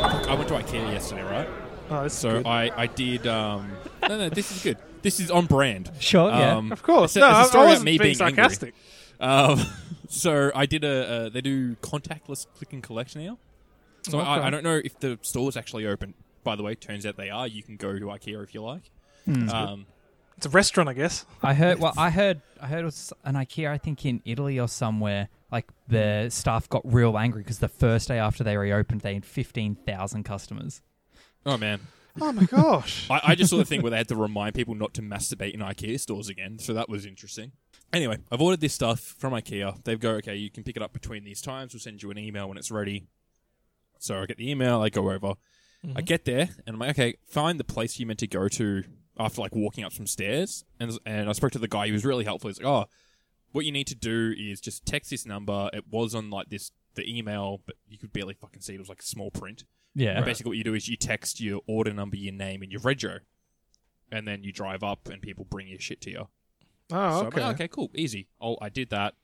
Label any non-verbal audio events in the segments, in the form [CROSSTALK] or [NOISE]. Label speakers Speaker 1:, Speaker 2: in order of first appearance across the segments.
Speaker 1: right care yesterday, right?
Speaker 2: Oh, this is
Speaker 1: So
Speaker 2: good.
Speaker 1: I, I did. Um, no, no, this is good. This is on
Speaker 2: [LAUGHS]
Speaker 1: brand.
Speaker 3: Sure, yeah.
Speaker 1: Um,
Speaker 2: Oh, of
Speaker 1: It's
Speaker 2: course.
Speaker 1: a,
Speaker 2: no,
Speaker 1: it's
Speaker 2: I-
Speaker 1: a story
Speaker 2: I
Speaker 1: about
Speaker 2: wasn't
Speaker 1: me
Speaker 2: being,
Speaker 1: being angry.
Speaker 2: sarcastic.
Speaker 1: Um, [LAUGHS] so I did a. Uh, they do contactless click and collect now. So
Speaker 2: Okay.
Speaker 1: I, I don't know if the store's actually open. By the way, turns out they are. You can go to IKEA if you like.
Speaker 2: Hmm.
Speaker 1: Um,
Speaker 2: It's a restaurant, I guess.
Speaker 3: I heard. Well, I heard. I heard it was an IKEA. I think in Italy or somewhere. Like
Speaker 1: Hmm.
Speaker 3: the staff got real angry because the first day after they reopened, they had fifteen thousand customers.
Speaker 1: [LAUGHS] oh man,
Speaker 2: Oh my gosh.
Speaker 1: [LAUGHS] I, I just saw the thing where they had to remind people not to masturbate in IKEA stores again. So that was interesting. Anyway, I've ordered this stuff from IKEA. They go, okay, you can pick it up between these times. We'll send you an email when it's ready. So I get the email. I go over. I get there and I'm like, okay, find the place you meant to go to after like walking up some stairs. And and I spoke to the guy. He was really helpful. He's like, oh, what you need to do is just text this number. It was on like this the email, but you could barely fucking see. It It was like small print.
Speaker 3: Yeah.
Speaker 1: And basically, what you do is you text your order number, your name, and your rego, and then you drive up, and people bring your shit to you.
Speaker 2: Oh,
Speaker 1: So I'm
Speaker 2: okay.
Speaker 1: like, okay, cool, easy. Oh, I did that.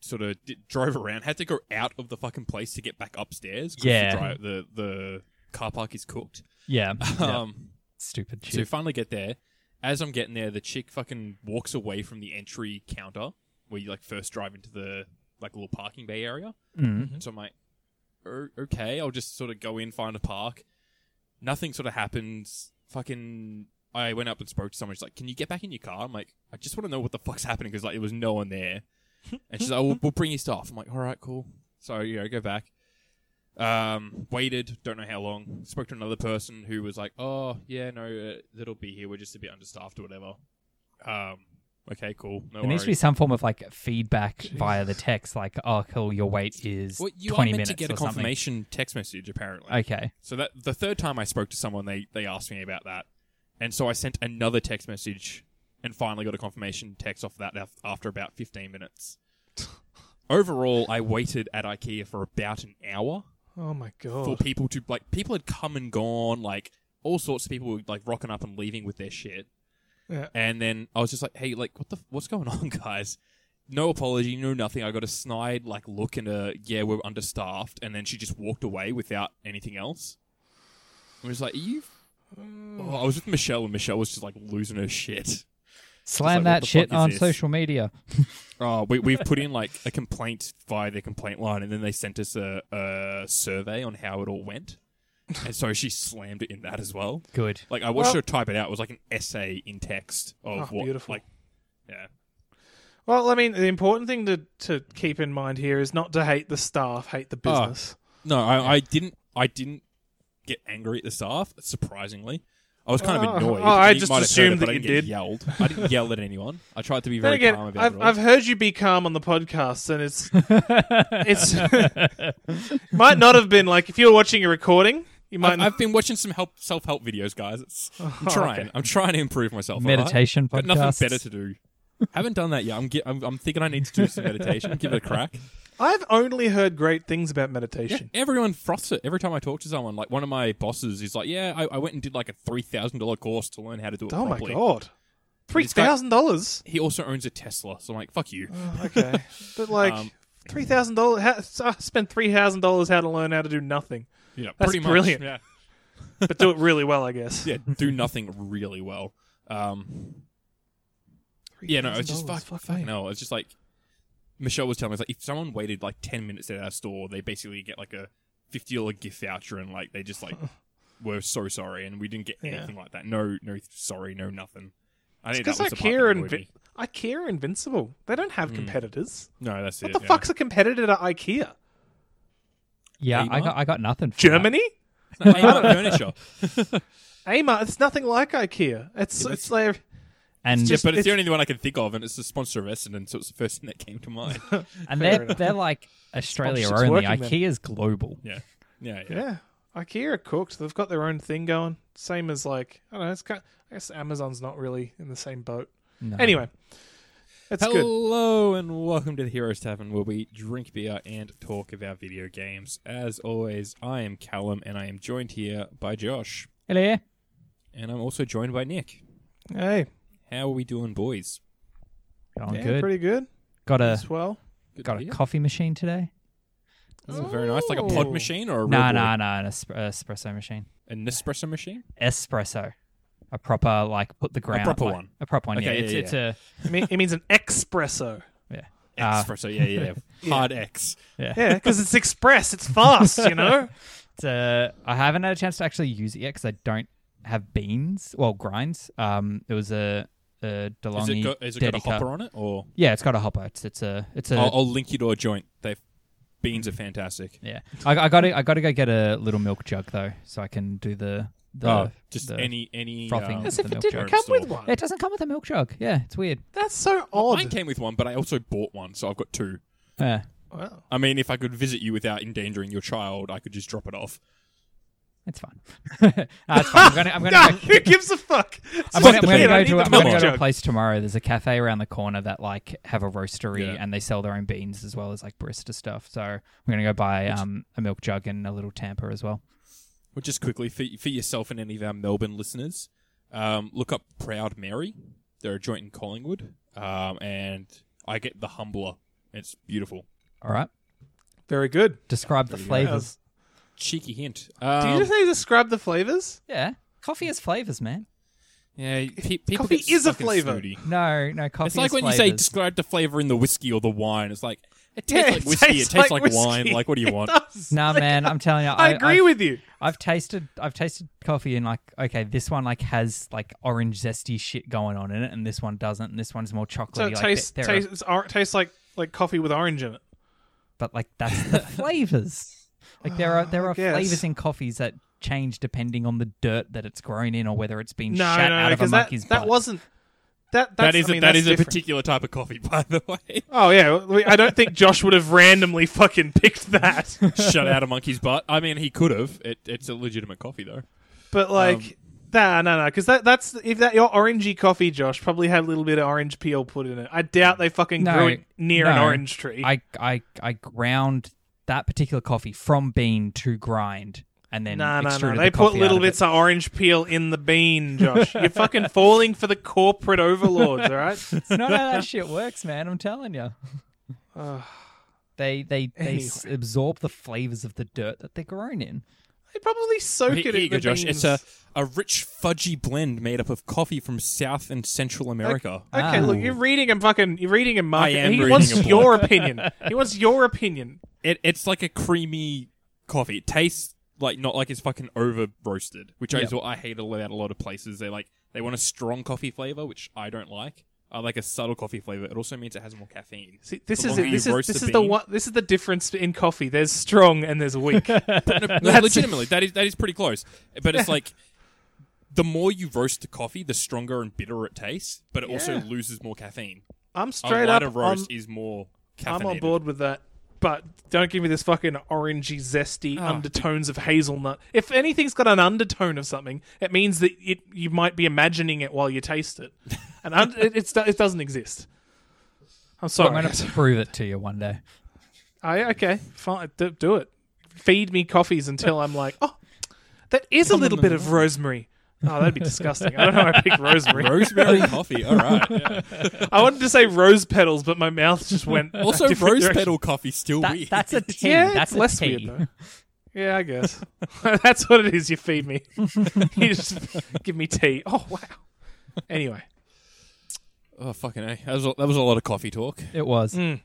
Speaker 1: Sort of di drove around, had to go out of the fucking place to get back upstairs. 'cause
Speaker 3: Yeah.
Speaker 1: the, dri- the the car park is cooked. [LAUGHS]
Speaker 3: Yeah. yeah.
Speaker 1: Um,
Speaker 3: Stupid
Speaker 1: so you
Speaker 3: shit.
Speaker 1: finally get there. As I'm getting there, the chick fucking walks away from the entry counter where you like first drive into the like little parking bay area.
Speaker 3: Mm.
Speaker 1: And so I'm like, "O- okay, I'll just sort of go in, find a park. Nothing sort of happens. Fucking, I went up and spoke to someone. She's like, can you get back in your car? I'm like, I just want to know what the fuck's happening because like there was no one
Speaker 3: [LAUGHS]
Speaker 1: there. And she's like, "Oh, we'll, we'll bring you stuff. I'm like, all right, cool. So you know, go back. Um, waited, don't know how long. Spoke to another person who was like, oh yeah, no, uh, it'll be here. We're just a bit understaffed or whatever. Um, okay, cool. No
Speaker 3: There needs to be
Speaker 1: worries.
Speaker 3: some form of like feedback via the text, like, "Oh, cool, your wait is
Speaker 1: Well, you are
Speaker 3: twenty
Speaker 1: meant
Speaker 3: minutes
Speaker 1: to get
Speaker 3: or
Speaker 1: a
Speaker 3: something."
Speaker 1: confirmation text message apparently.
Speaker 3: Okay.
Speaker 1: So that the third time I spoke to someone, they they asked me about that, and so I sent another text message, and finally got a confirmation text off that af- after about fifteen minutes. Overall, I waited at IKEA for about an hour
Speaker 2: Oh my
Speaker 1: for
Speaker 2: god.
Speaker 1: people to like people had come and gone, like all sorts of people were like rocking up and leaving with their shit,
Speaker 2: Yeah.
Speaker 1: and then I was just like, hey, like what the f- what's going [LAUGHS] on, guys? No apology, no nothing. I got a snide like look and a yeah, we're understaffed, and then she just walked away without anything else. I was like, are you Oh, I was with Michelle, and Michelle was just like losing her shit.
Speaker 3: Slam
Speaker 1: like, what
Speaker 3: that
Speaker 1: the
Speaker 3: shit
Speaker 1: fuck is
Speaker 3: on
Speaker 1: this?
Speaker 3: social media.
Speaker 1: Oh, we, we've put in like a complaint via their complaint line, and then they sent us a, a survey on how it all went. And so she slammed it in that as well.
Speaker 3: Good.
Speaker 1: Like I watched
Speaker 2: Well-
Speaker 1: her type it out. It was like an essay in text of
Speaker 2: Oh,
Speaker 1: what,
Speaker 2: beautiful.
Speaker 1: like, yeah,
Speaker 2: Well, I mean, the important thing to, to keep in mind here is not to hate the staff, hate the
Speaker 1: Ah.
Speaker 2: business.
Speaker 1: No, I, I didn't. I didn't get angry at the staff. Surprisingly, I was kind
Speaker 2: Oh,
Speaker 1: of annoyed.
Speaker 2: oh, I
Speaker 1: You
Speaker 2: just
Speaker 1: might have heard
Speaker 2: assumed
Speaker 1: it,
Speaker 2: that
Speaker 1: but I
Speaker 2: you
Speaker 1: didn't get
Speaker 2: did.
Speaker 1: Yelled. I
Speaker 2: [LAUGHS]
Speaker 1: didn't yell at anyone. I tried to be
Speaker 2: Then
Speaker 1: very
Speaker 2: again,
Speaker 1: calm about it.
Speaker 2: I've,
Speaker 1: all.
Speaker 2: I've heard you be calm on the podcast, and
Speaker 1: [LAUGHS]
Speaker 2: it's it's [LAUGHS] might not have been like if you were watching a recording, you might.
Speaker 1: I've, I've been watching some help self help videos, guys. It's,
Speaker 2: [LAUGHS] Oh,
Speaker 1: I'm trying. I'm trying to improve myself. all right?
Speaker 3: Meditation
Speaker 1: Got nothing
Speaker 3: podcasts.
Speaker 1: better to do. Haven't done that yet. I'm, ge- I'm I'm thinking I need to do some meditation. give it a
Speaker 2: [LAUGHS]
Speaker 1: crack.
Speaker 2: I've only heard great things about meditation.
Speaker 1: Everyone froths it every time I talk to someone. Like one of my bosses is like, "Yeah, I, I went and did like a three thousand dollar course to learn how to do it
Speaker 2: Oh my
Speaker 1: properly."
Speaker 2: god, three thousand dollars.
Speaker 1: He also owns a Tesla, so I'm like, "Fuck you."
Speaker 2: Okay, [LAUGHS] but like
Speaker 1: Um,
Speaker 2: three thousand dollars. I spent three thousand dollars how to learn how to do nothing,
Speaker 1: Yeah,
Speaker 2: That's
Speaker 1: pretty much.
Speaker 2: brilliant.
Speaker 1: Yeah.
Speaker 2: but do it really well, I
Speaker 1: [LAUGHS]
Speaker 2: guess.
Speaker 1: yeah, do nothing really well. Um, yeah, no, it's just fuck,
Speaker 2: $3,000,
Speaker 1: fuck,
Speaker 2: fuck me.
Speaker 1: no, it's just like Michelle was telling me, it's like if someone waited like ten minutes at our store, they basically get like a fifty dollar gift voucher, and like they just like were so sorry, and we didn't get
Speaker 2: Yeah.
Speaker 1: anything like that. No, no, sorry, no nothing. I think
Speaker 2: Because
Speaker 1: that was the part that
Speaker 2: IKEA and
Speaker 1: annoyed
Speaker 2: Vin-
Speaker 1: me.
Speaker 2: IKEA Invincible, they don't have competitors.
Speaker 1: no, that's
Speaker 2: What
Speaker 1: it.
Speaker 2: the
Speaker 1: Mm. yeah. [LAUGHS]
Speaker 2: fuck's a competitor to IKEA?
Speaker 3: Yeah, I
Speaker 1: Kmart?
Speaker 3: got, I got nothing. For
Speaker 2: Germany?
Speaker 1: No, Kmart furniture.
Speaker 2: Amar, it's nothing like IKEA. It's
Speaker 1: Yeah,
Speaker 2: it's like
Speaker 3: that. and
Speaker 1: Yeah, but it's,
Speaker 2: it's-
Speaker 1: the only one I can think of, and it's the sponsor of Essendon, so it's the first thing that came to mind.
Speaker 3: and
Speaker 2: Fair
Speaker 3: they're
Speaker 2: enough.
Speaker 3: they're
Speaker 1: Oh,
Speaker 3: like Australia
Speaker 2: Sponsorship's
Speaker 3: only.
Speaker 2: working then.
Speaker 3: IKEA's global.
Speaker 1: yeah, yeah, yeah.
Speaker 2: yeah, IKEA are cooked. They've got their own thing going. Same as like I don't know. It's kind I guess Amazon's not really in the same boat.
Speaker 3: No.
Speaker 2: Anyway, it's good.
Speaker 1: Hello and welcome to the Heroes Tavern, where we drink beer and talk about video games. As always, I am Callum, and I am joined here by Josh,
Speaker 3: Hello.
Speaker 1: and I'm also joined by Nick.
Speaker 2: Hey,
Speaker 1: How are we doing, boys?
Speaker 3: Going
Speaker 2: yeah,
Speaker 3: good. Uh,
Speaker 2: pretty good.
Speaker 3: Got a
Speaker 2: As well,
Speaker 1: Good
Speaker 3: got a
Speaker 1: beer?
Speaker 3: coffee machine today.
Speaker 1: That's very nice. Like a pod
Speaker 2: Ooh.
Speaker 1: machine or a
Speaker 3: No,
Speaker 1: real boy?
Speaker 3: no, no, an es- espresso machine.
Speaker 1: an espresso machine?
Speaker 3: Espresso. A proper, like, put the ground.
Speaker 1: proper
Speaker 3: like-
Speaker 1: one.
Speaker 3: A proper one,
Speaker 1: Okay,
Speaker 3: yeah.
Speaker 1: yeah,
Speaker 3: It's, it's
Speaker 2: It mean- it means an espresso.
Speaker 3: a. Yeah. Uh,
Speaker 1: Espresso, yeah, yeah, [LAUGHS] yeah. Hard X.
Speaker 3: yeah.
Speaker 2: Yeah, because it's express. It's fast. You
Speaker 3: [LAUGHS]
Speaker 2: know.
Speaker 3: It's, uh, I haven't had a chance to actually use it yet because I don't have beans. Well, grinds. Um, it was a, a DeLonghi.
Speaker 1: Is it, got, is it got a
Speaker 3: Dedica.
Speaker 1: hopper on Oh, it? Or
Speaker 3: Yeah, it's got a hopper. It's it's a it's a
Speaker 1: I'll, I'll link you to a joint. They beans are fantastic.
Speaker 3: yeah. I, I got to I got to go get a little milk jug though, so I can do the the
Speaker 1: oh, just
Speaker 3: the-
Speaker 1: any any
Speaker 3: frothing.
Speaker 1: um,
Speaker 3: That's
Speaker 2: As
Speaker 3: The
Speaker 2: if
Speaker 3: milk
Speaker 2: it
Speaker 1: jar
Speaker 2: didn't come
Speaker 1: store.
Speaker 2: with one.
Speaker 3: It doesn't come with a milk jug. Yeah, it's weird.
Speaker 2: That's so
Speaker 1: Mine
Speaker 2: odd.
Speaker 1: came with one, but I also bought one, so I've got two.
Speaker 3: Yeah.
Speaker 2: Wow.
Speaker 1: I mean, if I could visit you without endangering your child, I could just drop it off.
Speaker 3: It's fine. [LAUGHS] uh, it's fine.
Speaker 2: [LAUGHS]
Speaker 3: I'm gonna I'm gonna
Speaker 2: Ah,
Speaker 3: go, [LAUGHS]
Speaker 2: who gives a fuck? Stop
Speaker 3: I'm gonna, I'm
Speaker 2: the
Speaker 3: gonna
Speaker 2: kid, I
Speaker 3: go
Speaker 2: need
Speaker 3: to
Speaker 2: the
Speaker 3: a, I'm gonna
Speaker 2: milk
Speaker 3: go to a
Speaker 2: jug.
Speaker 3: place tomorrow. There's a cafe around the corner that like have a roastery
Speaker 1: Yeah.
Speaker 3: and they sell their own beans as well as like barista stuff. So I'm gonna go buy um a milk jug and a little tamper as well.
Speaker 1: Well, just quickly for, for yourself and any of our Melbourne listeners, um, look up Proud Mary. They're a joint in Collingwood, um, and I get the humbler. It's beautiful.
Speaker 3: All right.
Speaker 2: Very good.
Speaker 3: Describe the
Speaker 2: Yes.
Speaker 3: flavors.
Speaker 1: Cheeky hint.
Speaker 2: Do you
Speaker 1: Um,
Speaker 2: just say describe the
Speaker 3: [LAUGHS]
Speaker 2: flavors?
Speaker 3: Yeah. Coffee has flavors, man.
Speaker 1: yeah, pe- people
Speaker 2: Coffee
Speaker 1: get
Speaker 2: is a
Speaker 1: stuck in
Speaker 2: flavour.
Speaker 1: snooty.
Speaker 3: No, no, coffee
Speaker 1: It's like
Speaker 3: has
Speaker 1: when
Speaker 3: flavors.
Speaker 1: you say [LAUGHS] describe the flavor in the whiskey or the wine. It's like it tastes
Speaker 2: Yeah,
Speaker 1: like whiskey. It tastes, like, wine.
Speaker 2: whiskey.
Speaker 1: Like what do you
Speaker 2: [LAUGHS] It
Speaker 1: want?
Speaker 2: does.
Speaker 3: Nah, man, I'm telling you,
Speaker 2: I, agree
Speaker 3: I've,
Speaker 2: with you.
Speaker 3: I've tasted, I've tasted coffee and like, okay, this one like has like orange zesty shit going on in it, and this one doesn't, and this one's more chocolatey.
Speaker 2: So
Speaker 3: like,
Speaker 2: it tastes,
Speaker 3: there- there are-
Speaker 2: tastes, it's or- tastes like like coffee with orange in it.
Speaker 3: but like that's
Speaker 2: [LAUGHS]
Speaker 3: the flavors. Like there are there are
Speaker 2: guess.
Speaker 3: flavors in coffees that change depending on the dirt that it's grown in or whether it's been
Speaker 2: No,
Speaker 3: shat
Speaker 2: no,
Speaker 3: out
Speaker 2: no,
Speaker 3: of a
Speaker 2: because that,
Speaker 3: monkey's
Speaker 2: that
Speaker 3: butt.
Speaker 2: wasn't. That that's,
Speaker 1: that is
Speaker 2: I
Speaker 1: a,
Speaker 2: mean,
Speaker 1: that
Speaker 2: that's
Speaker 1: is a
Speaker 2: different.
Speaker 1: particular type of coffee, [LAUGHS] by the
Speaker 2: [LAUGHS]
Speaker 1: way.
Speaker 2: Oh yeah, we- I don't think Josh would have randomly fucking picked
Speaker 3: [LAUGHS]
Speaker 2: that.
Speaker 1: Shut out a monkey's butt. I mean, he could have. It, it's a legitimate coffee though.
Speaker 2: But like,
Speaker 1: Um,
Speaker 2: nah, no, no, because that that's if that your orangey coffee, Josh, probably had a little bit of orange peel put in it. I doubt they fucking
Speaker 3: No,
Speaker 2: grew it near an
Speaker 3: no.
Speaker 2: orange tree.
Speaker 3: I I I ground that particular coffee from bean to grind and then
Speaker 2: no, no, no.
Speaker 3: extruded
Speaker 2: They
Speaker 3: the
Speaker 2: put
Speaker 3: coffee out
Speaker 2: little
Speaker 3: of it. [LAUGHS]
Speaker 2: bits of orange peel in the bean, Josh. You're fucking [LAUGHS] falling for the corporate overlords, all right?
Speaker 3: It's not how
Speaker 2: [LAUGHS]
Speaker 3: that shit works, man. I'm telling you.
Speaker 2: Ugh.
Speaker 3: They they they s- absorb the flavors of the dirt that they're grown in.
Speaker 2: They probably soak
Speaker 1: Here,
Speaker 2: it
Speaker 1: here
Speaker 2: in
Speaker 1: you go,
Speaker 2: the
Speaker 1: Josh.
Speaker 2: beans.
Speaker 1: It's a, a rich fudgy blend made up of coffee from South and Central America.
Speaker 2: Okay,
Speaker 3: Ah.
Speaker 2: look, you're reading him fucking. You're reading him, Mark.
Speaker 1: I am
Speaker 2: he
Speaker 1: reading
Speaker 2: wants
Speaker 1: him, Mark.
Speaker 2: your opinion. He wants your opinion.
Speaker 1: It, it's like a creamy coffee. It tastes like not like it's fucking over roasted, which
Speaker 3: Yep.
Speaker 1: is what I hate about a lot of places. They like they want a strong coffee flavor, which I don't like. I like a subtle coffee flavor. It also means it has more caffeine.
Speaker 2: See, this
Speaker 1: The
Speaker 2: is
Speaker 1: longer
Speaker 2: it.
Speaker 1: you
Speaker 2: This is
Speaker 1: roast
Speaker 2: this
Speaker 1: the
Speaker 2: is the
Speaker 1: bean- [LAUGHS]
Speaker 2: one. This is the difference in coffee. There's strong and there's weak.
Speaker 1: No,
Speaker 2: That's-
Speaker 1: legitimately, that is that is pretty close. But it's like the more you roast the coffee, the stronger and bitter it tastes, but it also
Speaker 2: Yeah.
Speaker 1: loses more caffeine.
Speaker 2: I'm
Speaker 1: a
Speaker 2: straight up.
Speaker 1: lighter
Speaker 2: I'm-
Speaker 1: roast is more caffeinated.
Speaker 2: I'm on board with that. But don't give me this fucking orangey, zesty
Speaker 1: Ah.
Speaker 2: undertones of hazelnut. If anything's got an undertone of something, it means that it you might be imagining it while you
Speaker 1: [LAUGHS]
Speaker 2: taste it, and un- it, it's, it doesn't exist. I'm sorry. [LAUGHS]
Speaker 3: I'm going to prove it to you one day.
Speaker 2: I okay, fine, do, do it. Feed me coffees until I'm like, oh, that is a little bit of rosemary. Oh, that'd be disgusting. I don't know. why
Speaker 1: [LAUGHS]
Speaker 2: I picked
Speaker 1: [LAUGHS]
Speaker 2: rosemary.
Speaker 1: Rosemary coffee, all right. [LAUGHS] yeah.
Speaker 2: I wanted to say rose petals, but my mouth just went a
Speaker 1: Also,
Speaker 2: different
Speaker 1: rose
Speaker 2: direction.
Speaker 1: petal coffee still
Speaker 3: That,
Speaker 1: weird.
Speaker 3: that's a tea.
Speaker 2: Yeah,
Speaker 3: that's
Speaker 2: it's
Speaker 3: a
Speaker 2: less
Speaker 3: tea.
Speaker 2: weird though. [LAUGHS] Yeah, I guess [LAUGHS] that's what it is. You feed me. [LAUGHS] you just give me tea. Oh wow. Anyway,
Speaker 1: oh fucking, a. that was a, that was a lot of coffee talk.
Speaker 3: It was.
Speaker 2: Mm.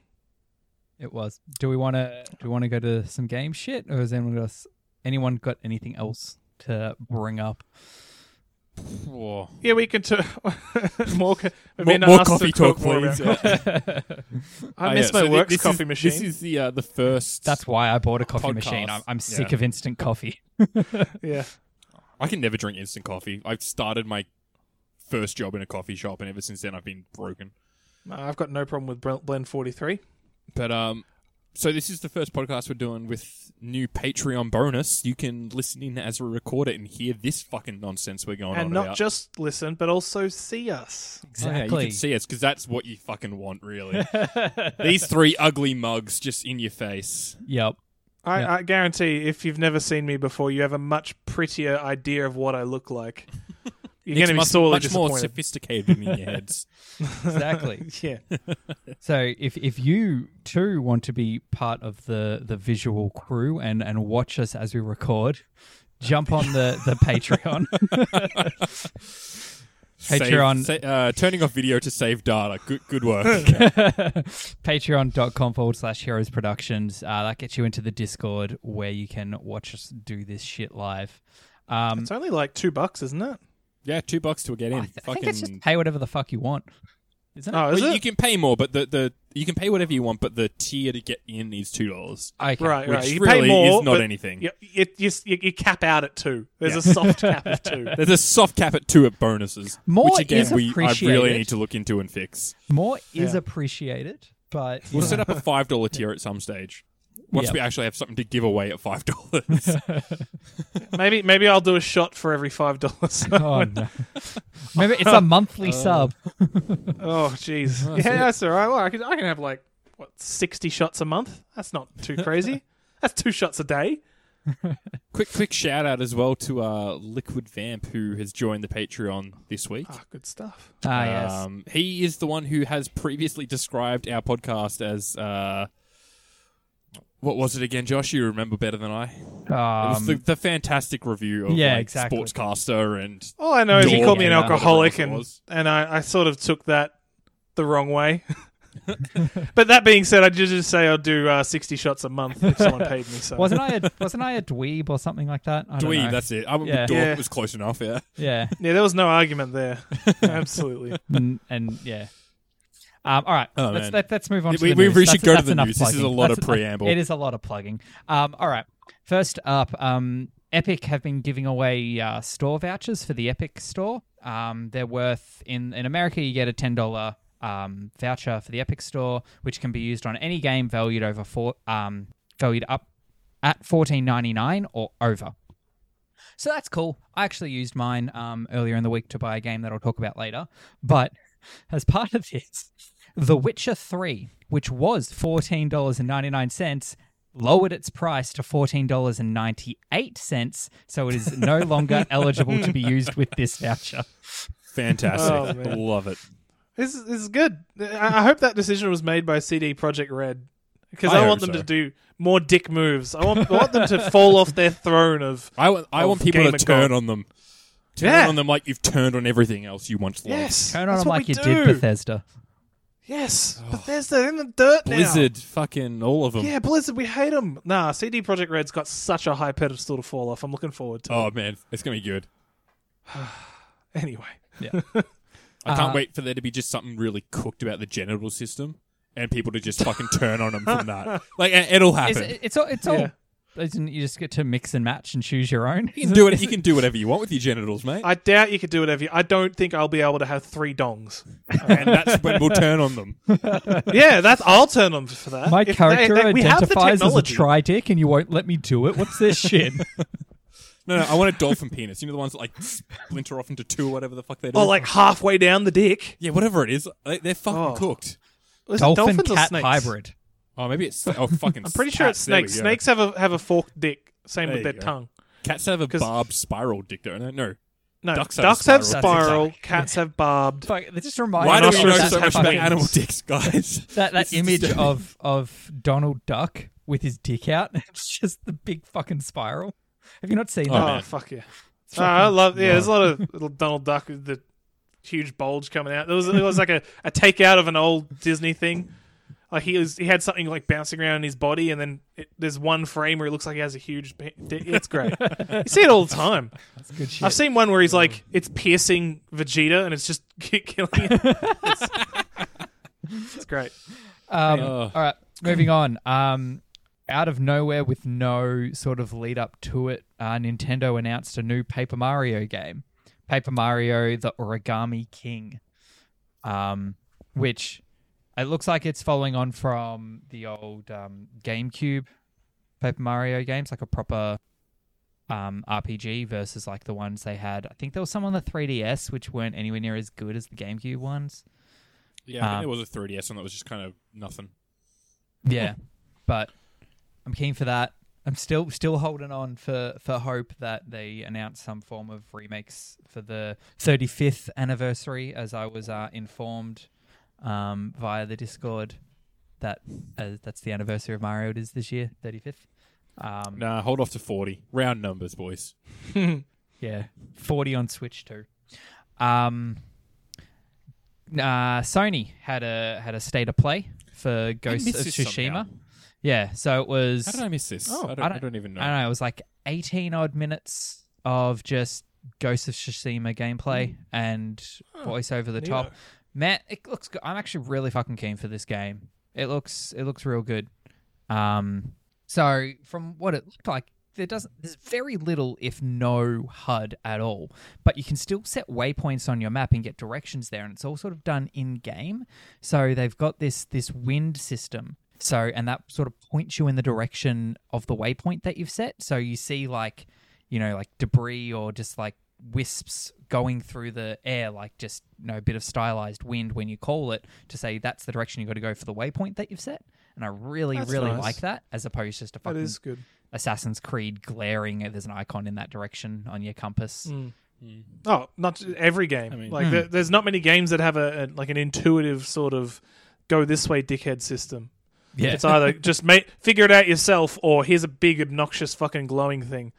Speaker 3: It was. Do we want to? Do we want to go to some game shit, or has anyone got s- anyone got anything else to bring up?
Speaker 1: Whoa.
Speaker 2: yeah, we can. T- [LAUGHS] more co-
Speaker 1: More,
Speaker 2: Amanda
Speaker 1: more
Speaker 2: asked to
Speaker 1: coffee talk,
Speaker 2: more
Speaker 1: please.
Speaker 2: about-
Speaker 1: Yeah. [LAUGHS] Oh,
Speaker 2: I miss
Speaker 1: yeah,
Speaker 2: my
Speaker 1: so thi-
Speaker 2: work's
Speaker 1: this is-
Speaker 2: coffee machine.
Speaker 1: This is the uh, the first.
Speaker 3: That's why I bought a coffee machine.
Speaker 1: Podcast.
Speaker 3: I'm, I'm sick
Speaker 1: Yeah.
Speaker 3: of instant coffee. [LAUGHS]
Speaker 2: yeah.
Speaker 1: I can never drink instant coffee. I've started my first job in a coffee shop, and ever since then, I've been broken.
Speaker 2: No, I've got no problem with Bl- Blend 43.
Speaker 1: But um, so this is the first podcast we're doing with new Patreon bonus. You can listen in as we record it and hear this fucking nonsense we're going
Speaker 2: and
Speaker 1: on
Speaker 2: not
Speaker 1: about.
Speaker 2: just listen, but also see us.
Speaker 1: Oh, yeah, you
Speaker 3: Exactly.
Speaker 1: can see us because that's what you fucking want,
Speaker 3: [LAUGHS]
Speaker 1: really. These three ugly mugs just in your face.
Speaker 3: yep.
Speaker 2: I,
Speaker 3: Yeah.
Speaker 2: I
Speaker 1: [LAUGHS]
Speaker 2: guarantee if you've never seen me before, you have a much prettier idea of what I look like. You're
Speaker 1: Nick's
Speaker 2: going to be
Speaker 1: much,
Speaker 2: sorely
Speaker 1: much more
Speaker 2: disappointed.
Speaker 1: sophisticated than in
Speaker 3: [LAUGHS]
Speaker 1: your heads. [LAUGHS]
Speaker 3: exactly.
Speaker 2: yeah.
Speaker 3: So if if you too want to be part of the the visual crew and and watch us as we record, jump on the
Speaker 1: [LAUGHS]
Speaker 3: the Patreon. [LAUGHS]
Speaker 1: Save-
Speaker 3: Patreon.
Speaker 1: sa- uh, turning off video to save data. Good, good work.
Speaker 2: [LAUGHS]
Speaker 3: patreon.com forward slash heroes productions uh, that gets you into the discord where you can watch us do this shit live um
Speaker 2: It's only like two bucks, isn't it?
Speaker 1: yeah, two bucks to get in.
Speaker 3: I, th- I
Speaker 1: Fucking.
Speaker 3: think it's just pay whatever the fuck you want isn't it
Speaker 2: Oh, is
Speaker 1: Well,
Speaker 2: it?
Speaker 1: you can pay more, but the, the you can pay whatever you want, but the tier to get in is two dollars,
Speaker 3: okay.
Speaker 2: right,
Speaker 1: which
Speaker 2: right. You
Speaker 1: really
Speaker 2: pay more,
Speaker 1: is not
Speaker 2: but
Speaker 1: anything.
Speaker 2: You, it, you, you, you cap out at two. There's a soft cap of
Speaker 1: [LAUGHS]
Speaker 2: two.
Speaker 1: There's a soft cap at two at bonuses,
Speaker 3: More
Speaker 1: which again
Speaker 3: is
Speaker 1: we I really
Speaker 3: appreciated.
Speaker 1: need to look into and fix.
Speaker 3: more is
Speaker 2: Yeah.
Speaker 3: appreciated but
Speaker 1: We'll set up [LAUGHS] a five dollar tier at some stage once
Speaker 3: Yeah.
Speaker 1: we actually have something to give away at five dollars.
Speaker 2: Maybe maybe I'll do a shot for every five
Speaker 1: [LAUGHS]
Speaker 2: dollars.
Speaker 3: [LAUGHS] oh no maybe it's
Speaker 2: Um,
Speaker 3: a monthly sub
Speaker 2: [LAUGHS] oh jeez. yeah, that's all right. Well, I can I can have like what sixty shots a month. That's not
Speaker 1: [LAUGHS]
Speaker 2: too crazy. that's two shots a day.
Speaker 1: [LAUGHS] quick, quick shout out as well to uh, Liquid Vamp who has joined the Patreon this week.
Speaker 2: Ah, good stuff.
Speaker 3: ah yes
Speaker 1: Um, he is the one who has previously described our podcast as uh, what was it again, Josh? You remember better than I. It was
Speaker 3: Um,
Speaker 1: the, the fantastic review of
Speaker 3: yeah,
Speaker 1: like,
Speaker 3: exactly.
Speaker 1: Sportscaster and
Speaker 2: All I know Oh, is you
Speaker 1: Dog
Speaker 2: called me an
Speaker 1: and, uh,
Speaker 2: alcoholic,
Speaker 1: whatever
Speaker 2: and
Speaker 1: else it
Speaker 2: and I, I sort of took that the wrong way. [LAUGHS] but that being said, I did just say I'll do uh, sixty shots a month if someone paid
Speaker 1: [LAUGHS]
Speaker 2: me. So
Speaker 3: wasn't I a wasn't I a dweeb or something like that? I don't
Speaker 1: Dweeb.
Speaker 3: know.
Speaker 1: That's it. I would
Speaker 3: Yeah.
Speaker 1: yeah. Dork
Speaker 2: Yeah.
Speaker 1: was close enough. Yeah.
Speaker 3: yeah.
Speaker 2: yeah, there was no argument
Speaker 1: [LAUGHS]
Speaker 2: there. Absolutely.
Speaker 3: and, and yeah. Um, all right,
Speaker 1: Oh,
Speaker 3: let's,
Speaker 1: man.
Speaker 3: let, let's move on. to
Speaker 1: We-
Speaker 3: the
Speaker 1: we
Speaker 3: news.
Speaker 1: really
Speaker 3: That's-
Speaker 1: should go to
Speaker 3: that's
Speaker 1: the
Speaker 3: enough
Speaker 1: news. This is
Speaker 3: plugging.
Speaker 1: a lot
Speaker 3: That's
Speaker 1: of
Speaker 3: enough-
Speaker 1: preamble.
Speaker 3: It is a lot of plugging. Um, all right, first up, um, Epic have been giving away uh, store vouchers for the Epic Store. Um, they're worth in in America, you get a ten dollar um, voucher for the Epic Store, which can be used on any game valued over four um, valued up at fourteen ninety nine or over. So that's cool. I actually used mine um, earlier in the week to buy a game that I'll talk about later. But [LAUGHS] as part of this, The Witcher 3, which was $14.99, lowered its price to $14.98. So it
Speaker 2: [LAUGHS]
Speaker 3: is no longer eligible to be used with this voucher.
Speaker 2: Oh,
Speaker 1: Fantastic.
Speaker 2: man.
Speaker 1: Love it.
Speaker 2: This is, this is good. I, I hope that decision was made by CD Project Red because
Speaker 1: I
Speaker 2: I,
Speaker 1: hope
Speaker 2: want them
Speaker 1: so.
Speaker 2: to do more dick moves. I want, I want them to fall off their
Speaker 1: [LAUGHS]
Speaker 2: throne of
Speaker 1: I want. I
Speaker 2: Of
Speaker 1: want people
Speaker 2: Game
Speaker 1: to
Speaker 2: of
Speaker 1: turn
Speaker 2: God.
Speaker 1: on them. Turn
Speaker 2: Yeah.
Speaker 1: on them like you've turned on everything else you once loved.
Speaker 2: yes.
Speaker 3: Turn on
Speaker 2: that's
Speaker 3: them
Speaker 2: what
Speaker 3: like
Speaker 2: we
Speaker 3: you did,
Speaker 2: do.
Speaker 3: Bethesda.
Speaker 2: Yes, Bethesda in the dirt now.
Speaker 1: Oh. Blizzard, fucking all of them.
Speaker 2: Yeah, Blizzard, we hate them. Nah, CD Project Red's got such a high pedestal to fall off. I'm looking forward to. it.
Speaker 1: Oh man, it's gonna be good.
Speaker 2: Anyway,
Speaker 1: I
Speaker 2: Uh-huh.
Speaker 1: can't
Speaker 3: Uh,
Speaker 1: wait for there to be just something really cooked about the genital system and people to just fucking turn on them from
Speaker 2: [LAUGHS]
Speaker 1: that. Like it- it'll
Speaker 3: It's,
Speaker 1: happen.
Speaker 3: it's all. It's all
Speaker 2: Yeah.
Speaker 3: Isn't you just get to mix and match and choose your own?
Speaker 1: you can do it. You can do whatever you want with your genitals, mate.
Speaker 2: I doubt you could do whatever. You, I don't think I'll be able to have three dongs. [LAUGHS]
Speaker 1: and that's when we'll turn on them.
Speaker 2: yeah, that's. I'll turn them for that.
Speaker 3: My
Speaker 2: If they-
Speaker 3: character
Speaker 2: they- we have the
Speaker 3: identifies as a
Speaker 2: technology.
Speaker 3: tri dick, and you won't let me do it. What's this
Speaker 2: [LAUGHS]
Speaker 3: shit?
Speaker 1: No, no, I want a dolphin penis. You know the ones that like splinter off into two, or whatever the fuck they do.
Speaker 2: Or Oh,
Speaker 3: Mm-hmm.
Speaker 2: like halfway down the dick.
Speaker 1: yeah, whatever it is, they, they're fucking
Speaker 2: Oh.
Speaker 1: cooked.
Speaker 2: Was it
Speaker 3: Dolphin
Speaker 2: dolphins or
Speaker 3: cat
Speaker 2: snakes?
Speaker 3: hybrid.
Speaker 1: Oh, maybe it's oh fucking.
Speaker 2: [LAUGHS] I'm pretty sure it's snakes. Snakes have a have a forked dick, same
Speaker 1: There
Speaker 2: with
Speaker 1: you
Speaker 2: their
Speaker 1: go.
Speaker 2: tongue.
Speaker 1: Cats have a
Speaker 2: 'Cause-
Speaker 1: barbed spiral dick, don't they? No.
Speaker 2: No,
Speaker 1: Ducks
Speaker 2: ducks,
Speaker 1: have a
Speaker 2: have
Speaker 1: spiral.
Speaker 2: spiral.
Speaker 1: That's
Speaker 2: Cats have barbed.
Speaker 3: Fuck, that just reminds
Speaker 1: Why
Speaker 3: me
Speaker 1: do we Oh, know
Speaker 2: Rhinoceros
Speaker 1: so
Speaker 2: have
Speaker 1: much about
Speaker 2: fucking-
Speaker 1: animal dicks, [LAUGHS] guys?
Speaker 3: that that
Speaker 1: This is
Speaker 3: image
Speaker 1: disturbing.
Speaker 3: of of Donald Duck with his dick out. [LAUGHS] It's just the big fucking spiral. Have you not seen
Speaker 1: Oh,
Speaker 2: Oh,
Speaker 3: that?
Speaker 1: man.
Speaker 2: fuck yeah!
Speaker 3: It's
Speaker 2: Ah, I
Speaker 3: fucking-
Speaker 2: love. Yeah, there's a lot of little Donald Duck with the huge bulge coming out. There was it was like a, a takeout of an old Disney thing. Like he was, he had something like bouncing around in his body, and then it, there's one frame where it looks like he has a huge. pe- dick. It's great. you see it all the time.
Speaker 3: That's good shit.
Speaker 2: I've seen one where he's like, it's piercing Vegeta, and it's just [LAUGHS] killing him. It's, it's great.
Speaker 3: Um,
Speaker 1: Oh.
Speaker 3: All right, moving on. Um, out of nowhere, with no sort of lead up to it, uh, Nintendo announced a new Paper Mario game, Paper Mario: The Origami King, um, which it looks like it's following on from the old um, GameCube Paper Mario games, like a proper um, RPG versus like the ones they had. I think there was some on the 3DS, which weren't anywhere near as good as the GameCube ones.
Speaker 1: Yeah, I
Speaker 3: Um,
Speaker 1: think there was a 3DS one that was just kind of nothing.
Speaker 3: Yeah, but I'm keen for that. I'm still still holding on for, for hope that they announce some form of remakes for the 35th anniversary, as I was uh, informed um, via the Discord that uh, that's the anniversary of Mario it is this year, 35th. Um,
Speaker 1: Nah, hold off to 40. Round numbers, boys.
Speaker 3: Yeah, 40 on Switch too. Um, uh, Sony had a had a state of play for Ghost of
Speaker 1: missed this
Speaker 3: Tsushima.
Speaker 1: somehow.
Speaker 3: Yeah, so it was
Speaker 1: How did I miss this?
Speaker 2: Oh,
Speaker 1: I, don't, I,
Speaker 3: I
Speaker 1: don't,
Speaker 3: don't-
Speaker 1: even know.
Speaker 3: I don't know. It was like 18 odd minutes of just Ghost of Tsushima gameplay and voice over the
Speaker 2: neato.
Speaker 3: top. Man, it looks. Good. I'm actually really fucking keen for this game. It looks. It looks real good. Um. So from what it looked like, there doesn't. There's very little, if no HUD at all. But you can still set waypoints on your map and get directions there, and it's all sort of done in game. So they've got this this wind system. So and that sort of points you in the direction of the waypoint that you've set. So you see like, you know, like debris or just like wisps going through the air, like just you know, a bit of stylized wind when you call it to say that's the direction you got to go for the waypoint that you've set. And I really,
Speaker 2: That's
Speaker 3: really
Speaker 2: nice.
Speaker 3: like that as opposed to just a
Speaker 2: That
Speaker 3: fucking
Speaker 2: is good.
Speaker 3: Assassin's Creed glaring. There's an icon in that direction on your compass.
Speaker 2: Oh, not j- every game.
Speaker 1: I mean-
Speaker 3: Hmm.
Speaker 2: like there, there's not many games that have a, a like an intuitive sort of go this way dickhead system.
Speaker 3: Yeah,
Speaker 2: It's
Speaker 3: [LAUGHS]
Speaker 2: either just make, figure it out yourself, or here's a big obnoxious fucking glowing thing.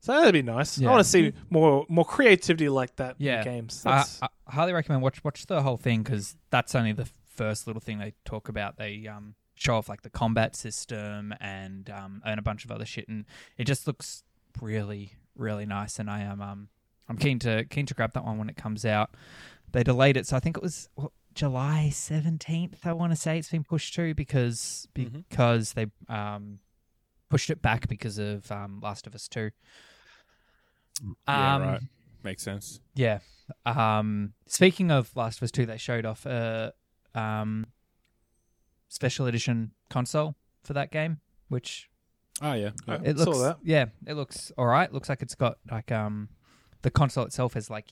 Speaker 2: So that'd be nice.
Speaker 3: Yeah.
Speaker 2: I want to see more more creativity like that
Speaker 3: Yeah.
Speaker 2: in games.
Speaker 3: I,
Speaker 2: That's,
Speaker 3: I highly recommend watch watch the whole thing because that's only the first little thing they talk about. They um, show off like the combat system and um, and a bunch of other shit, and it just looks really really nice. And I am um, I'm keen to keen to grab that one when it comes out. They delayed it, so I think it was what, July seventeenth. I want to say it's been pushed to because
Speaker 1: Mhm.
Speaker 3: because they um, pushed it back because of um, Last of Us two.
Speaker 1: Yeah,
Speaker 3: Um,
Speaker 1: right. Makes sense.
Speaker 3: yeah. Um, speaking of Last of Us Two, they showed off a um, special edition console for that game, which
Speaker 1: Oh, yeah. yeah.
Speaker 2: I
Speaker 3: it
Speaker 2: saw
Speaker 3: looks
Speaker 2: that.
Speaker 3: yeah, it looks all right. Looks like it's got like um, the console itself is like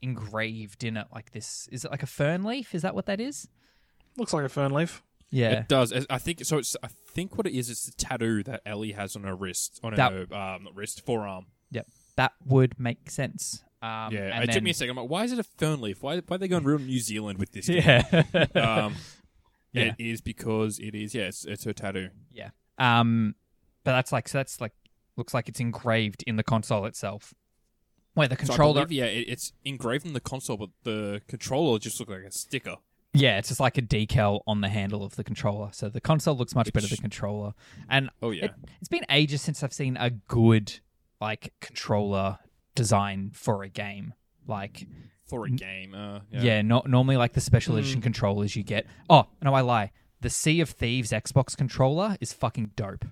Speaker 3: engraved in it like this. Is it like a fern leaf? Is that what that is?
Speaker 2: Looks like a fern leaf.
Speaker 3: Yeah.
Speaker 1: It does. I- I think so. It's I think what it is. It's the tattoo that Ellie has on her wrist, on
Speaker 3: That-
Speaker 1: her um, not wrist, forearm.
Speaker 3: Yep. That would make sense. Um,
Speaker 1: yeah,
Speaker 3: and
Speaker 1: it took
Speaker 3: then-
Speaker 1: me a second. I'm like, why is it a fern leaf? Why why are they going real New Zealand with
Speaker 3: [LAUGHS]
Speaker 1: this? game?
Speaker 3: Yeah.
Speaker 1: Um,
Speaker 3: [LAUGHS] Yeah.
Speaker 1: It is because it is. Yeah, it's, it's her tattoo.
Speaker 3: Yeah. Um, but that's like so that's like looks like it's engraved in the console itself, where the
Speaker 1: So I
Speaker 3: controller.
Speaker 1: believe, yeah, it, it's engraved in the console, but the controller just looked like a sticker.
Speaker 3: yeah, it's just like a decal on the handle of the controller. So the console looks much better than
Speaker 1: Which-
Speaker 3: the controller, and
Speaker 1: Oh yeah,
Speaker 3: it, it's been ages since I've seen a good like controller design for a game. Like
Speaker 1: for a game. Uh,
Speaker 3: yeah, no, normally like the special edition
Speaker 1: Mm.
Speaker 3: controllers you get. Oh no, I lie. The Sea of Thieves Xbox controller is fucking dope.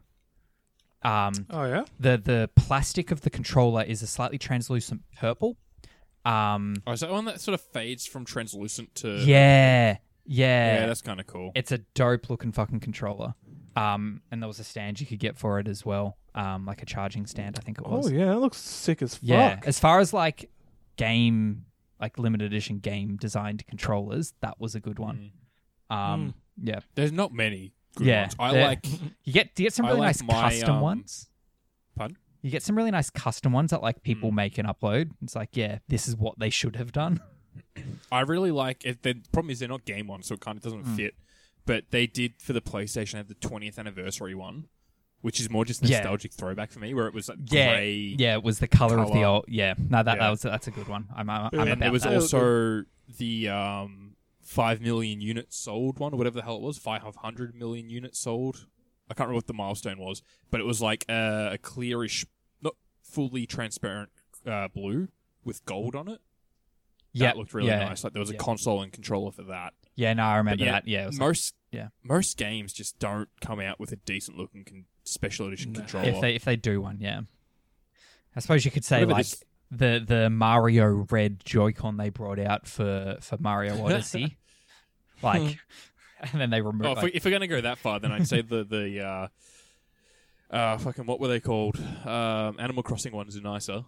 Speaker 3: Um,
Speaker 2: Oh yeah.
Speaker 3: the the plastic of the controller is a slightly translucent purple. Um,
Speaker 1: Oh, is that one that sort of fades from translucent to?
Speaker 3: yeah, yeah,
Speaker 1: Yeah, that's kind of cool.
Speaker 3: it's a dope looking fucking controller. Um, and there was a stand you could get for it as well, um, like a charging stand, I think it was.
Speaker 2: Oh yeah, that looks sick as fuck.
Speaker 3: yeah. As far as like game, like limited edition game designed controllers, that was a good one.
Speaker 1: Mm.
Speaker 3: Um, yeah,
Speaker 1: There's not many good
Speaker 3: yeah.
Speaker 1: ones. I
Speaker 3: They're- [LAUGHS]
Speaker 1: like.
Speaker 3: you get you get some
Speaker 1: I
Speaker 3: really
Speaker 1: like
Speaker 3: nice
Speaker 1: my,
Speaker 3: custom
Speaker 1: um,
Speaker 3: ones.
Speaker 1: Pardon? Mm.
Speaker 3: You get some really nice custom ones that like people make and upload. It's like, yeah, this is what they should have
Speaker 1: [LAUGHS]
Speaker 3: done.
Speaker 1: I really like it. The problem is they're not game ones, so it kind of
Speaker 3: Hmm.
Speaker 1: doesn't fit. But they did for the PlayStation have the 20th anniversary one, which is more just
Speaker 3: Yeah.
Speaker 1: nostalgic throwback for me, where it was like
Speaker 3: yeah,
Speaker 1: grey.
Speaker 3: yeah, it was the color, of the
Speaker 1: colour.
Speaker 3: old. Yeah, no, that,
Speaker 1: Yeah.
Speaker 3: that was that's a good one. I'm, I'm, I'm
Speaker 2: And
Speaker 1: And
Speaker 3: about
Speaker 1: there was
Speaker 3: that.
Speaker 2: Yeah, it was
Speaker 1: also the um, five million units sold one, or whatever the hell it was, five hundred million units sold. I can't remember what the milestone was, but it was like a, a clearish, not fully transparent uh, blue with gold on it.
Speaker 3: yeah,
Speaker 1: that looked really
Speaker 3: yeah,
Speaker 1: nice. Like there was a
Speaker 3: yeah.
Speaker 1: console and controller for that.
Speaker 3: Yeah, no, I remember
Speaker 1: yeah,
Speaker 3: that. Yeah, it was like-
Speaker 1: most
Speaker 3: yeah.
Speaker 1: most games just don't come out with a decent looking con- special edition controller.
Speaker 3: if they if they do one, yeah. I suppose you could say
Speaker 1: Whatever
Speaker 3: like
Speaker 1: this-
Speaker 3: the the Mario Red Joy-Con they brought out for for
Speaker 1: [LAUGHS]
Speaker 3: Mario Odyssey, like, [LAUGHS] and then they removed.
Speaker 1: oh, if, we,
Speaker 3: like,
Speaker 1: if we're gonna go that far, then I'd say the the uh, uh, fucking what were they called? Um, Animal Crossing ones are nicer.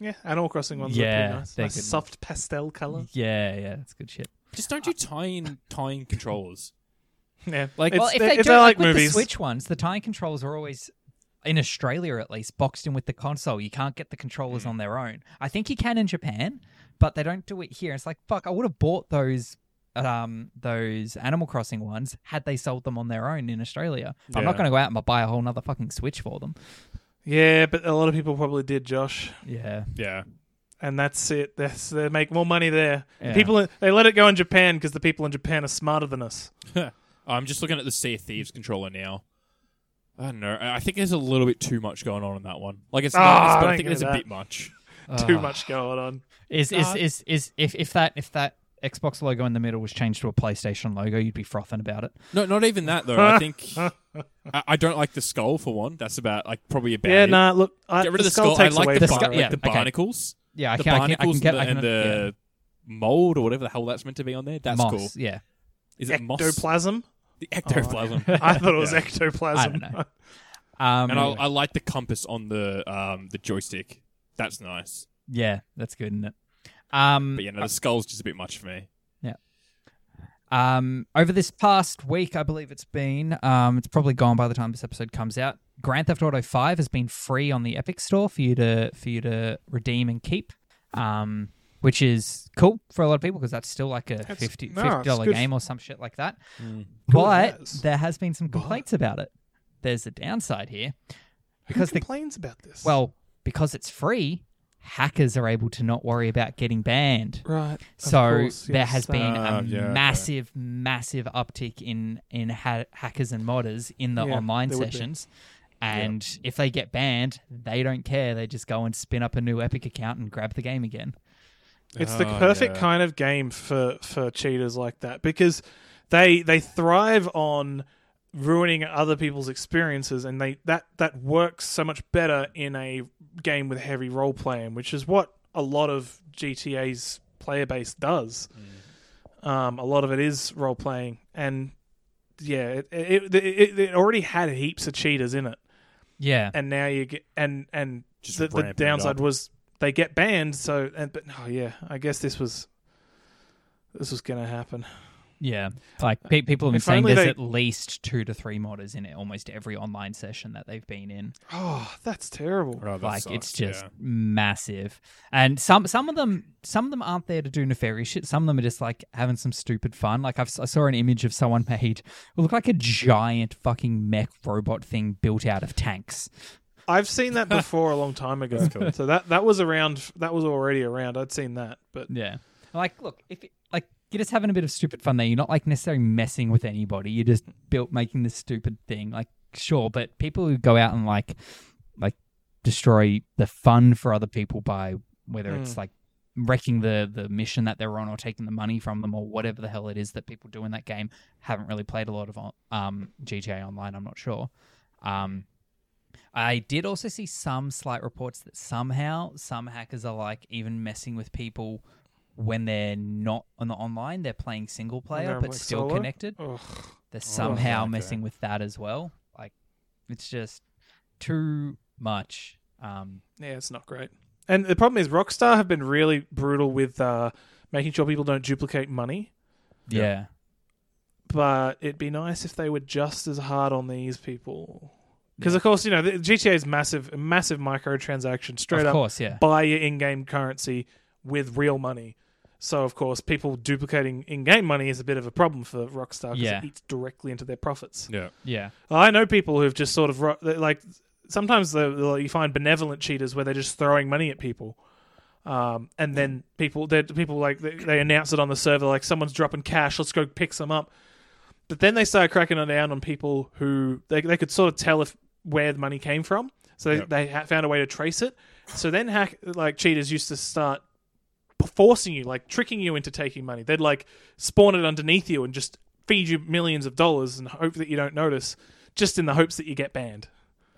Speaker 2: Yeah, Animal Crossing ones
Speaker 3: Yeah,
Speaker 2: look pretty nice.
Speaker 3: they're
Speaker 2: Nice
Speaker 3: good.
Speaker 2: soft pastel
Speaker 3: [LAUGHS]
Speaker 2: color.
Speaker 3: yeah, yeah, that's good shit.
Speaker 1: Just don't
Speaker 2: Uh,
Speaker 1: do tie in tie in controllers.
Speaker 2: Yeah,
Speaker 1: Like-
Speaker 2: it's,
Speaker 3: well, if
Speaker 2: they're-
Speaker 3: they
Speaker 2: it's
Speaker 3: do it
Speaker 2: they're like
Speaker 3: like, with
Speaker 2: movies.
Speaker 3: the Switch ones, the tie controls are always in Australia at least, boxed in with the console. You can't get the
Speaker 1: Mm.
Speaker 3: controllers on their own. I think you can in Japan, but they don't do it here. It's like fuck. I would have bought those um those Animal Crossing ones had they sold them on their own in Australia. I'm not
Speaker 1: Yeah.
Speaker 3: going to go out and buy a whole nother fucking Switch for them.
Speaker 2: Yeah, but a lot of people probably did, Josh.
Speaker 1: [LAUGHS]
Speaker 3: Yeah.
Speaker 1: Yeah.
Speaker 2: And that's it. That's, they make more money there.
Speaker 3: Yeah.
Speaker 2: People in- they let it go in Japan because the people in Japan are smarter than us.
Speaker 1: I'm just looking at the Sea of Thieves controller now. I don't know. I I think there's a little bit too much going on in that one. Like it's
Speaker 2: Ah,
Speaker 1: nice, but
Speaker 2: I
Speaker 1: I
Speaker 2: don't
Speaker 1: think
Speaker 2: get
Speaker 1: there's a
Speaker 2: that.
Speaker 1: bit much.
Speaker 2: Too
Speaker 3: Ah.
Speaker 2: much going on.
Speaker 3: Is is,
Speaker 1: Uh,
Speaker 3: is is if if that if that Xbox logo in the middle was changed to a PlayStation logo, you'd be frothing about it.
Speaker 1: No, not even that though.
Speaker 2: [LAUGHS]
Speaker 1: I think I, I don't like the skull for one. That's about like probably about
Speaker 2: yeah,
Speaker 1: it.
Speaker 2: nah. Look, I,
Speaker 1: Get rid of the
Speaker 2: skull,
Speaker 1: skull. I
Speaker 2: takes
Speaker 1: like
Speaker 2: away
Speaker 1: the,
Speaker 3: from
Speaker 1: bar-
Speaker 3: it.
Speaker 1: like
Speaker 3: Yeah,
Speaker 1: the
Speaker 3: okay.
Speaker 1: barnacles.
Speaker 3: Yeah, I
Speaker 1: the
Speaker 3: can, I can, I can
Speaker 1: barnacles
Speaker 3: get I
Speaker 1: and the,
Speaker 3: can, yeah.
Speaker 1: and the mold or whatever the hell that's meant to be on there. That's
Speaker 3: moss.
Speaker 1: cool.
Speaker 3: Yeah,
Speaker 1: Is it moss? [LAUGHS]
Speaker 2: ectoplasm.
Speaker 1: The
Speaker 3: Oh,
Speaker 1: ectoplasm.
Speaker 2: I thought it was
Speaker 1: Yeah.
Speaker 2: ectoplasm.
Speaker 3: I
Speaker 2: [LAUGHS]
Speaker 3: don't know. um,
Speaker 1: and
Speaker 3: anyway.
Speaker 1: I, I like the compass on the um the joystick. That's nice.
Speaker 3: yeah, that's good, isn't it? Um,
Speaker 1: But yeah, no, the skull's just a bit much for me.
Speaker 3: um, over this past week, I believe it's been, um, it's probably gone by the time this episode comes out. Grand Theft Auto Five has been free on the Epic Store for you to for you to redeem and keep, um, which is cool for a lot of people because that's still like a
Speaker 2: That's-
Speaker 3: 50
Speaker 2: no,
Speaker 3: $50
Speaker 2: it's good. Hmm.
Speaker 3: game or some shit like that.
Speaker 2: Good
Speaker 3: But
Speaker 2: advice.
Speaker 3: there has been some complaints about it. There's a downside here
Speaker 2: Who
Speaker 3: because the
Speaker 2: complains about this?
Speaker 3: well because it's free, hackers are able to not worry about getting banned.
Speaker 2: right. of
Speaker 3: so
Speaker 2: course,
Speaker 3: there
Speaker 2: yes,
Speaker 3: has
Speaker 2: that-
Speaker 3: been
Speaker 1: Ah,
Speaker 3: a
Speaker 1: yeah, okay.
Speaker 3: massive, massive uptick in in ha- hackers and modders in the
Speaker 2: Yeah,
Speaker 3: online
Speaker 2: there would be.
Speaker 3: sessions. And if they get banned, they don't care. They just go and spin up a new Epic account and grab the game again.
Speaker 2: It's the
Speaker 1: Oh,
Speaker 2: perfect
Speaker 1: yeah.
Speaker 2: kind of game for for cheaters like that because they they thrive on ruining other people's experiences and they that that works so much better in a game with heavy role playing, which is what a lot of GTA's player base does.
Speaker 1: Mm.
Speaker 2: Um, a lot of it is role playing and yeah, it it, it it already had heaps of cheaters in it,
Speaker 3: Yeah,
Speaker 2: and now you get and and
Speaker 1: Just
Speaker 2: the, the
Speaker 1: ramp it
Speaker 2: downside
Speaker 1: up.
Speaker 2: was they get banned. So, and, but oh yeah, I guess this was this was gonna happen.
Speaker 3: yeah. Like pe- people have been
Speaker 2: If
Speaker 3: saying,
Speaker 2: only
Speaker 3: there's
Speaker 2: they-
Speaker 3: at least two to three modders in almost every online session that they've been in.
Speaker 2: Oh, that's terrible.
Speaker 1: Oh, that
Speaker 3: like
Speaker 1: sucks,
Speaker 3: it's just
Speaker 1: yeah.
Speaker 3: massive and some some of them some of them aren't there to do nefarious shit some of them are just like having some stupid fun like I've, i saw an image of someone [LAUGHS] made it looked like a giant fucking mech robot thing built out of tanks
Speaker 2: I've seen that before a long
Speaker 1: [LAUGHS]
Speaker 2: time ago. So that that was around. That was already around. I'd seen that, but
Speaker 3: yeah like look if it, like you're just having a bit of stupid fun there you're not like necessarily messing with anybody you're just built making this stupid thing like sure but people who go out and like like destroy the fun for other people by whether it's
Speaker 2: Mm.
Speaker 3: like wrecking the the mission that they're on or taking the money from them or whatever the hell it is that people do in that game haven't really played a lot of um GTA online I'm not sure um I did also see some slight reports that somehow some hackers are like even messing with people when they're not on the online they're playing single player
Speaker 2: they're,
Speaker 3: but
Speaker 2: like,
Speaker 3: still
Speaker 2: solo? Oh,
Speaker 3: connected
Speaker 2: ugh.
Speaker 3: they're somehow
Speaker 1: okay.
Speaker 3: messing with that as well. Like, it's just too much. Um,
Speaker 2: yeah, it's not great. And the problem is, Rockstar have been really brutal with uh, making sure people don't duplicate money.
Speaker 3: yeah.
Speaker 2: But it'd be nice if they were just as hard on these people. Because of course, you know, the GTA is massive, massive microtransaction. Straight
Speaker 3: of
Speaker 2: up,
Speaker 3: course, yeah.
Speaker 2: buy your in-game currency with real money. So of course, people duplicating in-game money is a bit of a problem for Rockstar because
Speaker 3: Yeah.
Speaker 2: it eats directly into their profits.
Speaker 1: yeah.
Speaker 3: Yeah.
Speaker 2: I know people who've just sort of ro- they're like sometimes they're- they're- you find benevolent cheaters where they're just throwing money at people. Um, and then people, they're- people like they, they announce it on the server, like someone's dropping cash, let's go pick some up. But then they start cracking it down on people who they, they could sort of tell if where the money came from. So they,
Speaker 1: Yep.
Speaker 2: they ha- found a way to trace it. So then hack like cheaters used to start forcing you, like tricking you into taking money. They'd like spawn it underneath you and just feed you millions of dollars and hope that you don't notice, just in the hopes that you get banned.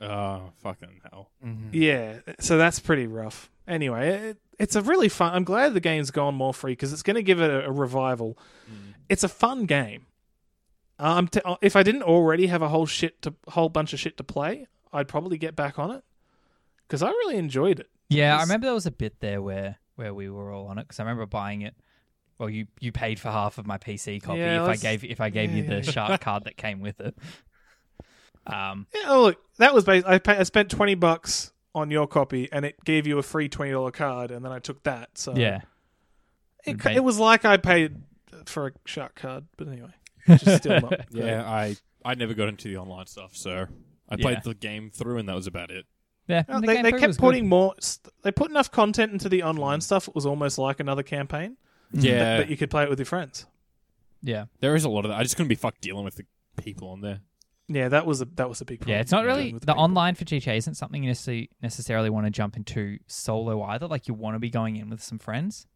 Speaker 1: Oh, fucking hell.
Speaker 2: Yeah, so that's pretty rough. Anyway, it, it's a really fun. I'm glad the game's gone more free because it's going to give it a, a revival. It's a fun game. Uh, I'm t- uh, if I didn't already have a whole shit to whole bunch of shit to play, I'd probably get back on it because I really enjoyed it.
Speaker 3: Yeah, I
Speaker 2: Yes.
Speaker 3: remember there was a bit there where where we were all on it because I remember buying it. Well, you you paid for half of my PC copy
Speaker 2: Yeah,
Speaker 3: if I
Speaker 2: let's- [LAUGHS]
Speaker 3: gave if I gave you
Speaker 2: yeah,
Speaker 3: the shark card that came with it. Um,
Speaker 2: Yeah, oh look, that was bas I, pa I spent twenty bucks on your copy, and it gave you a free twenty dollar card, and then I took that. So
Speaker 3: yeah.
Speaker 2: it,
Speaker 3: Ba-
Speaker 2: it was like I paid for a shark card, but anyway, which is still not. great.
Speaker 1: [LAUGHS] Yeah, I I never got into the online stuff, so I
Speaker 3: Yeah.
Speaker 1: played the game through, and that was about it.
Speaker 3: Yeah,
Speaker 2: Well,
Speaker 3: and the
Speaker 2: they,
Speaker 3: game
Speaker 2: they
Speaker 3: through was
Speaker 2: kept
Speaker 3: good.
Speaker 2: putting more. st- They put enough content into the online stuff. It was almost like another campaign,
Speaker 1: Mm.
Speaker 3: Mm-hmm.
Speaker 1: Yeah,
Speaker 2: but you could play it with your friends.
Speaker 3: Yeah,
Speaker 1: there is a lot of that. I just couldn't be fucked dealing with the people on there.
Speaker 2: Yeah, that was a that was a big problem.
Speaker 3: yeah. It's not
Speaker 2: dealing
Speaker 3: really
Speaker 2: with
Speaker 3: the
Speaker 2: people.
Speaker 3: online for GTA isn't something you necessarily necessarily want to jump into solo either. Like you want to be going in with some friends,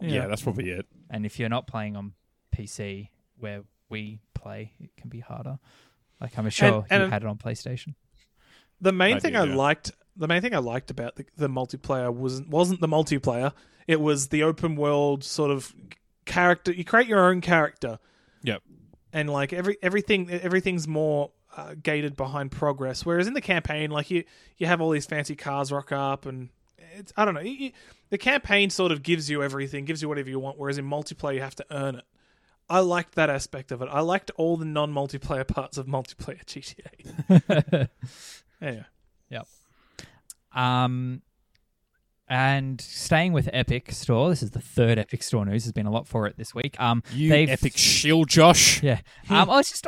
Speaker 1: Yeah, that's probably it.
Speaker 3: and if you're not playing on PC where we play, it can be harder. Like I'm sure
Speaker 2: and-
Speaker 3: you had it on PlayStation. [LAUGHS]
Speaker 2: The main
Speaker 1: I
Speaker 2: thing
Speaker 1: do,
Speaker 2: I
Speaker 1: yeah.
Speaker 2: liked, the main thing I liked about the, the multiplayer wasn't wasn't the multiplayer. It was the open world sort of character. You create your own character,
Speaker 1: Yep.
Speaker 2: and like every everything everything's more uh, gated behind progress. Whereas in the campaign, like you you have all these fancy cars rock up, and it's I don't know. You, you- the campaign sort of gives you everything, gives you whatever you want. Whereas in multiplayer, you have to earn it. I liked that aspect of it. I liked all the non-multiplayer [LAUGHS] parts of multiplayer GTA. Anyway.
Speaker 3: Um, and staying with Epic Store, this is the third Epic Store news. There's been a lot for it this week. Um,
Speaker 1: You
Speaker 3: they've,
Speaker 1: epic shield, Josh.
Speaker 3: yeah. Um, oh, it's just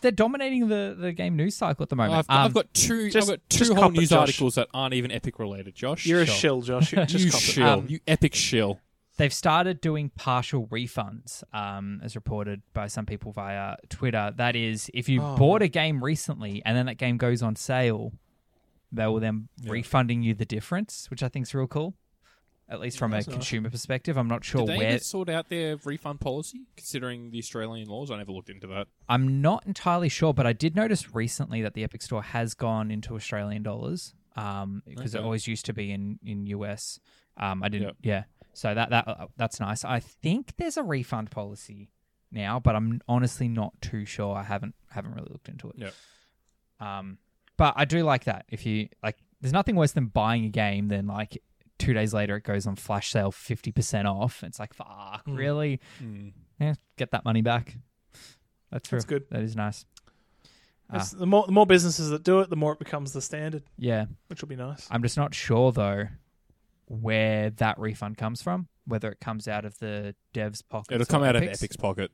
Speaker 3: they're dominating the, the game news cycle at the moment.
Speaker 1: I've,
Speaker 3: um,
Speaker 1: I've got two.
Speaker 2: just-
Speaker 1: I've got
Speaker 2: just
Speaker 1: two whole
Speaker 2: cop it,
Speaker 1: news
Speaker 2: Josh.
Speaker 1: articles that aren't even epic related, Josh.
Speaker 2: You're
Speaker 3: Sure.
Speaker 2: a shill, Josh.
Speaker 3: [LAUGHS]
Speaker 2: You just
Speaker 1: you
Speaker 2: cop it.
Speaker 1: shill.
Speaker 3: Um,
Speaker 1: you epic shill.
Speaker 3: they've started doing partial refunds, um, as reported by some people via Twitter. That is, if you
Speaker 2: Oh.
Speaker 3: bought a game recently and then that game goes on sale, they will then refunding you the difference, which I think is real cool. At least from a
Speaker 2: That's nice.
Speaker 3: consumer perspective, I'm not sure
Speaker 1: Did they
Speaker 3: where
Speaker 1: even sort out their refund policy, considering the Australian laws? I never looked into that.
Speaker 3: I'm not entirely sure, but I did notice recently that the Epic Store has gone into Australian dollars because it
Speaker 1: Okay.
Speaker 3: always used to be in in US. Um, I didn't,
Speaker 1: Yep.
Speaker 3: yeah. So that that uh, that's nice. I think there's a refund policy now, but I'm honestly not too sure. I haven't haven't really looked into it.
Speaker 1: Yep.
Speaker 3: Um, but I do like that. If you like, there's nothing worse than buying a game than like two days later it goes on flash sale fifty percent off. It's like fuck,
Speaker 1: Hmm.
Speaker 2: Mm.
Speaker 3: really? Yeah, get that money back. That's,
Speaker 2: That's
Speaker 3: real-
Speaker 2: good.
Speaker 3: That is nice. Ah.
Speaker 2: It's- the more the more businesses that do it, the more it becomes the standard,
Speaker 3: Yeah,
Speaker 2: which will be nice.
Speaker 3: I'm just not sure though where that refund comes from. Whether it comes out of the devs' pocket,
Speaker 1: It'll come out of Epic's pocket.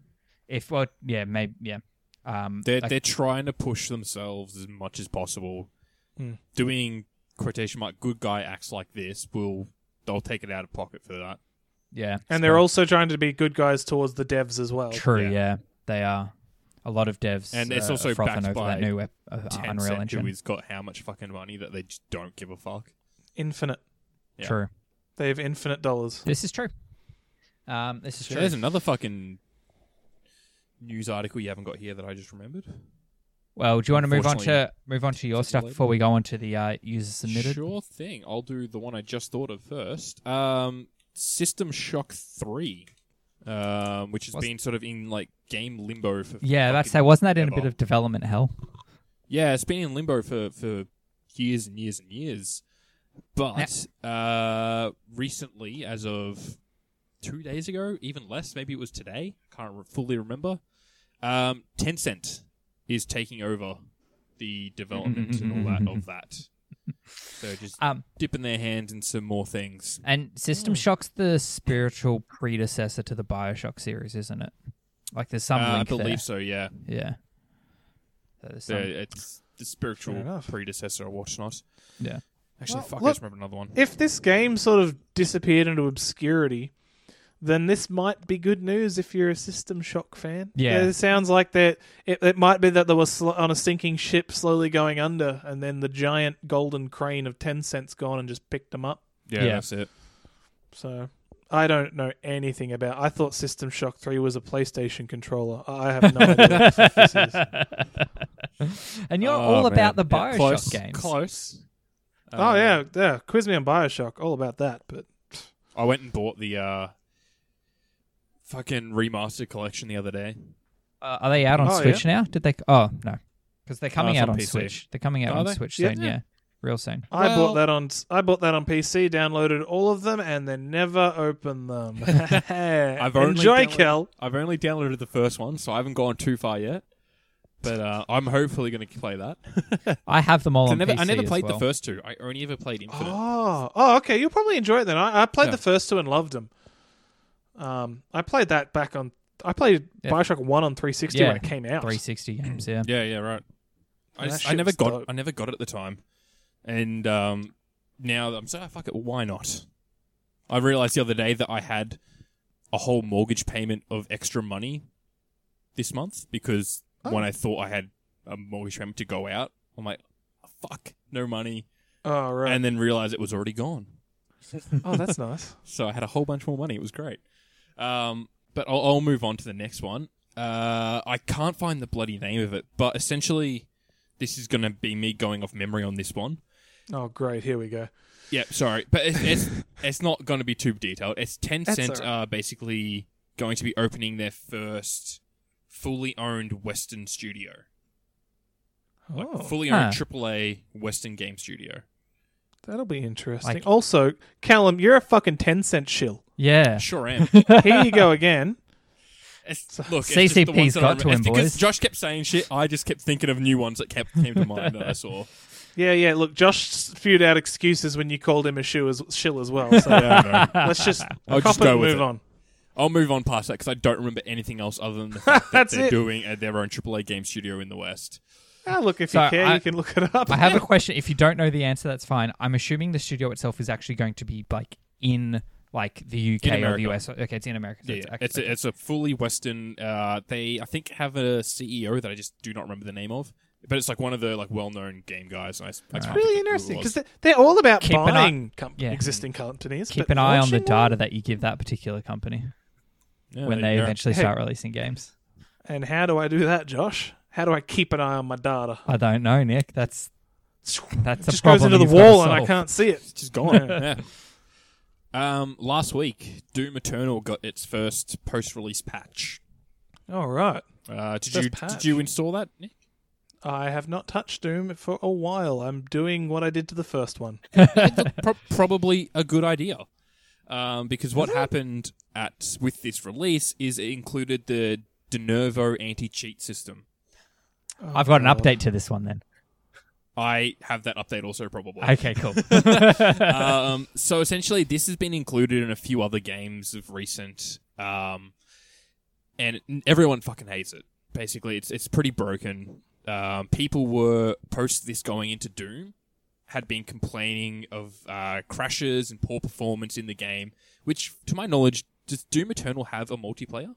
Speaker 3: If well, yeah, maybe yeah. Um,
Speaker 1: They're,
Speaker 3: like-
Speaker 1: they're trying to push themselves as much as possible.
Speaker 2: Mm.
Speaker 1: Doing quotation mark good guy acts like this will they'll take it out of pocket for that.
Speaker 3: yeah,
Speaker 2: And they're also trying to be good guys towards the devs as well.
Speaker 3: true. Yeah.
Speaker 1: yeah.
Speaker 3: they are. A lot of devs,
Speaker 1: And it's
Speaker 3: uh,
Speaker 1: also
Speaker 3: frothing
Speaker 1: backed
Speaker 3: over
Speaker 1: by
Speaker 3: that new web, uh, Unreal
Speaker 1: Tencent,
Speaker 3: Engine.
Speaker 1: who has got how much fucking money that they just don't give a fuck.
Speaker 2: Infinite.
Speaker 1: yeah.
Speaker 3: True.
Speaker 2: They have infinite dollars.
Speaker 3: This is true. Um, this is true.
Speaker 1: There's another fucking news article you haven't got here that I just remembered.
Speaker 3: well, do you want to move on
Speaker 1: Unfortunately,
Speaker 3: to move on to your
Speaker 1: something
Speaker 3: stuff
Speaker 1: later.
Speaker 3: before we go on to the uh, user submitted?
Speaker 1: Sure thing. I'll do the one I just thought of first. Um, System Shock Three, um, which has
Speaker 3: What's-
Speaker 1: been sort of in like game limbo for
Speaker 3: Yeah, that's
Speaker 1: fucking-
Speaker 3: that. Wasn't that in a bit
Speaker 1: ever.
Speaker 3: of development hell?
Speaker 1: Yeah, it's been in limbo for, for years and years and years. But uh, recently, as of two days ago, even less, maybe it was today, can't re- fully remember, um, Tencent is taking over the development and all that of that.
Speaker 3: [LAUGHS]
Speaker 1: So just
Speaker 3: Um,
Speaker 1: dipping their hand in some more things.
Speaker 3: And
Speaker 1: Mm.
Speaker 3: System Shock's the spiritual predecessor to the Bioshock series, isn't it? Like there's
Speaker 1: Uh,
Speaker 3: some
Speaker 1: I
Speaker 3: link
Speaker 1: believe
Speaker 3: there.
Speaker 1: so, yeah.
Speaker 3: Yeah. So there's
Speaker 1: So
Speaker 3: some- [LAUGHS]
Speaker 1: it's the
Speaker 2: Fair
Speaker 1: spiritual
Speaker 2: enough.
Speaker 1: predecessor or whatnot.
Speaker 3: yeah.
Speaker 1: Actually,
Speaker 2: Well,
Speaker 1: fuck, I
Speaker 2: look-
Speaker 1: just remember another one.
Speaker 2: If this game sort of disappeared into obscurity, then this might be good news if you're a System Shock fan.
Speaker 3: Yeah.
Speaker 2: It sounds like that. It, it might be that they were sl- on a sinking ship slowly going under, and then the giant golden crane of 10 cents gone and just picked them up.
Speaker 1: yeah,
Speaker 3: yeah.
Speaker 1: that's it.
Speaker 2: So I don't know anything about. I thought System Shock Three was a PlayStation controller. I have no idea what the fuck this
Speaker 1: [LAUGHS]
Speaker 2: is.
Speaker 3: [LAUGHS] and you're
Speaker 1: Oh,
Speaker 3: all
Speaker 1: man.
Speaker 3: about the
Speaker 1: Yeah,
Speaker 3: Bioshock
Speaker 1: close,
Speaker 3: games.
Speaker 1: Close.
Speaker 2: Oh
Speaker 1: Um,
Speaker 2: yeah, yeah. Quiz me on Bioshock. All about that. But
Speaker 1: I went and bought the uh, fucking remastered collection the other day.
Speaker 3: Uh, are they out on
Speaker 2: Oh, yeah.
Speaker 3: Switch now? Did they? Oh no, because they're coming
Speaker 1: it's
Speaker 3: out
Speaker 1: on
Speaker 3: on
Speaker 1: PC.
Speaker 3: Switch. They're coming out
Speaker 1: Are
Speaker 3: on
Speaker 1: they?
Speaker 3: Switch
Speaker 2: Yeah.
Speaker 3: soon. Yeah. real soon.
Speaker 2: I
Speaker 1: Well-
Speaker 2: bought that on. I bought that on PC. Downloaded all of them and then never
Speaker 1: [LAUGHS]
Speaker 2: opened them. [LAUGHS] I've
Speaker 1: only
Speaker 2: enjoy
Speaker 1: downloaded-
Speaker 2: Kel.
Speaker 1: I've only downloaded the first one, so I haven't gone too far yet. But uh, I'm hopefully going to play that.
Speaker 3: I have them [LAUGHS] all
Speaker 1: I
Speaker 3: on
Speaker 1: never,
Speaker 3: PC
Speaker 1: I never
Speaker 3: as
Speaker 1: played
Speaker 3: well.
Speaker 1: the first two. I only ever played Infinite.
Speaker 2: Oh, oh, okay. You'll probably enjoy it then. I, I played
Speaker 1: Yeah.
Speaker 2: the first two and loved them. Um, I played that back on. I played
Speaker 3: Yeah.
Speaker 2: Bioshock One on 360
Speaker 3: Yeah.
Speaker 2: when it came out.
Speaker 3: 360 games. Yeah.
Speaker 1: Yeah, yeah, right. I,
Speaker 2: That
Speaker 1: just, I
Speaker 2: shit
Speaker 1: never
Speaker 2: was
Speaker 1: got
Speaker 2: dope.
Speaker 1: I never got it at the time, and um, now I'm saying, fuck it, why not? I realized the other day that I had a whole mortgage payment of extra money this month because when I thought I had a mortgage payment to go out, I'm like, fuck, no money,
Speaker 2: Oh right.
Speaker 1: and then realized it was already gone.
Speaker 2: oh, that's [LAUGHS] nice.
Speaker 1: So I had a whole bunch more money. It was great. Um, but I'll, I'll move on to the next one. Uh, I can't find the bloody name of it, but essentially, this is going to be me going off memory on this one.
Speaker 2: Oh great. Here we go.
Speaker 1: Yeah, sorry, but it's
Speaker 2: [LAUGHS]
Speaker 1: it's, it's not going to be too detailed. It's Tencent
Speaker 2: That's
Speaker 1: cent
Speaker 2: all right.
Speaker 1: are basically going to be opening their first fully owned Western studio, like
Speaker 2: Oh,
Speaker 1: fully owned
Speaker 3: Huh.
Speaker 1: AAA Western game studio.
Speaker 2: that'll be interesting.
Speaker 3: Like-
Speaker 2: also, Callum, you're a fucking 10 cent shill.
Speaker 3: Yeah.
Speaker 1: Sure am.
Speaker 2: [LAUGHS] Here you
Speaker 3: [LAUGHS]
Speaker 2: go again.
Speaker 1: It's, look, it's just the
Speaker 3: CCP's
Speaker 1: ones that I
Speaker 3: got to
Speaker 1: remember.
Speaker 3: him,
Speaker 1: It's because
Speaker 3: boys.
Speaker 1: Josh kept saying shit. I just kept thinking of new ones that kept came to mind that I
Speaker 2: [LAUGHS]
Speaker 1: saw.
Speaker 2: Yeah, yeah. Look, Josh spewed out excuses when you called him a shill as, shill as well. So
Speaker 3: [LAUGHS]
Speaker 2: let's just
Speaker 1: I'll
Speaker 2: cop
Speaker 1: just
Speaker 2: it
Speaker 1: go
Speaker 2: and
Speaker 1: with
Speaker 2: move
Speaker 1: it.
Speaker 2: on.
Speaker 1: I'll move on past that because I don't remember anything else other
Speaker 2: [LAUGHS]
Speaker 1: than the fact that
Speaker 2: That's
Speaker 1: they're
Speaker 2: it.
Speaker 1: doing uh, their own AAA game studio in the West.
Speaker 2: Ah, look, if
Speaker 3: So
Speaker 2: you care,
Speaker 3: I-
Speaker 2: you can look it up. [LAUGHS]
Speaker 3: I have a question. If you don't know the answer, that's fine. I'm assuming the studio itself is actually going to be like in like the UK
Speaker 1: In
Speaker 3: or the
Speaker 1: America.
Speaker 3: US. Okay, it's in America. So
Speaker 1: Yeah,
Speaker 3: it's, okay,
Speaker 1: it's a, it's a fully Western. Uh, they I think have a CEO that I just do not remember the name of, but it's like one of the like well known game guys. And I, s- I can't think
Speaker 2: really
Speaker 1: of who it
Speaker 2: interesting
Speaker 1: was.
Speaker 2: because they're all about
Speaker 3: Keep an eye-
Speaker 2: buying com-
Speaker 3: Yeah.
Speaker 2: existing companies.
Speaker 3: keep
Speaker 2: but
Speaker 3: an eye on the
Speaker 2: launching one-
Speaker 3: data that you give that particular company
Speaker 1: Yeah,
Speaker 3: when they
Speaker 1: yeah.
Speaker 3: eventually
Speaker 2: Hey.
Speaker 3: start releasing games.
Speaker 2: And how do I do that, Josh? How do I keep an eye on my data?
Speaker 3: I don't know, Nick. That's that's a
Speaker 2: Just goes
Speaker 3: problem
Speaker 2: into the
Speaker 3: you've gotta
Speaker 2: wall and I
Speaker 3: solve.
Speaker 2: can't see it.
Speaker 1: It's just gone.
Speaker 3: [LAUGHS]
Speaker 1: yeah. Um, last week, Doom Eternal got its first post release patch.
Speaker 2: [LAUGHS] All right.
Speaker 1: Uh, did
Speaker 2: First
Speaker 1: you did
Speaker 2: patch.
Speaker 1: you install that? Nick?
Speaker 2: I have not touched Doom for a while. I'm doing what I did to the first one.
Speaker 1: pro- probably a good idea. Um, because what happened at with this release is it included the de novo anti cheat system.
Speaker 3: I've got an
Speaker 1: Oh.
Speaker 2: God.
Speaker 3: update to this one
Speaker 2: [LAUGHS]
Speaker 3: then.
Speaker 1: I have that update also probably.
Speaker 3: Okay, cool.
Speaker 1: um, so essentially, this has been included in a few other games of recent, um, and everyone fucking hates it. Basically, it's it's pretty broken. Um, people were post this going into Doom had been complaining of uh, crashes and poor performance in the game, which, to my knowledge, does Doom Eternal have a multiplayer?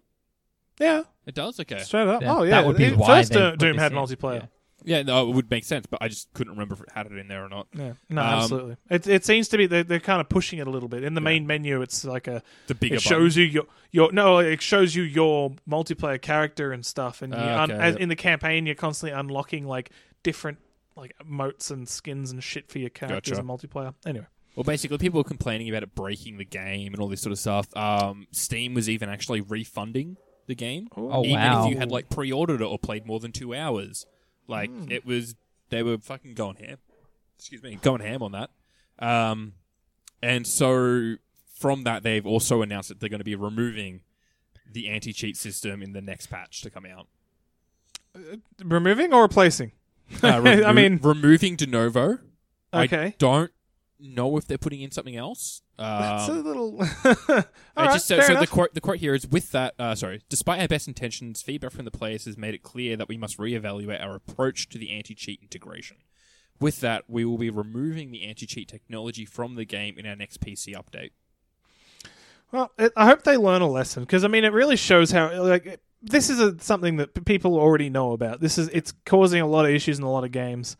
Speaker 2: Yeah,
Speaker 1: It does. Okay.
Speaker 2: straight up.
Speaker 3: Yeah,
Speaker 2: oh, yeah.
Speaker 3: that would be
Speaker 2: It-
Speaker 3: why
Speaker 2: first
Speaker 3: they
Speaker 2: uh,
Speaker 3: put
Speaker 2: Doom
Speaker 3: this
Speaker 2: had
Speaker 3: in.
Speaker 2: multiplayer.
Speaker 1: Yeah, no, it would make sense, but I just couldn't remember if it had it in there or not.
Speaker 2: Yeah. No,
Speaker 1: Um,
Speaker 2: absolutely. It, it seems to be they're, they're kind of pushing it a little bit. In the main menu, it's like a
Speaker 1: The bigger
Speaker 2: it shows you your your no, it shows you your multiplayer character and stuff, and you
Speaker 1: Ah,
Speaker 2: un-
Speaker 1: okay,
Speaker 2: as
Speaker 1: yeah.
Speaker 2: in the campaign, you're constantly unlocking like different like moats and skins and shit for your characters
Speaker 1: Gotcha.
Speaker 2: in multiplayer. Anyway,
Speaker 1: Well, basically, people were complaining about it breaking the game and all this sort of stuff. Um, Steam was even actually refunding the game,
Speaker 3: Oh,
Speaker 1: even
Speaker 3: wow.
Speaker 1: if you had like pre-ordered it or played more than two hours. Like
Speaker 2: Hmm.
Speaker 1: it was, they were fucking going ham. Excuse me, going ham on that. Um, and so from that, they've also announced that they're going to be removing the anti-cheat system in the next patch to come
Speaker 2: [LAUGHS]
Speaker 1: out.
Speaker 2: removing or replacing?
Speaker 1: Uh,
Speaker 2: I mean-
Speaker 1: removing de novo. I
Speaker 2: Okay.
Speaker 1: don't know if they're putting in something else. Um,
Speaker 2: That's a little. [LAUGHS] All
Speaker 1: Uh,
Speaker 2: right,
Speaker 1: just so
Speaker 2: fair
Speaker 1: so the
Speaker 2: enough.
Speaker 1: quote the quote here is with that uh, sorry despite our best intentions feedback from the players has made it clear that we must reevaluate our approach to the anti-cheat integration with that we will be removing the anti-cheat technology from the game in our next pc update
Speaker 2: Well, it, I hope they learn a lesson because I mean, it really shows how like it- this is a, something that p- people already know about. This is it's causing a lot of issues in a lot of games.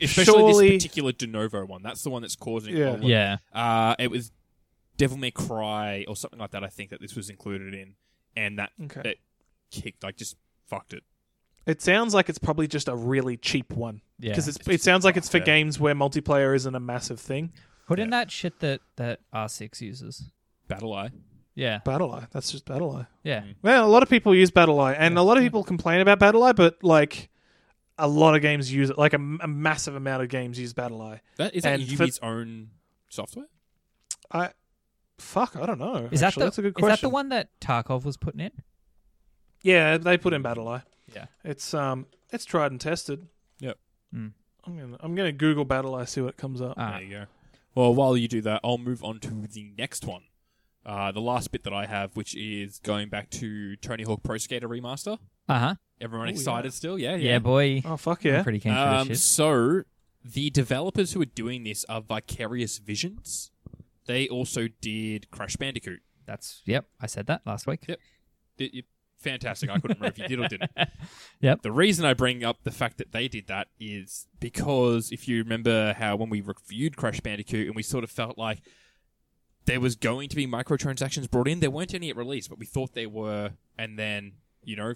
Speaker 1: especially
Speaker 2: Surely-
Speaker 1: this particular de novo one that's the one that's causing
Speaker 2: Yeah.
Speaker 1: problems.
Speaker 3: yeah.
Speaker 1: uh, it was devil may cry or something like that i think that this was included in and that
Speaker 2: Okay.
Speaker 1: that kicked like just fucked it
Speaker 2: It sounds like it's probably just a really cheap one
Speaker 3: Yeah.
Speaker 2: because it sounds like it's for
Speaker 1: Yeah.
Speaker 2: games where multiplayer isn't a massive thing.
Speaker 3: Put in that shit that that R6 uses.
Speaker 1: battle eye
Speaker 3: Yeah.
Speaker 2: Battle Eye, that's just Battle Eye.
Speaker 3: Yeah.
Speaker 2: Well, a lot of people use Battle Eye, and a lot of people complain about Battle Eye, but like a lot of games use it. Like a, m- a massive amount of games use Battle Eye.
Speaker 1: that is that
Speaker 2: And for-
Speaker 1: Yumi's own software
Speaker 2: I fuck, I don't know.
Speaker 3: Is
Speaker 2: actually.
Speaker 3: that
Speaker 2: that's
Speaker 3: the
Speaker 2: a good
Speaker 3: is
Speaker 2: question?
Speaker 3: that the one that Tarkov was putting in?
Speaker 2: Yeah, they put in Battle Eye.
Speaker 3: Yeah.
Speaker 2: It's um It's tried and tested.
Speaker 1: Yep.
Speaker 3: Mm.
Speaker 2: I'm gonna I'm gonna Google Battle Eye see what comes up.
Speaker 3: Ah.
Speaker 1: There you go. Well, while you do that, I'll move on to the next one. Uh, the last bit that I have, which is going back to Tony Hawk Pro Skater Remaster.
Speaker 3: Uh huh.
Speaker 1: Everyone
Speaker 2: Ooh,
Speaker 1: excited still? Yeah,
Speaker 3: Yeah,
Speaker 1: yeah.
Speaker 3: boy.
Speaker 2: oh fuck
Speaker 3: I'm
Speaker 2: yeah!
Speaker 3: pretty keen for this
Speaker 1: um,
Speaker 3: shit.
Speaker 1: so the developers who are doing this are Vicarious Visions. They also did Crash Bandicoot.
Speaker 3: That's yep. I said that last week.
Speaker 1: Yep. Did you- fantastic. I couldn't remember if you did or didn't.
Speaker 3: [LAUGHS] Yep.
Speaker 1: The reason I bring up the fact that they did that is because if you remember how when we reviewed Crash Bandicoot and we sort of felt like there was going to be microtransactions brought in, there weren't any at release, but we thought there were, and then you know, a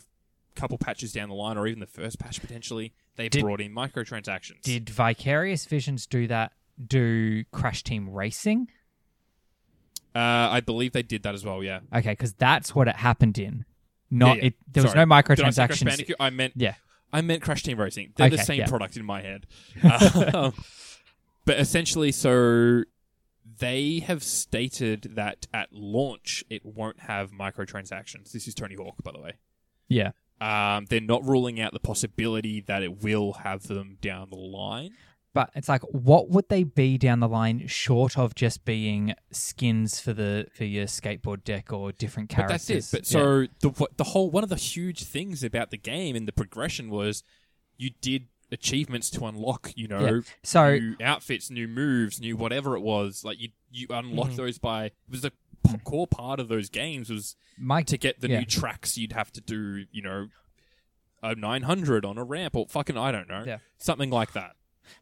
Speaker 1: couple patches down the line, or even the first patch potentially, they
Speaker 3: Did-
Speaker 1: brought in microtransactions.
Speaker 3: Did Vicarious Visions do that? Do Crash Team Racing?
Speaker 1: uh, I believe they did that as well? Yeah.
Speaker 3: Okay, because that's what it happened in.
Speaker 1: Yeah,
Speaker 3: Not
Speaker 1: yeah.
Speaker 3: it. There was
Speaker 1: Sorry.
Speaker 3: no
Speaker 1: Did I say Crash
Speaker 3: microtransactions.
Speaker 1: Bandicoot? I meant
Speaker 3: Yeah.
Speaker 1: I meant Crash Team Racing. They're the
Speaker 3: Okay,
Speaker 1: same
Speaker 3: yeah.
Speaker 1: product in my
Speaker 3: [LAUGHS]
Speaker 1: head. Um, but essentially, so they have stated that at launch it won't have microtransactions. This is Tony Hawk, by the way.
Speaker 3: Yeah.
Speaker 1: Um, they're not ruling out the possibility that it will have them down the line.
Speaker 3: But it's like, what would they be down the line short of just being skins for the for your skateboard deck or different
Speaker 1: But
Speaker 3: characters?
Speaker 1: that's it. But so the the whole one of the huge things about the game and the progression was you did achievements to unlock, you know,
Speaker 3: Yeah. so
Speaker 1: new outfits, new moves, new whatever it was. Like you, you unlock
Speaker 3: Mm-hmm.
Speaker 1: those by it was the p- core part of those games was
Speaker 3: my
Speaker 1: to get the
Speaker 3: Yeah.
Speaker 1: new tracks. You'd have to do, you know, a nine hundred on a ramp or fucking I don't know,
Speaker 3: Yeah.
Speaker 1: something like that.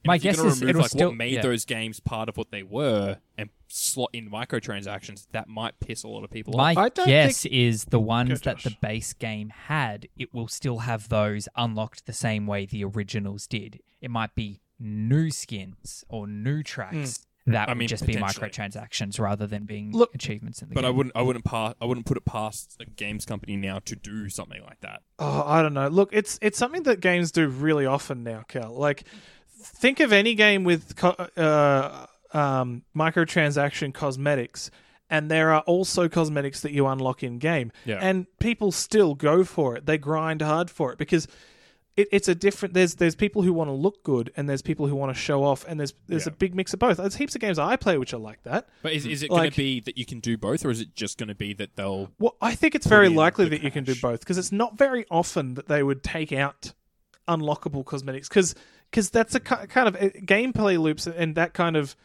Speaker 1: And
Speaker 3: My
Speaker 1: if you're
Speaker 3: guess
Speaker 1: gonna
Speaker 3: is
Speaker 1: remove
Speaker 3: it'll
Speaker 1: like
Speaker 3: still-
Speaker 1: what made
Speaker 3: yeah.
Speaker 1: those games part of what they were and slot in microtransactions. That might piss a lot of people
Speaker 3: my
Speaker 1: off.
Speaker 2: I don't
Speaker 3: guess is the ones
Speaker 2: Go,
Speaker 3: that the
Speaker 2: Josh.
Speaker 3: base game had, it will still have those unlocked the same way the originals did. It might be new skins or new tracks. That
Speaker 1: I
Speaker 3: would
Speaker 1: mean,
Speaker 3: just be
Speaker 1: potentially.
Speaker 3: microtransactions rather than being
Speaker 2: Hmm. Look-
Speaker 3: achievements in the
Speaker 1: But
Speaker 3: game.
Speaker 1: I wouldn't, I wouldn't pass, I wouldn't put it past a games company now to do something like that.
Speaker 2: Oh, I don't know. Look, it's it's something that games do really often now, Cal. Like, think of any game with co- uh, um, microtransaction cosmetics, and there are also cosmetics that you unlock in game,
Speaker 1: Yeah.
Speaker 2: and people still go for it. They grind hard for it because it, it's a different. There's there's people who want to look good, and there's people who want to show off, and there's there's
Speaker 1: Yeah.
Speaker 2: a big mix of both. There's heaps of games I play which are like that.
Speaker 1: But
Speaker 3: Mm-hmm.
Speaker 1: is, is it going
Speaker 2: Like-
Speaker 1: to be that you can do both, or is it just going to be that they'll
Speaker 2: Well, I think it's
Speaker 1: put
Speaker 2: very
Speaker 1: in
Speaker 2: likely
Speaker 1: the
Speaker 2: that you can do
Speaker 1: cash.
Speaker 2: both because it's not very often that they would take out unlockable cosmetics because that's a ki- kind of uh, gameplay loops and that kind of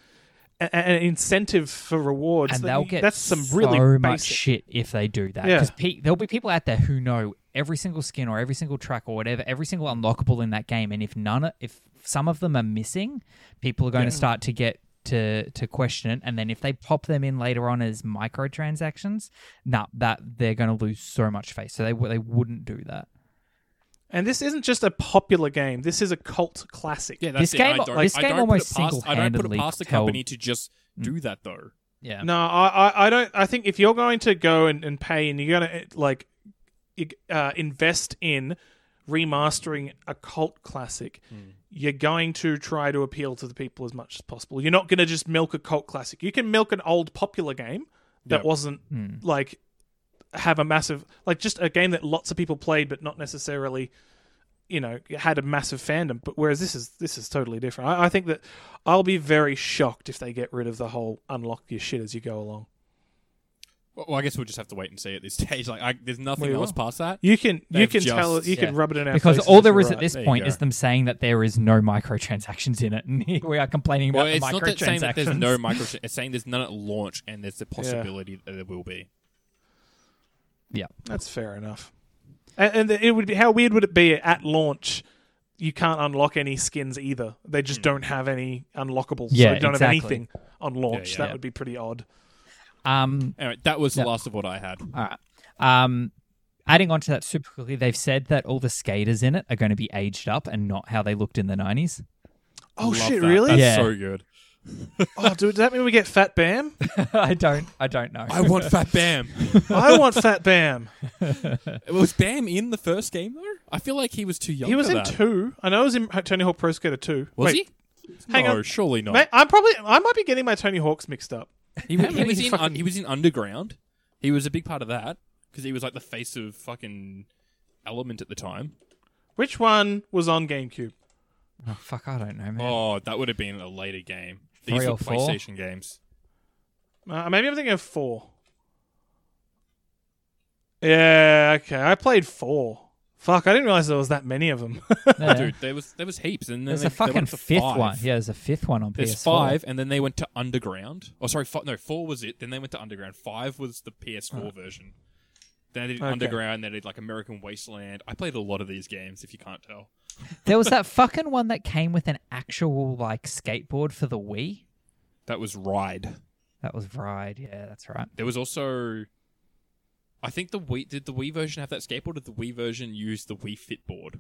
Speaker 2: a- a- an incentive for rewards.
Speaker 3: and
Speaker 2: that
Speaker 3: they'll
Speaker 2: you-
Speaker 3: get
Speaker 2: that's some
Speaker 3: so
Speaker 2: really
Speaker 3: much
Speaker 2: basic-
Speaker 3: shit if they do that.
Speaker 2: Yeah.
Speaker 3: Because there'll be people out there who know every single skin or every single track or whatever, every single unlockable in that game. And if none, are- if some of them are missing, people are going to start to get to to question it. And then if they pop them in later on as microtransactions, nah, that they're going to lose so much face. So they w- they wouldn't do that.
Speaker 2: And this isn't just a popular game. This is a cult classic.
Speaker 1: Yeah, that's
Speaker 3: This
Speaker 1: it.
Speaker 3: game-
Speaker 1: I don't,
Speaker 3: this
Speaker 1: I
Speaker 3: game
Speaker 1: don't
Speaker 3: almost
Speaker 1: put it past, I don't put
Speaker 3: single-handedly Hmm.
Speaker 1: it past the
Speaker 3: told-
Speaker 1: company to just do that though.
Speaker 3: Yeah.
Speaker 2: No, I, I, I don't. I think if you're going to go and, and pay and you're going to like ig- uh, invest in remastering a cult classic, you're going to try to appeal to the people as much as possible. You're not going to just milk a cult classic. You can milk an old popular game that
Speaker 1: Yep.
Speaker 2: wasn't like have a massive like just a game that lots of people played but not necessarily you know had a massive fandom but whereas this is this is totally different I, I think that i'll be very shocked if they get rid of the whole unlock your shit as you go along
Speaker 1: Well, well, I guess we'll just have to wait and see at this [LAUGHS] stage. Like, I, there's nothing
Speaker 2: We
Speaker 1: else
Speaker 2: will.
Speaker 1: past that.
Speaker 2: you can you
Speaker 1: They've
Speaker 2: can tell
Speaker 1: just-
Speaker 2: you can
Speaker 3: yeah.
Speaker 2: rub it in our
Speaker 3: Because
Speaker 2: faces
Speaker 3: all
Speaker 2: if
Speaker 3: there
Speaker 2: you're
Speaker 3: is
Speaker 2: right.
Speaker 3: at this
Speaker 1: There you
Speaker 3: point
Speaker 1: go.
Speaker 3: is them saying that there is no microtransactions in it, [LAUGHS] and here we are complaining about
Speaker 1: Well, it's
Speaker 3: the
Speaker 1: not
Speaker 3: microtransactions.
Speaker 1: that saying that there's no micro.
Speaker 2: [LAUGHS]
Speaker 1: It's saying there's none at launch, and there's the possibility that there will be.
Speaker 3: yeah.
Speaker 2: that's fair enough and, and it would be how weird would it be at launch you can't unlock any skins either they just don't have any unlockables so
Speaker 3: Yeah,
Speaker 2: they don't have
Speaker 3: exactly.
Speaker 2: anything on launch
Speaker 1: Hmm. yeah,
Speaker 2: that
Speaker 1: yeah.
Speaker 2: would be pretty odd
Speaker 3: Um.
Speaker 1: Anyway, that was
Speaker 3: Yeah.
Speaker 1: the last of what I had.
Speaker 3: All right. Um, adding on to that super quickly, they've said that all the skaters in it are going to be aged up and not how they looked in the nineties. [LAUGHS]
Speaker 2: oh
Speaker 1: Love
Speaker 2: shit
Speaker 1: that.
Speaker 2: really
Speaker 1: That's
Speaker 3: Yeah.
Speaker 1: so
Speaker 2: [LAUGHS]
Speaker 1: good.
Speaker 2: Oh, dude, does that mean we get Fat Bam?
Speaker 3: I don't. I don't know.
Speaker 1: I want Fat Bam.
Speaker 2: I want Fat Bam.
Speaker 1: [LAUGHS] was Bam in the first game though? I feel like he was too young.
Speaker 2: He was
Speaker 1: for
Speaker 2: in
Speaker 1: that.
Speaker 2: two. I know he was in Tony Hawk Pro Skater two.
Speaker 1: Was
Speaker 2: Wait,
Speaker 1: he?
Speaker 2: hang
Speaker 1: no,
Speaker 2: on.
Speaker 1: surely not.
Speaker 2: mate, I'm probably I might be getting my Tony Hawks mixed up.
Speaker 1: he,
Speaker 2: how
Speaker 1: he
Speaker 2: many
Speaker 1: was in.
Speaker 2: fucking-
Speaker 1: un- he was in Underground. He was a big part of that because he was like the face of fucking Element at the time.
Speaker 2: Which one was on GameCube?
Speaker 3: Oh, fuck, I don't know, man.
Speaker 1: Oh, that would have been a later game. These
Speaker 3: Three
Speaker 1: were
Speaker 3: or four?
Speaker 1: PlayStation games.
Speaker 2: Uh, maybe I'm thinking of four. Yeah, okay. I played four. Fuck, I didn't realize there was that many of them. [LAUGHS]
Speaker 3: Yeah.
Speaker 1: Dude, there was there was heaps, and then
Speaker 3: there's
Speaker 1: they,
Speaker 3: a
Speaker 1: they went to
Speaker 3: fucking fifth
Speaker 1: five.
Speaker 3: one. Yeah, there's a fifth one on
Speaker 1: There's
Speaker 3: PS4.
Speaker 1: five, and then they went to Underground. Oh, sorry, f- no, four was it. Then they went to Underground. Five was the PS4 version. Then they did
Speaker 2: Okay.
Speaker 1: Underground. They did like American Wasteland. I played a lot of these games, if you can't tell.
Speaker 3: [LAUGHS] There was that fucking one that came with an actual like skateboard for the Wii.
Speaker 1: That was Ride.
Speaker 3: That was Ride. Yeah, that's right.
Speaker 1: There was also, I think the Wii did the Wii version have that skateboard? Or did the Wii version use the Wii Fit board?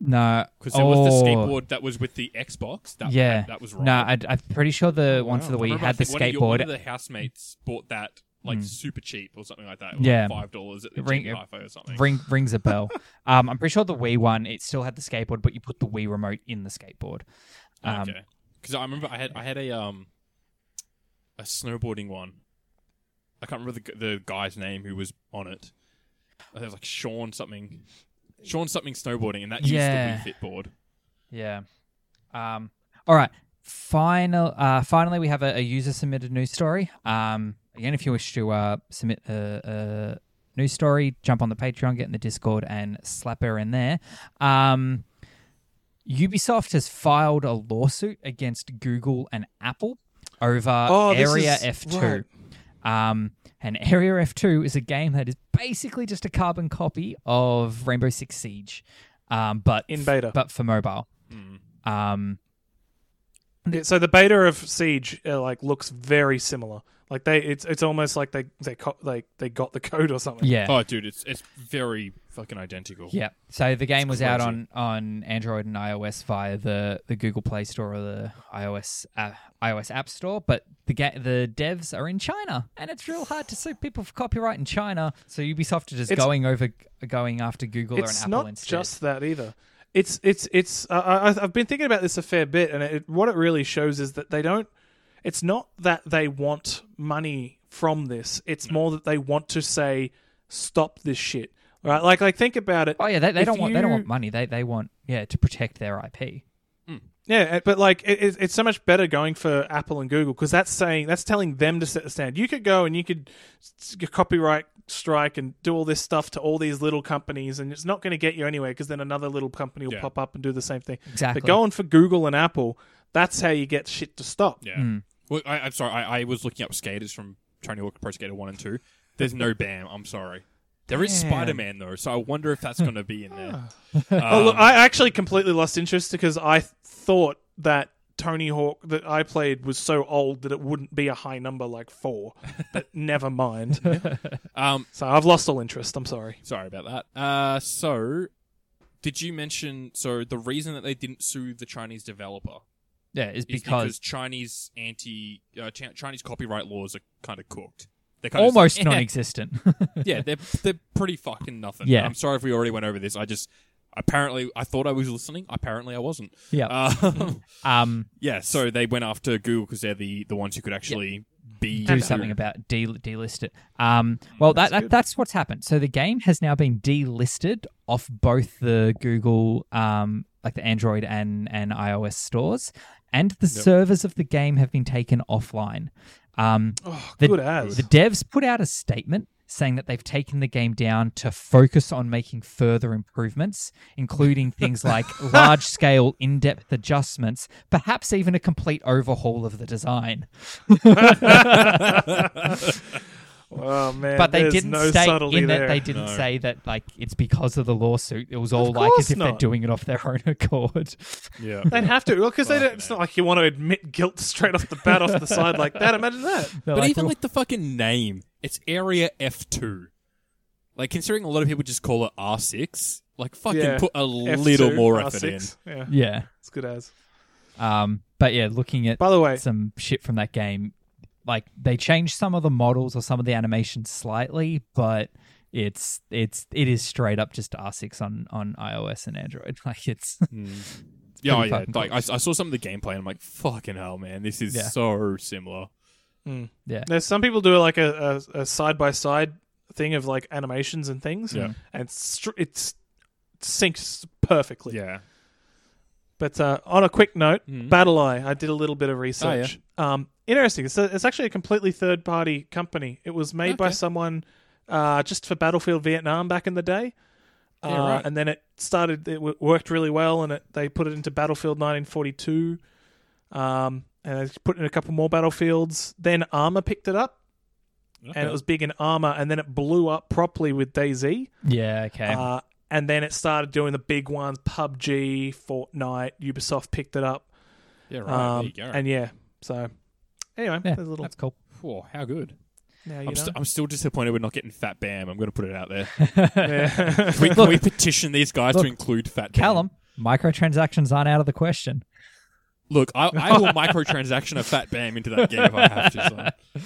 Speaker 3: No,
Speaker 1: Because there was
Speaker 3: oh,
Speaker 1: the skateboard that was with the Xbox. That,
Speaker 3: yeah,
Speaker 1: that, was
Speaker 3: No,
Speaker 1: Ride.
Speaker 3: I, I'm pretty sure the
Speaker 2: Oh,
Speaker 3: one
Speaker 2: wow.
Speaker 3: for the
Speaker 1: I
Speaker 3: Wii
Speaker 1: remember, I
Speaker 3: had the
Speaker 1: think one of your- one
Speaker 3: skateboard.
Speaker 1: of the housemates bought that like
Speaker 3: Mm.
Speaker 1: super cheap or something like that. It was
Speaker 3: Yeah.
Speaker 1: like five dollars at the
Speaker 3: Ring-
Speaker 1: Ring, or something.
Speaker 3: Ring rings
Speaker 1: [LAUGHS]
Speaker 3: a bell. um, I'm pretty sure the Wii one it still had the skateboard, but you put the Wii remote in the skateboard. Um,
Speaker 1: Oh, okay, because I remember I had I had a um a snowboarding one. I can't remember the, g- the guy's name who was on it. I think it was like Sean something, Sean something snowboarding, and that used
Speaker 3: Yeah.
Speaker 1: the Wii Fit board.
Speaker 3: Yeah. Um, all right. Final. Uh, finally, we have a, a user submitted news story. Um, again, if you wish to uh, submit a, a news story, jump on the Patreon, get in the Discord, and slap her in there. Um, Ubisoft has filed a lawsuit against Google and Apple over
Speaker 2: Oh, this
Speaker 3: Area
Speaker 2: is-
Speaker 3: F2. Um, and Area F2 is a game that is basically just a carbon copy of Rainbow Six Siege, um, but
Speaker 2: In beta.
Speaker 3: but for mobile.
Speaker 1: Mm.
Speaker 3: Um,
Speaker 2: Yeah, so the beta of Siege uh, like looks very similar. Like they, it's it's almost like they they co- like they got the code or something.
Speaker 3: yeah,
Speaker 1: Oh, dude, it's it's very fucking identical.
Speaker 3: yeah. So the game was out
Speaker 1: crazy.
Speaker 3: on on Android and iOS via the the Google Play Store or the iOS uh, iOS App Store, but the ga- the devs are in China, and it's real hard to sue people for copyright in China. So Ubisoft are just
Speaker 2: It's-
Speaker 3: going over going after Google
Speaker 2: it's
Speaker 3: or an
Speaker 2: not
Speaker 3: Apple instead.
Speaker 2: just that either. It's it's it's. Uh, I, I've- I've been thinking about this a fair bit, and it, what it really shows is that they don't. It's not that they want money from this. It's more that they want to say, "Stop this shit." Right? Like, like think about it.
Speaker 3: Oh yeah, they, they
Speaker 2: If
Speaker 3: don't want they don't
Speaker 2: you-
Speaker 3: want money. They they want yeah to protect their IP.
Speaker 2: Yeah, eh, but like it, it, it's so much better going for Apple and Google because that's saying that's telling them to set the standard. You could go and you could s- copyright strike and do all this stuff to all these little companies, and it's not going to get you anywhere because then another little company will
Speaker 1: Yeah.
Speaker 2: pop up and do the same thing.
Speaker 3: Exactly.
Speaker 2: But going for Google and Apple, that's how you get shit to stop.
Speaker 1: Yeah.
Speaker 3: Mm.
Speaker 1: Well, I, I'm sorry. I, I was looking up skaters from Tony Hawk Pro Skater One and Two. There's no Bam. I'm sorry. There is
Speaker 2: Damn.
Speaker 1: Spider Man though, so I wonder if that's going to be in
Speaker 3: [LAUGHS]
Speaker 1: there.
Speaker 2: Oh, look,
Speaker 1: Um,
Speaker 2: I actually completely lost interest because I th- thought that Tony Hawk that I played was so old that it wouldn't be a high number like four. [LAUGHS] but never mind.
Speaker 1: um,
Speaker 2: So I've lost all interest. I'm sorry.
Speaker 1: sorry about that. Uh, so did you mention? So the reason that they didn't sue the Chinese developer
Speaker 3: yeah, is
Speaker 1: is because,
Speaker 3: because
Speaker 1: Chinese anti uh, Chi- Chinese copyright laws are kind of cooked. They're kinda just
Speaker 3: almost
Speaker 1: like, "Eh,
Speaker 3: non-existent. [LAUGHS]
Speaker 1: yeah, they're they're pretty fucking nothing.
Speaker 3: Yeah.
Speaker 1: I'm sorry if we already went over this. I just apparently I thought I was listening. Apparently I wasn't.
Speaker 3: yeah.
Speaker 1: Um,
Speaker 3: um.
Speaker 1: [LAUGHS] yeah, so they went after Google because they're the the ones who could actually be
Speaker 3: do something about de- delist it. Um, well, that, that that's what's happened. So the game has now been delisted off both the Google, um, like the Android and and iOS stores, and the servers of the game have been taken offline. Um,
Speaker 2: Oh,
Speaker 3: [LAUGHS] The-
Speaker 2: good as.
Speaker 3: the devs put out a statement saying that they've taken the game down to focus on making further improvements, including things like large scale, in depth adjustments, perhaps even a complete overhaul of the design.
Speaker 2: Oh man!
Speaker 3: but they
Speaker 2: there's
Speaker 3: didn't
Speaker 2: no
Speaker 3: state
Speaker 2: subtlety
Speaker 3: in
Speaker 2: there.
Speaker 3: that they didn't
Speaker 1: No.
Speaker 3: say that like it's because of the lawsuit. It was all like
Speaker 2: course
Speaker 3: as if they're
Speaker 2: not.
Speaker 3: doing it off their own [LAUGHS] accord.
Speaker 1: Yeah.
Speaker 2: They'd have to, because they
Speaker 1: Fuck,
Speaker 2: don't. It's not like you want to admit guilt straight off the bat, off the side like that. Imagine
Speaker 3: [LAUGHS]
Speaker 2: that.
Speaker 3: They're
Speaker 1: but
Speaker 3: like,
Speaker 1: even
Speaker 3: "Well,
Speaker 1: like the fucking name, it's Area F2. Like considering a lot of people just call it R6, like fucking
Speaker 2: Yeah.
Speaker 1: put a
Speaker 2: F2,
Speaker 1: little more effort
Speaker 2: R6. Yeah,
Speaker 3: yeah.
Speaker 2: it's good as.
Speaker 3: Um, but yeah, looking at
Speaker 2: By the way,
Speaker 3: some shit from that game, like they changed some of the models or some of the animations slightly, but it's it's it is straight up just R6 on on iOS and Android. [LAUGHS] Like it's
Speaker 1: in.
Speaker 2: Hmm.
Speaker 1: Yeah, oh,
Speaker 3: pretty
Speaker 1: yeah.
Speaker 3: fucking
Speaker 1: Like I, I saw some of the gameplay and I'm like, fucking hell, man, this is
Speaker 3: Yeah.
Speaker 1: so similar.
Speaker 3: yeah.
Speaker 2: there's some people do like a a side by side thing of like animations and things,
Speaker 1: Yeah.
Speaker 2: and it's str- it's syncs perfectly.
Speaker 1: Yeah.
Speaker 2: But uh, on a quick note,
Speaker 1: Mhm.
Speaker 2: Battle Eye, I did a little
Speaker 1: Oh,
Speaker 2: bit of research. um, interesting. It's, a, it's actually a completely third party company. It was made by
Speaker 1: Okay.
Speaker 2: someone uh, just for Battlefield Vietnam back in the day. Uh,
Speaker 1: Yeah, right.
Speaker 2: And then it started, it w- worked really well, and it, they put it into Battlefield 1942. Um, and they put in a couple more battlefields. Then Armor picked it up, and
Speaker 1: Okay.
Speaker 2: it was big in Armor, and then it blew up properly with DayZ.
Speaker 3: Yeah. Okay.
Speaker 2: Uh, and then it started doing the big ones PUBG, Fortnite, Ubisoft picked it up.
Speaker 1: yeah, right.
Speaker 2: Um,
Speaker 1: there you go.
Speaker 2: and yeah, so anyway,
Speaker 3: yeah,
Speaker 2: there's a little.
Speaker 3: that's cool.
Speaker 1: Whoa, how good.
Speaker 2: Now you
Speaker 1: I'm, [LAUGHS]
Speaker 2: know.
Speaker 1: st- I'm still disappointed we're not getting Fat Bam. I'm going to put it out there.
Speaker 2: yeah.
Speaker 1: Can we, can we petition these guys
Speaker 3: look,
Speaker 1: to include Fat Bam?
Speaker 3: Callum, microtransactions aren't out of the question.
Speaker 1: Look, I, I will microtransaction a Fat Bam into that game if I have to. So.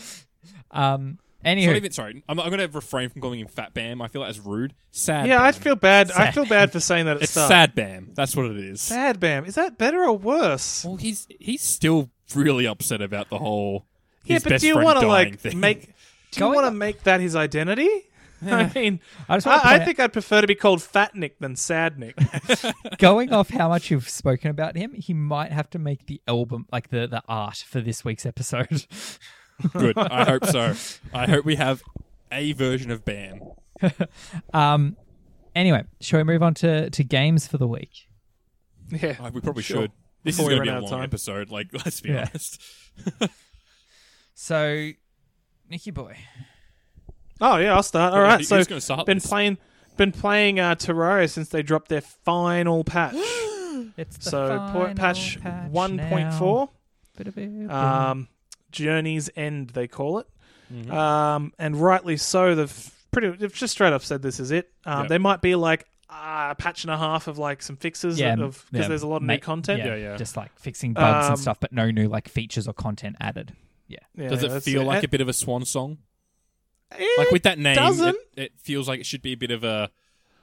Speaker 3: Um.
Speaker 1: It's not
Speaker 3: Anywho,
Speaker 1: even, sorry, I'm, I'm going to refrain from calling him Fat Bam. I feel like that's rude. Sad.
Speaker 2: yeah, I
Speaker 1: Bam.
Speaker 2: feel bad. I
Speaker 3: Sad.
Speaker 2: feel bad for saying that at the
Speaker 1: it's
Speaker 2: start.
Speaker 1: Sad Bam. That's what it is.
Speaker 2: Sad, Bam. Is that better or worse?
Speaker 1: Well, he's he's still really upset about the whole.
Speaker 2: yeah,
Speaker 1: his
Speaker 2: but
Speaker 1: best
Speaker 2: do you
Speaker 1: friend
Speaker 2: want to
Speaker 1: dying
Speaker 2: like
Speaker 1: thing.
Speaker 2: make? Do you
Speaker 3: Going
Speaker 2: want to
Speaker 3: up-
Speaker 2: make that his identity? [LAUGHS] I mean,
Speaker 3: I just want to
Speaker 2: I, I
Speaker 3: point out-
Speaker 2: think I'd prefer to be called Fat Nick than
Speaker 1: [LAUGHS]
Speaker 2: Sad Nick.
Speaker 3: going off how much you've spoken about him, he might have to make the album, like the the art for this week's episode. [LAUGHS]
Speaker 1: good?
Speaker 2: [LAUGHS]
Speaker 1: I hope so. I hope we have a version of Bam.
Speaker 3: um. Anyway, shall we move on to to games for the week?
Speaker 2: yeah,
Speaker 1: Oh, we probably
Speaker 2: Sure.
Speaker 1: should. This
Speaker 2: Before we
Speaker 1: is going to be
Speaker 2: run out
Speaker 1: a
Speaker 2: of
Speaker 1: long
Speaker 2: time.
Speaker 1: episode. Like, [LAUGHS] let's be
Speaker 3: Yeah.
Speaker 1: honest.
Speaker 3: So, Nikki boy,
Speaker 2: Oh yeah, I'll start. All
Speaker 1: Yeah,
Speaker 2: right,
Speaker 1: who's
Speaker 2: so
Speaker 1: gonna start
Speaker 2: been
Speaker 1: this?
Speaker 2: playing been playing uh, Terraria since they dropped their final patch.
Speaker 3: it's the
Speaker 2: so po-
Speaker 3: final
Speaker 2: patch
Speaker 3: patch
Speaker 2: one point four,
Speaker 3: now.
Speaker 2: um, Journey's End they call it,
Speaker 1: Mm-hmm.
Speaker 3: Mm.
Speaker 2: um, and rightly so. They've pretty they've just straight up said this is it. Um,
Speaker 1: Yep.
Speaker 2: They might be like uh, a patch and a half of like some fixes
Speaker 3: Yeah,
Speaker 2: because
Speaker 3: yeah,
Speaker 2: there's a lot of
Speaker 3: ma-
Speaker 2: new content.
Speaker 1: Yeah, yeah.
Speaker 3: Just like fixing bugs
Speaker 2: Um,
Speaker 3: and stuff, but no new like features or content added. Yeah.
Speaker 2: Yeah,
Speaker 1: Does it
Speaker 2: that's
Speaker 1: feel like a
Speaker 2: And-
Speaker 1: bit of a swan song?
Speaker 2: eh,
Speaker 1: Like with that name,
Speaker 2: doesn't.
Speaker 1: It, it feels like it should be a bit of a.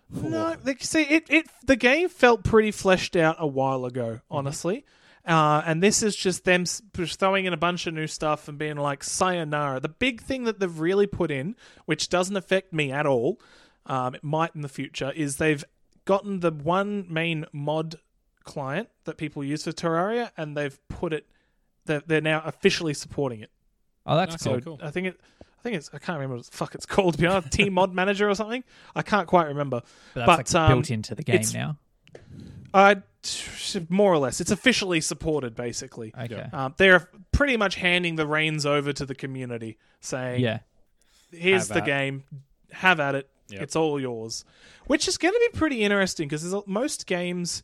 Speaker 2: No, like, see, it, it the game felt pretty fleshed out a while ago,
Speaker 3: Mm-hmm.
Speaker 2: honestly. Uh, and this is just them s- just throwing in a bunch of new stuff and being like, sayonara. The big thing that they've really put in, which doesn't affect me at all, um, it might in the future, is they've gotten the one main mod client that people use for Terraria and they've put it, they're, they're now officially supporting it.
Speaker 3: Oh, that's
Speaker 1: Okay.
Speaker 3: cool.
Speaker 2: So
Speaker 1: Oh, cool.
Speaker 2: I think it. I think it's. I can't remember what the fuck it's [LAUGHS] called. To be honest, Team Mod Manager or something. I can't quite remember.
Speaker 3: But
Speaker 2: But,
Speaker 3: that's like
Speaker 2: um,
Speaker 3: built into the game
Speaker 2: it's-
Speaker 3: now.
Speaker 2: Uh, t- more or less, it's officially supported. Basically,
Speaker 3: Okay.
Speaker 2: um, they're pretty much handing the reins over to the community, saying,
Speaker 3: Yeah.
Speaker 2: "Here's
Speaker 1: Have
Speaker 2: the
Speaker 1: at it."
Speaker 2: game, have at it.
Speaker 1: Yep.
Speaker 2: It's all yours," which is going to be pretty interesting because most games.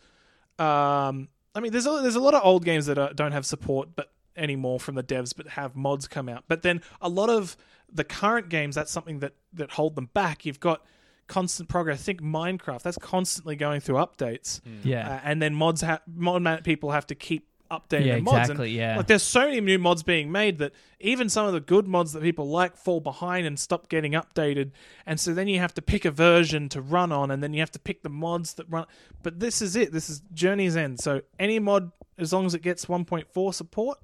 Speaker 2: Um, I mean, there's a, there's a lot of old games that are, don't have support, but anymore from the devs, but have mods come out. But then a lot of the current games, that's something that that hold them back. You've got constant progress. Think Minecraft, that's constantly going through updates
Speaker 3: Yeah.
Speaker 2: uh, and then mods ha- mod man- people have to keep updating
Speaker 3: Yeah,
Speaker 2: their mods.
Speaker 3: exactly,
Speaker 2: and,
Speaker 3: yeah.
Speaker 2: like there's so many new mods being made that even some of the good mods that people like fall behind and stop getting updated, and so then you have to pick a version to run on, and then you have to pick the mods that run. But this is it. This is Journey's End. So any mod, as long as it gets 1.4 support.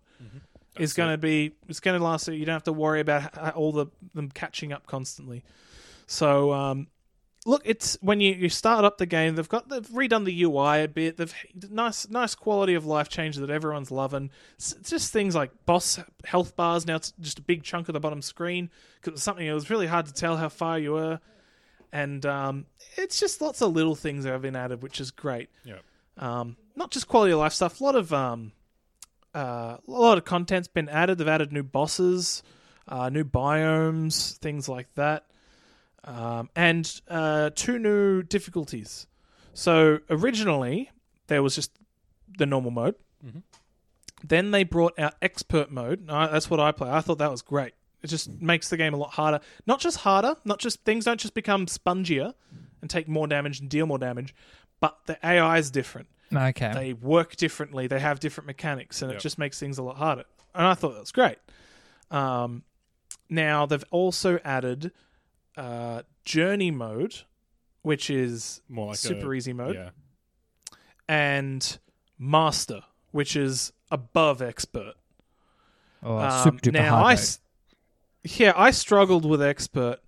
Speaker 2: Is going to be it's going to last. So you don't have to worry about h- h- all the them catching up constantly. So um, look, it's when you, you start up the game, they've got they've redone the UI a bit. They've nice nice quality of life change that everyone's loving. It's, it's just things like boss health bars now. It's just a big chunk of the bottom screen because it was something it was really hard to tell how far you were, and um, it's just lots of little things that have been added, which is great.
Speaker 1: Yep.
Speaker 2: Um, not just quality of life stuff. A lot of um, uh, a lot of content's been added. They've added new bosses, uh, new biomes, things like that, um, and uh, two new difficulties. So originally there was just the normal mode. Then they brought out expert mode. And I- that's what I play. I thought that was great. It just makes the game a lot harder. Not just harder. Not just things don't just become spongier and take more damage and deal more damage, but the AI is different
Speaker 3: Okay.
Speaker 2: Uh, they work differently. They have different mechanics, and
Speaker 1: Yep.
Speaker 2: it just makes things a lot harder. And I thought that was great. Um, now they've also added uh, journey mode, which is
Speaker 1: More like a-
Speaker 2: super easy mode,
Speaker 1: Yeah.
Speaker 2: and master, which is above expert.
Speaker 3: oh,
Speaker 2: Um,
Speaker 3: super duper
Speaker 2: now
Speaker 3: hard.
Speaker 2: I,
Speaker 3: mode.
Speaker 2: s- yeah, I struggled with expert,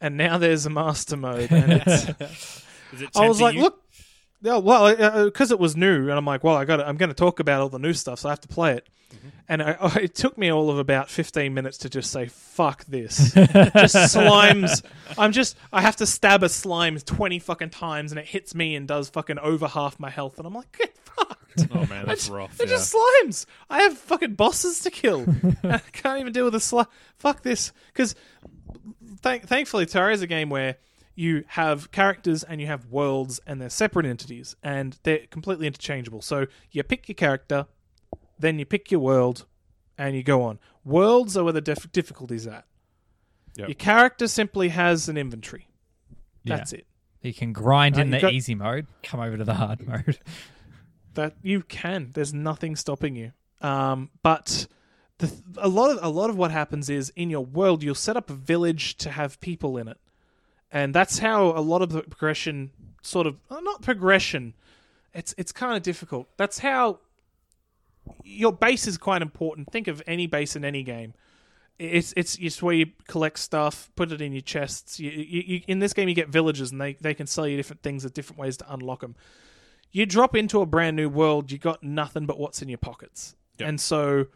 Speaker 2: and now there's a master mode, and it's
Speaker 1: Is it
Speaker 2: I was
Speaker 1: tempting
Speaker 2: like,
Speaker 1: you?
Speaker 2: look, yeah, well, because it was new, and I'm like, well, I got, I'm going to talk about all the new stuff, so I have to play it.
Speaker 1: Mm-hmm.
Speaker 2: And I, [LAUGHS] it took me all of about 15 minutes to just say, fuck this. just slimes. I'm just, I have to stab a slime 20 fucking times, and it hits me and does fucking over half my health, and I'm like, get fucked.
Speaker 1: Oh man, that's rough.
Speaker 2: They're
Speaker 1: yeah.
Speaker 2: just slimes. I have fucking bosses to kill.
Speaker 1: [LAUGHS]
Speaker 2: And I can't even deal with a slime. Fuck this. Because th- thankfully, Terraria is a game where you have characters and you have worlds, and they're separate entities, and they're completely interchangeable. So you pick your character, then you pick your world, and you go on. Worlds are where the dif- difficulty's at.
Speaker 1: Yep.
Speaker 2: Your character simply has an inventory.
Speaker 3: Yeah.
Speaker 2: That's it.
Speaker 3: You can grind
Speaker 2: Uh,
Speaker 3: in
Speaker 2: you've
Speaker 3: the
Speaker 2: got-
Speaker 3: easy mode, come over to the hard mode. [LAUGHS]
Speaker 2: that you can. There's nothing stopping you. Um, but the, a lot of a lot of what happens is in your world you'll set up a village to have people in it, and that's how a lot of the progression sort of uh, not progression. It's it's kind of difficult. That's how your base is quite important. Think of any base in any game. It's it's it's where you collect stuff, put it in your chests. You, you, you, in this game, you get villages, and they, they can sell you different things at different ways to unlock them you drop into a brand new world, you got nothing but what's in your pockets,
Speaker 1: Yep.
Speaker 2: and so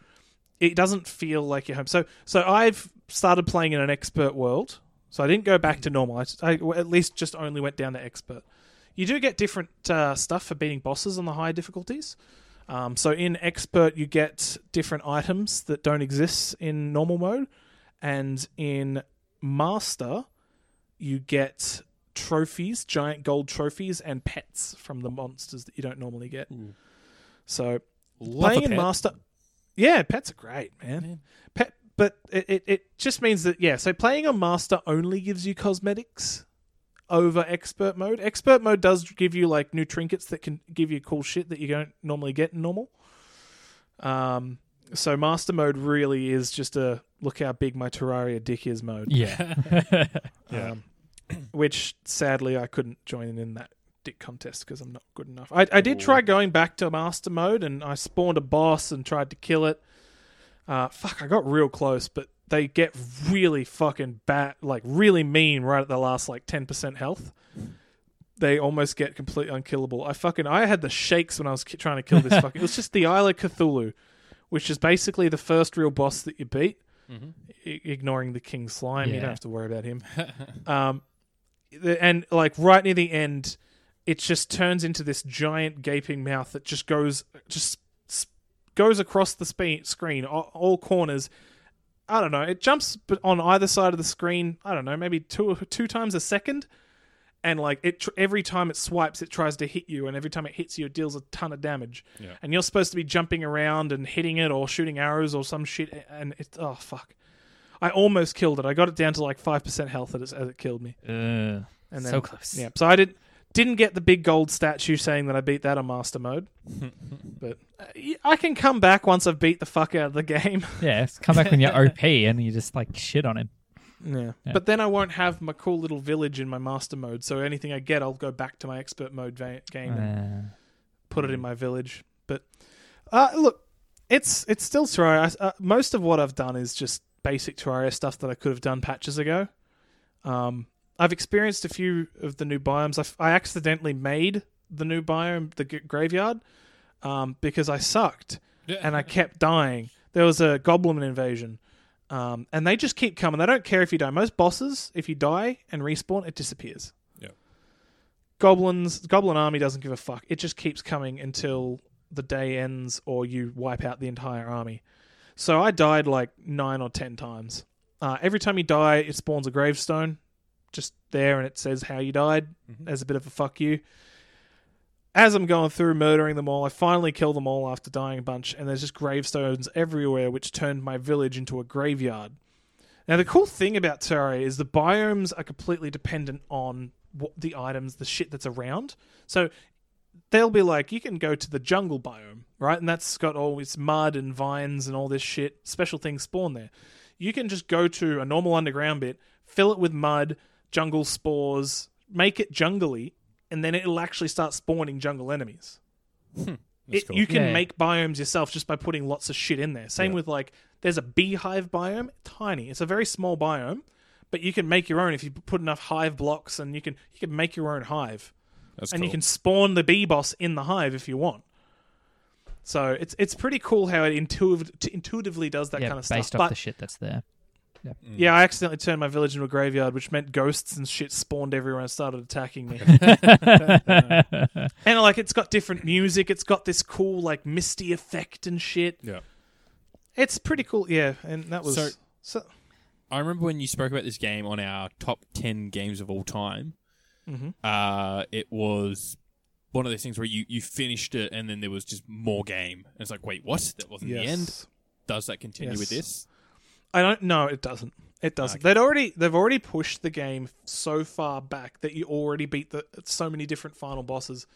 Speaker 2: it doesn't feel like you're home. So, so I've started playing in an expert world, so I didn't go back to normal. I, I at least just only went down to expert. You do get different uh, stuff for beating bosses on the higher difficulties. Um, so in expert, you get different items that don't exist in normal mode, and in master, you get trophies, giant gold trophies, and pets from the monsters that you don't normally get. So
Speaker 1: Love
Speaker 2: playing
Speaker 1: a
Speaker 2: in
Speaker 1: pet.
Speaker 2: master, yeah, pets are great, man. Pet, but it, it it just means that yeah. So playing on master only gives you cosmetics over expert mode. Expert mode does give you like new trinkets that can give you cool shit that you don't normally get in normal. Um, so master mode really is just a look how big my Terraria dick is mode [LAUGHS]
Speaker 3: Yeah.
Speaker 1: Yeah.
Speaker 2: um, [CLEARS THROAT] which sadly I couldn't join in that dick contest because I'm not good enough. I, I did try going back to master mode and I spawned a boss and tried to kill it. Uh, fuck, I got real close, but they get really fucking bad, like really mean right at the last like 10% health. They almost get completely unkillable. I fucking I had the shakes when I was ki- trying to kill this fucking. It was just the Isle of Cthulhu, which is basically the first real boss that you beat, I- ignoring the King Slime. You
Speaker 3: Yeah.
Speaker 2: don't have to worry about him. Um, the, and like right near the end, it just turns into this giant gaping mouth that just goes just s- goes across the spe- screen, all, all corners. I don't know. It jumps b- on either side of the screen. I don't know, maybe two two times a second. And like it, tr- every time it swipes, it tries to hit you, and every time it hits you, it deals a ton of damage.
Speaker 1: Yeah.
Speaker 2: And you're supposed to be jumping around and hitting it or shooting arrows or some shit. And it's oh fuck, I almost killed it. I got it down to like five percent health as it, as it killed me.
Speaker 3: Ugh.
Speaker 2: And
Speaker 3: Uh, so
Speaker 2: then-
Speaker 3: close.
Speaker 2: Yeah, so I did didn't get the big gold statue saying that I beat that on master mode, but uh, y- I can come back once I've beat the fuck out of the [LAUGHS] game.
Speaker 3: Yeah, it's come back when
Speaker 2: [LAUGHS]
Speaker 3: you're OP and you just like shit on him.
Speaker 2: Yeah. But then I won't have my cool little village in my master mode, so anything I get, I'll go back to my expert mode va- game and
Speaker 3: Uh,
Speaker 2: put it in my village. But uh, look, it's it's still Terraria. I- Uh, most of what I've done is just basic Terraria stuff that I could have done patches ago. Um, I've experienced a few of the new biomes. I, f- I accidentally made the new biome, the g- graveyard, um, because I sucked
Speaker 1: Yeah.
Speaker 2: and I kept dying. There was a goblin invasion. Um, and they just keep coming. They don't care if you die. Most bosses, if you die and respawn, it disappears.
Speaker 1: Yep.
Speaker 2: Goblins, Goblin army doesn't give a fuck. It just keeps coming until the day ends or you wipe out the entire army. So I died like nine or ten times. Uh, every time you die, it spawns a gravestone just there and it says how you died as a bit of a fuck you. As I'm going through murdering them all, I finally kill them all after dying a bunch, and there's just gravestones everywhere, which turned my village into a graveyard. Now, the cool thing about Terraria is the biomes are completely dependent on what the items, the shit that's around. So they'll be like, you can go to the jungle biome, right? And that's got all its mud and vines and all this shit. Special things spawn there. You can just go to a normal underground bit, fill it with mud, jungle spores, make it jungly, and then it'll actually start spawning jungle enemies.
Speaker 1: Hmm, That's
Speaker 2: It-
Speaker 1: cool.
Speaker 2: You can
Speaker 3: Yeah.
Speaker 2: make biomes yourself just by putting lots of shit in there. Same
Speaker 1: Yeah.
Speaker 2: with like, there's a beehive biome, tiny. It's a very small biome, but you can make your own if you put enough hive blocks, and you can you can make your own hive.
Speaker 1: That's
Speaker 2: and you
Speaker 1: cool.
Speaker 2: can spawn the bee boss in the hive if you want. So it's it's pretty cool how it intuitive, t- intuitively does that
Speaker 3: yeah,
Speaker 2: kind of
Speaker 3: based
Speaker 2: stuff.
Speaker 3: off
Speaker 2: But
Speaker 3: the shit that's there.
Speaker 2: yeah, I accidentally turned my village into a graveyard, which meant ghosts and shit spawned everywhere and started attacking me. [LAUGHS] and like, it's got different music. It's got this cool like misty effect and shit.
Speaker 1: Yeah.
Speaker 2: It's pretty cool. Yeah, and that was
Speaker 1: So-
Speaker 2: so
Speaker 1: I remember when you spoke about this game on our top 10 games of all time.
Speaker 2: Mhm.
Speaker 1: Uh, it was one of those things where you, you finished it and then there was just more game. And it's like, wait, what? That wasn't the end? Does that continue with
Speaker 2: Yes.
Speaker 1: this?
Speaker 2: I don't. No, it doesn't. It doesn't. They'd already they've already pushed the game so far back that you already beat the so many different final bosses,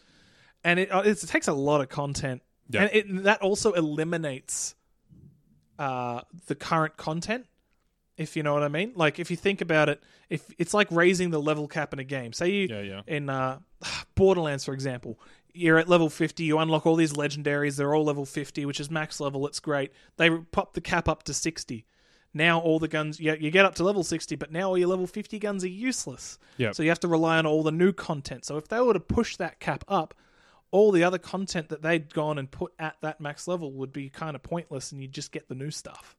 Speaker 2: and it uh, it's, it takes a lot of content,
Speaker 1: Yeah.
Speaker 2: and it, that also eliminates uh, the current content. If you know what I mean, like if you think about it, if it's like raising the level cap in a game. Say you
Speaker 1: Yeah, yeah.
Speaker 2: in uh, [SIGHS] Borderlands, for example, you're at level 50, you unlock all these legendaries, they're all level 50, which is max level, it's great. They pop the cap up to 60. Now all the guns, you, you get up to level 60, but now all your level 50 guns are useless.
Speaker 1: Yep.
Speaker 2: So you have to rely on all the new content. So if they were to push that cap up, all the other content that they'd gone and put at that max level would be kind of pointless and you'd just get the new stuff.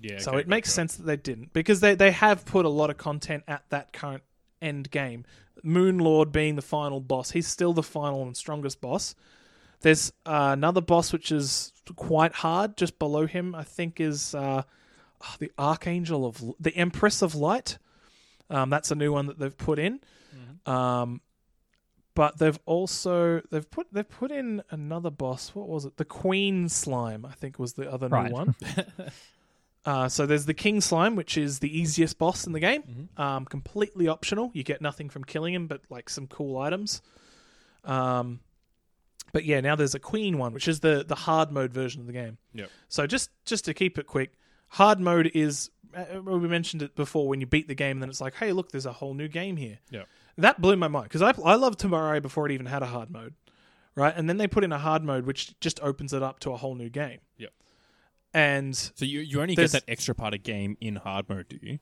Speaker 1: Yeah.
Speaker 2: So
Speaker 1: okay,
Speaker 2: it makes
Speaker 1: gotcha.
Speaker 2: sense that they didn't because they, they have put a lot of content at that current end game. Moon Lord being the final boss, he's still the final and strongest boss. There's uh, another boss which is quite hard, just below him. I think is uh, oh, the Archangel of L- the Empress of Light. Um, that's a new one that they've put in. Um, but they've also they've put they've put in another boss. What was it? The Queen Slime, I think, was the other
Speaker 3: Right.
Speaker 2: new one. Uh, so there's the King Slime, which is the easiest boss in the game. Um, completely optional. You get nothing from killing him, but like some cool items. Um, but yeah, now there's a Queen one, which is the the hard mode version of the game.
Speaker 1: Yep.
Speaker 2: So just just to keep it quick, hard mode is uh, we mentioned it before when you beat the game, then it's like, hey, look, there's a whole new game here.
Speaker 1: Yeah.
Speaker 2: That blew my mind because I I loved Tomorrow before it even had a hard mode, right? And then they put in a hard mode, which just opens it up to a whole new game.
Speaker 1: Yep.
Speaker 2: And
Speaker 1: So you, you only
Speaker 2: There's-
Speaker 1: get that extra part of game in hard mode, do you?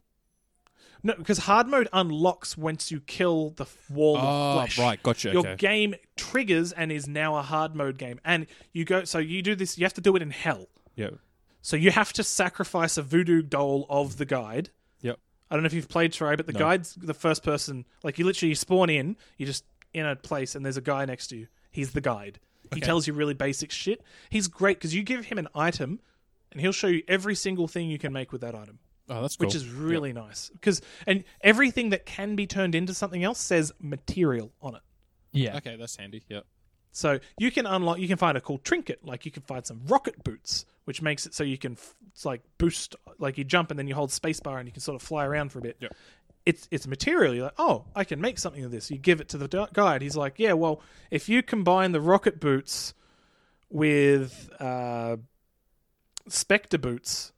Speaker 2: No, because hard mode unlocks once you kill the f- wall
Speaker 1: Oh,
Speaker 2: of flesh.
Speaker 1: right, gotcha,
Speaker 2: Your
Speaker 1: okay.
Speaker 2: game triggers and is now a hard mode game, and you go. So you do this. You have to do it in hell.
Speaker 1: Yep.
Speaker 2: So you have to sacrifice a voodoo doll of the guide.
Speaker 1: Yep.
Speaker 2: I don't know if you've played Terraria, but the guide's the first person. Like you literally spawn in, you just in a place, and there's a guy next to you. He's the guide. He tells you really basic shit. He's great because you give him an item, and he'll show you every single thing you can make with that item
Speaker 1: Oh, that's cool.
Speaker 2: which is really nice because and everything that can be turned into something else says material on it
Speaker 3: yeah.
Speaker 1: okay, that's handy. Yep.
Speaker 2: so you can unlock you can find a cool trinket like you can find some rocket boots which makes it so you can f- it's like boost like you jump and then you hold spacebar and you can sort of fly around for a bit
Speaker 1: Yep.
Speaker 2: it's it's material you're like oh i can make something of this you give it to the du- guide he's like yeah well if you combine the rocket boots with uh spectre boots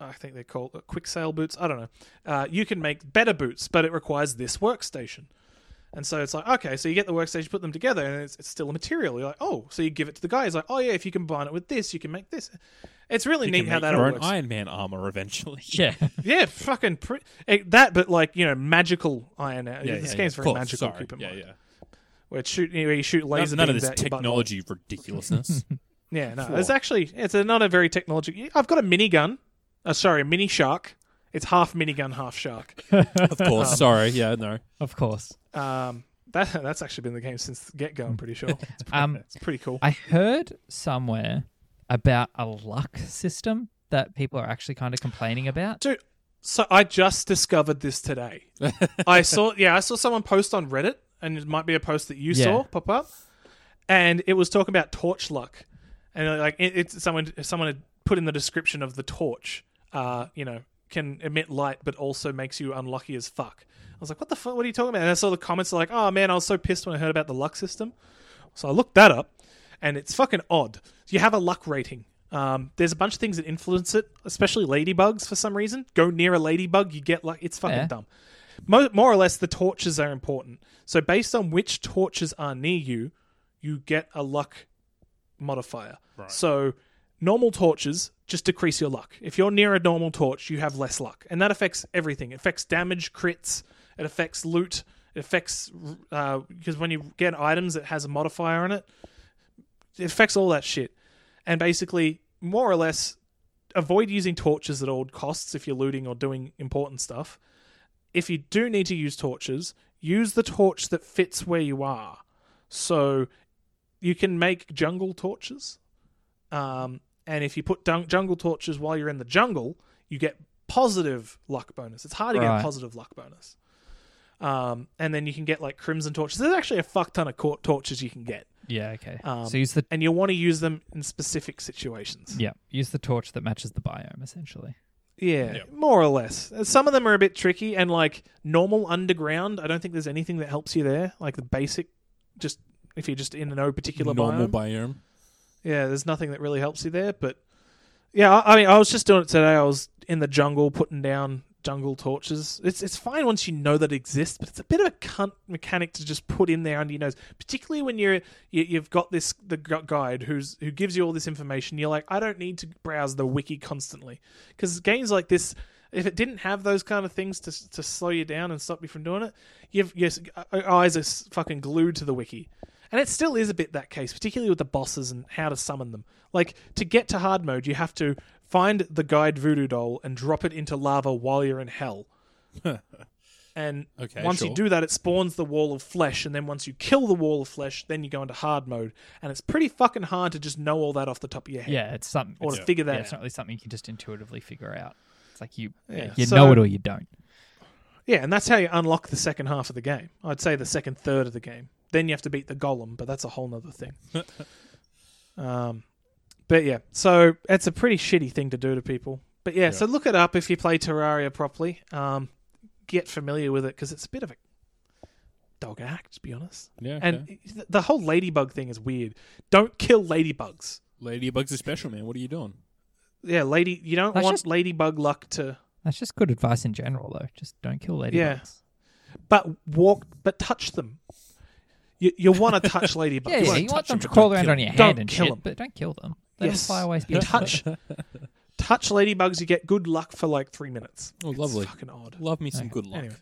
Speaker 2: I think they're called uh, quick sale boots. I don't know. Uh, you can make better boots, but it requires this workstation. And so it's like, okay, so you get the workstation, put them together, and it's, it's still a material. You're like, oh, so you give it to the guy. He's like, oh, yeah, if you combine it with this, you can make this. It's really
Speaker 1: You
Speaker 2: neat
Speaker 1: can
Speaker 2: how
Speaker 1: make
Speaker 2: that
Speaker 1: your
Speaker 2: all
Speaker 1: own
Speaker 2: works.
Speaker 1: Iron Man armor eventually.
Speaker 3: Yeah. [LAUGHS]
Speaker 2: Yeah, fucking pre- eh, that, but like, you know, magical iron. Yeah,
Speaker 1: Yeah,
Speaker 2: this
Speaker 1: yeah,
Speaker 2: game's
Speaker 1: yeah. Of
Speaker 2: very
Speaker 1: course,
Speaker 2: magical,
Speaker 1: Sorry.
Speaker 2: keep in
Speaker 1: yeah,
Speaker 2: mind.
Speaker 1: yeah.
Speaker 2: Where, it's shoot, where you shoot
Speaker 1: None,
Speaker 2: laser
Speaker 1: none of
Speaker 2: beams
Speaker 1: this
Speaker 2: out your butthole.
Speaker 1: technology ridiculousness.
Speaker 2: Yeah, no, it's actually it's a, not a very technology. I've got a minigun. Uh, sorry, a mini shark. It's half minigun, half shark.
Speaker 1: of course. Sorry. Yeah, no.
Speaker 3: Of course.
Speaker 2: Um, that [LAUGHS] that's actually been the game since the get go. I'm pretty sure. It's pretty,
Speaker 3: Um,
Speaker 2: it's pretty cool.
Speaker 3: I heard somewhere about a luck system that people are actually kind of complaining about.
Speaker 2: Dude, so I just discovered this today. I saw, yeah, I saw someone post on Reddit, and it might be a post that you
Speaker 3: Yeah.
Speaker 2: saw pop up, and it was talking about torch luck, and uh, like it, it's someone someone had put in the description of the torch, uh, you know, can emit light but also makes you unlucky as fuck. I was like, what the fuck? What are you talking about? And I saw the comments like, oh man, I was so pissed when I heard about the luck system. So I looked that up, and it's fucking odd. You have a luck rating. Um, there's a bunch of things that influence it, especially ladybugs for some reason. Go near a ladybug, you get luck. It's fucking
Speaker 3: Yeah.
Speaker 2: dumb. Mo- more or less, the torches are important. So based on which torches are near you, you get a luck modifier. So normal torches just decrease your luck. If you're near a normal torch, you have less luck, and that affects everything. It affects damage, crits. It affects loot. It affects uh, because when you get items, it has a modifier on it. It affects all that shit, and basically, more or less, avoid using torches at all costs if you're looting or doing important stuff. If you do need to use torches, use the torch that fits where you are. So you can make jungle torches. Um, and if you put dun- jungle torches while you're in the jungle, you get positive luck bonus. It's hard to get
Speaker 3: Right.
Speaker 2: a positive luck bonus. Um, and then you can get like crimson torches. There's actually a fuck ton of cor- torches you can get,
Speaker 3: Yeah. Okay.
Speaker 2: Um,
Speaker 3: so use the
Speaker 2: and you'll want to use them in specific situations.
Speaker 3: yeah use the torch that matches the biome essentially.
Speaker 2: Yeah,
Speaker 1: Yeah.
Speaker 2: more or less. Uh, Some of them are a bit tricky, and like normal underground, I don't think there's anything that helps you there. Like the basic, just if you're just in no particular
Speaker 1: normal
Speaker 2: biome.
Speaker 1: biome.
Speaker 2: yeah, there's nothing that really helps you there. But yeah, I, I mean, I was just doing it today. I was in the jungle putting down jungle torches. It's it's fine once you know that it exists, but it's a bit of a cunt mechanic to just put in there under your nose, particularly when you're you, you've got this the gu- guide who's who gives you all this information. You're like, I don't need to browse the wiki constantly because games like this. If it didn't have those kind of things to, to slow you down and stop you from doing it, you've, your s- uh, eyes are s- fucking glued to the wiki. And it still is a bit that case, particularly with the bosses and how to summon them. Like, to get to hard mode, you have to find the guide voodoo doll and drop it into lava while you're in hell. and
Speaker 1: Okay,
Speaker 2: once you
Speaker 1: sure.
Speaker 2: do that, it spawns the wall of flesh. And then once you kill the wall of flesh, then you go into hard mode. And it's pretty fucking hard to just know all that off the top of your head.
Speaker 3: Yeah, it's something.
Speaker 2: Or
Speaker 3: It's,
Speaker 2: to figure that
Speaker 3: yeah,
Speaker 2: out.
Speaker 3: it's not really something you can just intuitively figure out. It's like you
Speaker 2: Yeah.
Speaker 3: you
Speaker 2: So-
Speaker 3: know it or you don't.
Speaker 2: Yeah, and that's how you unlock the second half of the game. I'd say the second third of the game. Then you have to beat the golem, but that's a whole nother thing. um, but yeah, so it's a pretty shitty thing to do to people. But yeah, so look it up if you play Terraria properly. Um, get familiar with it because it's a bit of a dog act, to be honest.
Speaker 1: Yeah,
Speaker 2: And th- the whole ladybug thing is weird. Don't kill ladybugs.
Speaker 1: ladybugs are special, man. What are you doing?
Speaker 2: Yeah, lady, you don't
Speaker 3: That's
Speaker 2: want
Speaker 3: just-
Speaker 2: ladybug luck to.
Speaker 3: That's just good advice in general, though. Just don't kill ladybugs.
Speaker 2: Yeah. but walk but touch them you, you want to touch ladybugs
Speaker 3: Yeah, yeah,
Speaker 1: wanna
Speaker 3: you want
Speaker 1: touch
Speaker 3: them
Speaker 1: them,
Speaker 3: to
Speaker 1: but
Speaker 3: crawl
Speaker 1: don't
Speaker 3: around
Speaker 1: kill
Speaker 3: on your
Speaker 2: them.
Speaker 3: head
Speaker 2: Don't
Speaker 3: and
Speaker 2: kill
Speaker 3: shit,
Speaker 2: them.
Speaker 3: but don't kill them. Let them
Speaker 2: Yes.
Speaker 3: fly away. as
Speaker 2: you [LAUGHS]
Speaker 3: beautiful.
Speaker 2: touch touch ladybugs you get good luck for like three minutes
Speaker 1: Oh,
Speaker 2: It's
Speaker 1: lovely.
Speaker 2: fucking odd
Speaker 1: Love me some good luck.
Speaker 2: anyway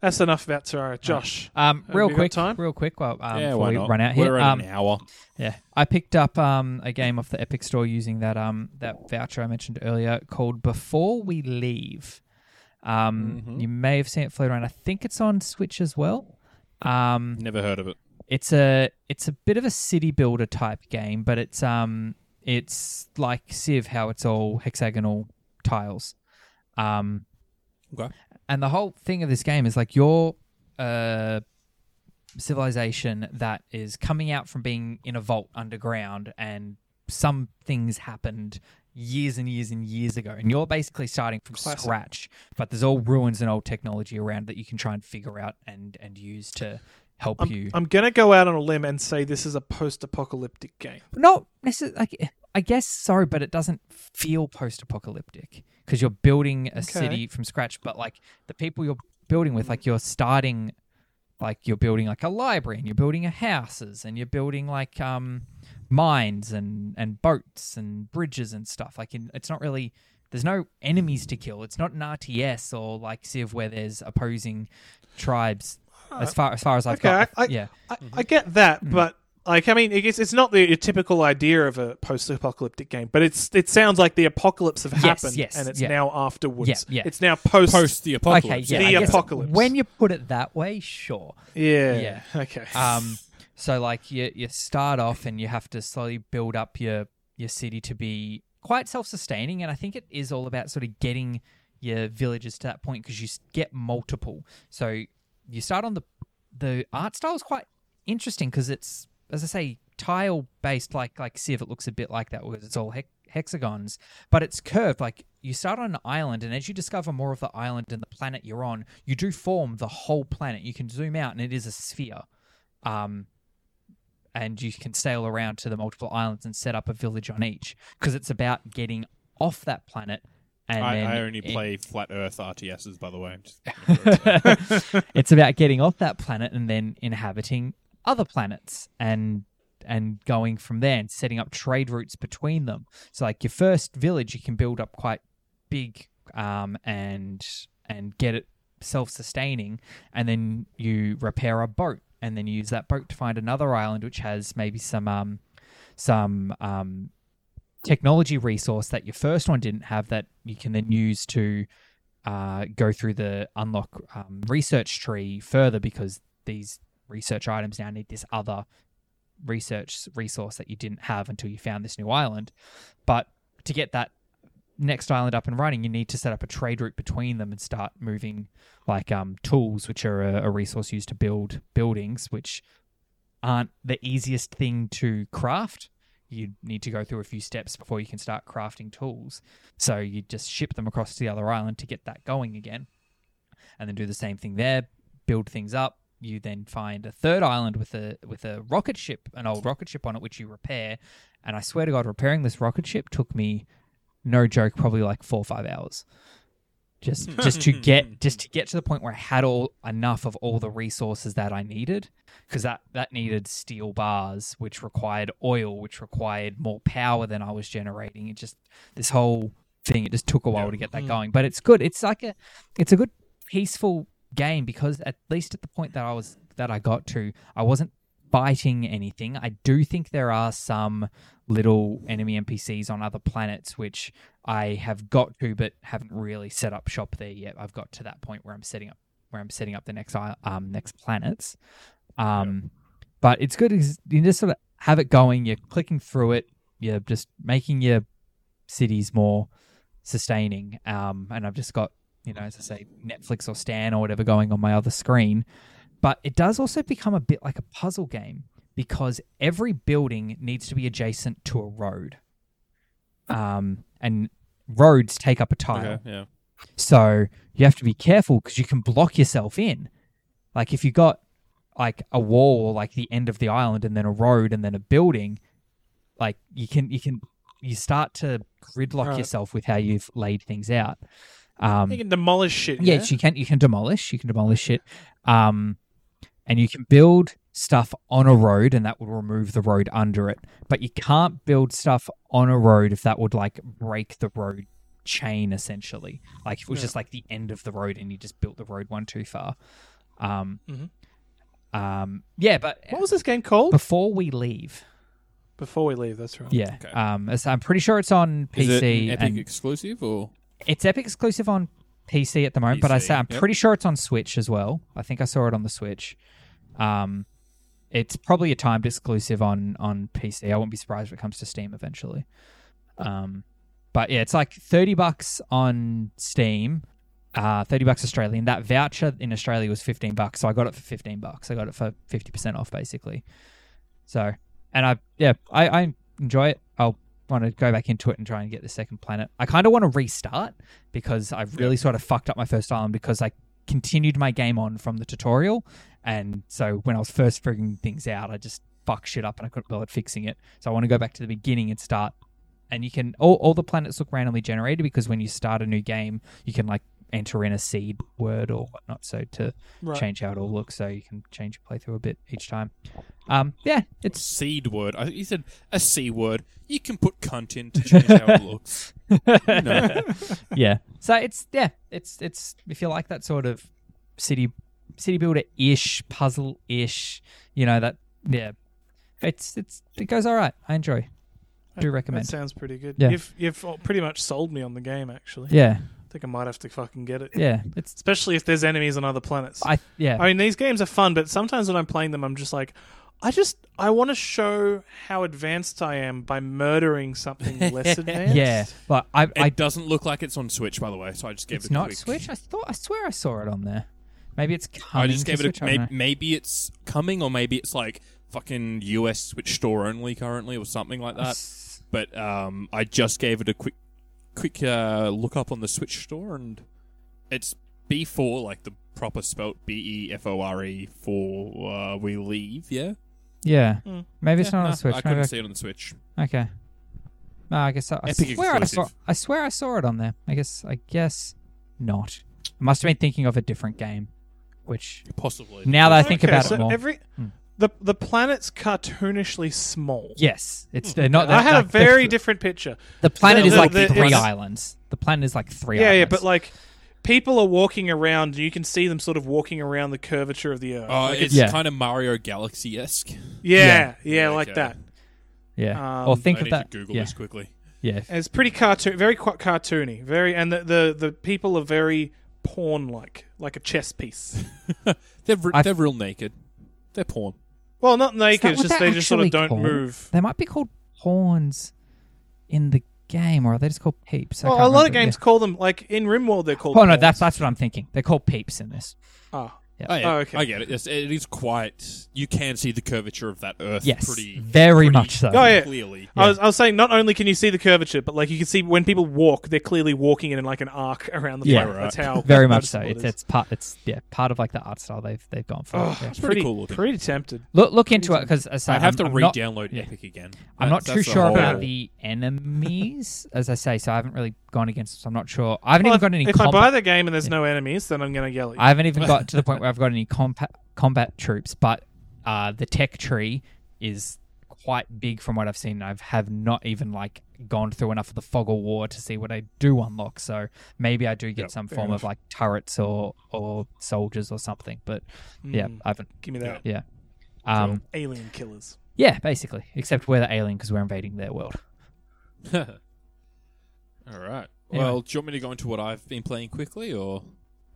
Speaker 2: that's enough about Soraya. josh
Speaker 3: Um, real
Speaker 2: we got
Speaker 3: quick,
Speaker 2: time?
Speaker 3: real quick. Well, um,
Speaker 1: yeah,
Speaker 3: before
Speaker 1: why
Speaker 3: we
Speaker 1: not?
Speaker 3: run out here,
Speaker 1: We're at
Speaker 3: um,
Speaker 1: an hour.
Speaker 3: yeah, I picked up um a game off the Epic Store using that um that voucher I mentioned earlier called Before We Leave. Um, you may have seen it float around. I think it's on Switch as well. Um,
Speaker 1: Never heard of it.
Speaker 3: it's a it's a bit of a city builder type game, but it's um it's like Civ, how it's all hexagonal tiles. Um,
Speaker 1: Okay.
Speaker 3: and the whole thing of this game is like your uh, civilization that is coming out from being in a vault underground, and some things happened years and years and years ago, and you're basically starting from
Speaker 2: Classic.
Speaker 3: scratch. But there's all ruins and old technology around that you can try and figure out and and use to help you.
Speaker 2: i'm gonna go out on a limb and say this is a post-apocalyptic game
Speaker 3: not necessarily like I guess so, but it doesn't feel post-apocalyptic because you're building a city from scratch. But like the people you're building with, like you're starting, like you're building like a library and you're building a houses and you're building like um mines and and boats and bridges and stuff. Like in, it's not really there's no enemies to kill. It's not an RTS or like Civ where there's opposing tribes. As far as far as I've
Speaker 2: okay
Speaker 3: got,
Speaker 2: I, I,
Speaker 3: yeah.
Speaker 2: I,
Speaker 1: Mm-hmm.
Speaker 2: I get that
Speaker 3: Mm-hmm.
Speaker 2: but like i mean it's, it's not the your typical idea of a post-apocalyptic game but it's it sounds like the apocalypse have happened
Speaker 3: yes,
Speaker 2: and it's
Speaker 3: yeah.
Speaker 2: now afterwards
Speaker 3: yeah.
Speaker 2: it's now post,
Speaker 1: Post the apocalypse.
Speaker 3: Okay, yeah,
Speaker 2: The
Speaker 3: I guess
Speaker 2: apocalypse.
Speaker 3: When you put it that way, sure.
Speaker 2: yeah okay
Speaker 3: [LAUGHS] Um, so like you you start off and you have to slowly build up your your city to be quite self sustaining, and I think it is all about sort of getting your villages to that point because you s- get multiple. So you start on the the art style is quite interesting because it's as I say tile based like like Civ. It looks a bit like that because it's all hec- hexagons, but it's curved. Like you start on an island, and as you discover more of the island and the planet you're on, you do form the whole planet. You can zoom out, and it is a sphere. Um, and you can sail around to the multiple islands and set up a village on each because it's about getting off that planet. And
Speaker 1: I,
Speaker 3: then
Speaker 1: I only
Speaker 3: it-
Speaker 1: play flat Earth RTSs, by the way. Just-
Speaker 3: it's about getting off that planet and then inhabiting other planets and and going from there and setting up trade routes between them. So like your first village you can build up quite big um and and get it self-sustaining, and then you repair a boat, and then you use that boat to find another island which has maybe some um, some um, technology resource that your first one didn't have that you can then use to uh, go through the unlock um, research tree further because these research items now need this other research resource that you didn't have until you found this new island. But to get that next island up and running, you need to set up a trade route between them and start moving like um, tools, which are a, a resource used to build buildings, which aren't the easiest thing to craft. You need to go through a few steps before you can start crafting tools. So you just ship them across to the other island to get that going again. And then do the same thing there, build things up. You then find a third island with a with a rocket ship, an old rocket ship on it, which you repair. And I swear to God, repairing this rocket ship took me, no joke, probably like four or five hours. Just just to get just to get to the point where I had all enough of all the resources that I needed because that that needed steel bars, which required oil, which required more power than I was generating. It just this whole thing. It just took a while to get that going, but it's good. It's like a it's a good peaceful game because at least at the point that I was that I got to, I wasn't fighting anything. I do think there are some little enemy NPCs on other planets which I have got to, but haven't really set up shop there yet. I've got to that point where I'm setting up where I'm setting up the next i- um next planets. Um, but it's good. 'cause You just sort of have it going. You're clicking through it. You're just making your cities more sustaining. Um, and I've just got you know, as I say, Netflix or Stan or whatever going on my other screen. But it does also become a bit like a puzzle game because every building needs to be adjacent to a road. Um, and roads take up a tile.
Speaker 1: Okay, yeah.
Speaker 3: So you have to be careful because you can block yourself in. Like if you got like a wall, like the end of the island, and then a road, and then a building, like you can you can you start to gridlock
Speaker 2: Right.
Speaker 3: yourself with how you've laid things out. Um,
Speaker 2: You can demolish shit.
Speaker 3: yeah, you can you can demolish you can demolish it um and you can build stuff on a road and that will remove the road under it but you can't build stuff on a road if that would like break the road chain essentially like if it was just like the end of the road and you just built the road one too far um
Speaker 2: Mhm.
Speaker 1: Mm-hmm.
Speaker 3: um yeah but
Speaker 2: What was this game called?
Speaker 3: before we leave
Speaker 2: Before we leave, that's right.
Speaker 3: yeah
Speaker 1: Okay.
Speaker 3: um as- i'm pretty sure it's on pc
Speaker 1: Is it an Epic
Speaker 3: and
Speaker 1: exclusive or
Speaker 3: it's Epic exclusive on PC at the moment, but I
Speaker 1: PC,
Speaker 3: say I'm
Speaker 1: yep.
Speaker 3: pretty sure it's on Switch as well. I think I saw it on the Switch. Um, it's probably a timed exclusive on on PC. I wouldn't be surprised if it comes to Steam eventually. Um, but yeah, it's like thirty bucks on Steam, uh, thirty bucks Australian. That voucher in Australia was fifteen bucks, so I got it for fifteen bucks. I got it for fifty percent off basically. So, and I yeah, I, I enjoy it. I'll want to go back into it and try and get the second planet. I kind of want to restart because I really sort of fucked up my first island because I continued my game on from the tutorial, and so when I was first figuring things out, I just fucked shit up and I couldn't bother fixing it. So I want to go back to the beginning and start. And you can all, all the planets look randomly generated because when you start a new game, you can like enter in a seed word or whatnot, so to
Speaker 2: Right.
Speaker 3: change how it all looks. So you can change your playthrough a bit each time. Um, yeah, it's
Speaker 1: seed word? I, you said a c word. You can put cunt in to change how it looks. You know.
Speaker 3: yeah. So it's yeah, it's it's if you like that sort of city city builder ish puzzle ish, you know that yeah, it's it's it goes all right. I enjoy. Do recommend.
Speaker 2: That sounds pretty good.
Speaker 3: Yeah.
Speaker 2: You've you've pretty much sold me on the game. Actually,
Speaker 3: Yeah,
Speaker 2: I think I might have to fucking get it.
Speaker 3: yeah. It's
Speaker 2: Especially if there's enemies on other planets.
Speaker 3: I yeah.
Speaker 1: Oh,
Speaker 2: I mean, these games are fun, but sometimes when I'm playing them, I'm just like, I just I want to show how advanced I am by murdering
Speaker 3: [LAUGHS]
Speaker 2: something less advanced.
Speaker 3: yeah, but I
Speaker 1: It
Speaker 3: I
Speaker 1: doesn't look like it's on Switch, by the way. So I just gave
Speaker 3: it's
Speaker 1: it a
Speaker 3: not
Speaker 1: quick.
Speaker 3: Switch. I thought I swear I saw it on there. Maybe it's
Speaker 1: I
Speaker 3: coming.
Speaker 1: just
Speaker 3: to
Speaker 1: gave it
Speaker 3: Switch,
Speaker 1: a
Speaker 3: I don't
Speaker 1: maybe,
Speaker 3: know.
Speaker 1: maybe it's coming or maybe it's like fucking US Switch store only currently or something like that.
Speaker 3: S-
Speaker 1: But um, I just gave it a quick quick uh, look up on the Switch store and it's B4 like the proper spelt B E F O R E for uh, we leave, yeah.
Speaker 3: Yeah,
Speaker 2: Mm.
Speaker 3: maybe it's
Speaker 1: Hmm. Yeah,
Speaker 3: not on
Speaker 1: nah,
Speaker 3: the Switch.
Speaker 1: I
Speaker 3: Maybe
Speaker 1: couldn't see it on the Switch.
Speaker 3: Okay. No, I guess I, I
Speaker 1: Epic
Speaker 3: swear I saw.
Speaker 1: exclusive.
Speaker 3: I swear I saw it on there. I guess. I guess not. I must have been thinking of a different game. Which
Speaker 1: Possibly.
Speaker 3: now that I think
Speaker 2: Okay,
Speaker 3: about
Speaker 2: so
Speaker 3: it more, Hmm.
Speaker 2: Every the the planet's cartoonishly small.
Speaker 3: yes, it's they're not.
Speaker 2: Hmm. I had
Speaker 3: like,
Speaker 2: a very
Speaker 3: the,
Speaker 2: different picture.
Speaker 3: The planet
Speaker 2: the-
Speaker 3: is like
Speaker 2: the-
Speaker 3: three
Speaker 2: it's-
Speaker 3: islands. The planet is like three.
Speaker 2: yeah, yeah,
Speaker 3: islands.
Speaker 2: but like people are walking around, and you can see them sort of walking around the curvature of the earth.
Speaker 1: Uh,
Speaker 2: Like,
Speaker 1: it's
Speaker 3: Yeah.
Speaker 1: kind of Mario Galaxy esque.
Speaker 2: yeah, yeah,
Speaker 1: Yeah,
Speaker 2: like
Speaker 1: okay.
Speaker 2: that.
Speaker 3: Yeah.
Speaker 2: Um,
Speaker 3: or
Speaker 1: I
Speaker 3: think
Speaker 1: need
Speaker 3: of that.
Speaker 1: to Google
Speaker 3: yeah.
Speaker 1: this quickly.
Speaker 3: Yeah.
Speaker 2: And it's pretty cartoon, very quite cartoony, very, and the the, the people are very porn like, like a chess piece.
Speaker 1: They're re-
Speaker 3: I-
Speaker 1: they're real naked. They're porn.
Speaker 2: Well, not
Speaker 3: Is that
Speaker 2: naked, it's
Speaker 3: what
Speaker 2: just
Speaker 3: they're
Speaker 2: they just sort of
Speaker 3: actually
Speaker 2: don't
Speaker 3: called?
Speaker 2: move.
Speaker 3: They might be called horns in the game, or are they just called peeps? I
Speaker 2: Well, a
Speaker 3: can't
Speaker 2: lot of
Speaker 3: remember.
Speaker 2: games call them like in RimWorld they're
Speaker 3: Yeah.
Speaker 2: called.
Speaker 3: Oh no,
Speaker 2: horns.
Speaker 3: that's that's what I'm thinking. They're called peeps in this.
Speaker 2: Ah.
Speaker 1: Oh, yeah.
Speaker 2: Oh, okay.
Speaker 1: I get it. It's, it is quite. You can see the curvature of that Earth.
Speaker 3: Yes,
Speaker 1: pretty,
Speaker 3: very
Speaker 1: pretty
Speaker 3: much so.
Speaker 2: Oh, yeah.
Speaker 1: Clearly,
Speaker 2: I was, I was saying not only can you see the curvature, but like you can see when people walk, they're clearly walking in like an arc around the
Speaker 3: Yeah.
Speaker 2: planet.
Speaker 1: Right.
Speaker 2: That's how
Speaker 3: Very much so.
Speaker 2: noticeable
Speaker 3: It's
Speaker 2: it is.
Speaker 3: it's part it's yeah part of like the art style they've they've gone for.
Speaker 2: Oh,
Speaker 3: Yeah.
Speaker 2: it's
Speaker 1: pretty
Speaker 2: pretty,
Speaker 1: cool looking.
Speaker 2: pretty tempted.
Speaker 3: Look look into it because I
Speaker 1: I have to
Speaker 3: I'm, I'm not-
Speaker 1: re-download
Speaker 3: yeah.
Speaker 1: Epic again.
Speaker 3: I'm not
Speaker 1: That's-
Speaker 3: too
Speaker 1: that's
Speaker 3: sure about
Speaker 1: whole- [LAUGHS]
Speaker 3: the enemies, as I say. So I haven't really gone against. So I'm not sure. I haven't
Speaker 2: Well,
Speaker 3: even got any.
Speaker 2: if
Speaker 3: combat.
Speaker 2: I buy the game and there's no enemies, then I'm going to yell at you.
Speaker 3: I haven't even got to the point where I've got any combat combat troops, but uh, the tech tree is quite big from what I've seen. I've have not even like gone through enough of the fog of war to see what I do unlock. So maybe I do get some form of like turrets or or soldiers or something. But yeah,
Speaker 2: Mm.
Speaker 3: I haven't.
Speaker 2: Give me that.
Speaker 3: Yeah. Um,
Speaker 2: Alien killers.
Speaker 3: Yeah, basically. Except we're the alien because we're invading their world.
Speaker 1: All right.
Speaker 3: Anyway.
Speaker 1: Well, do you want me to go into what I've been playing quickly, or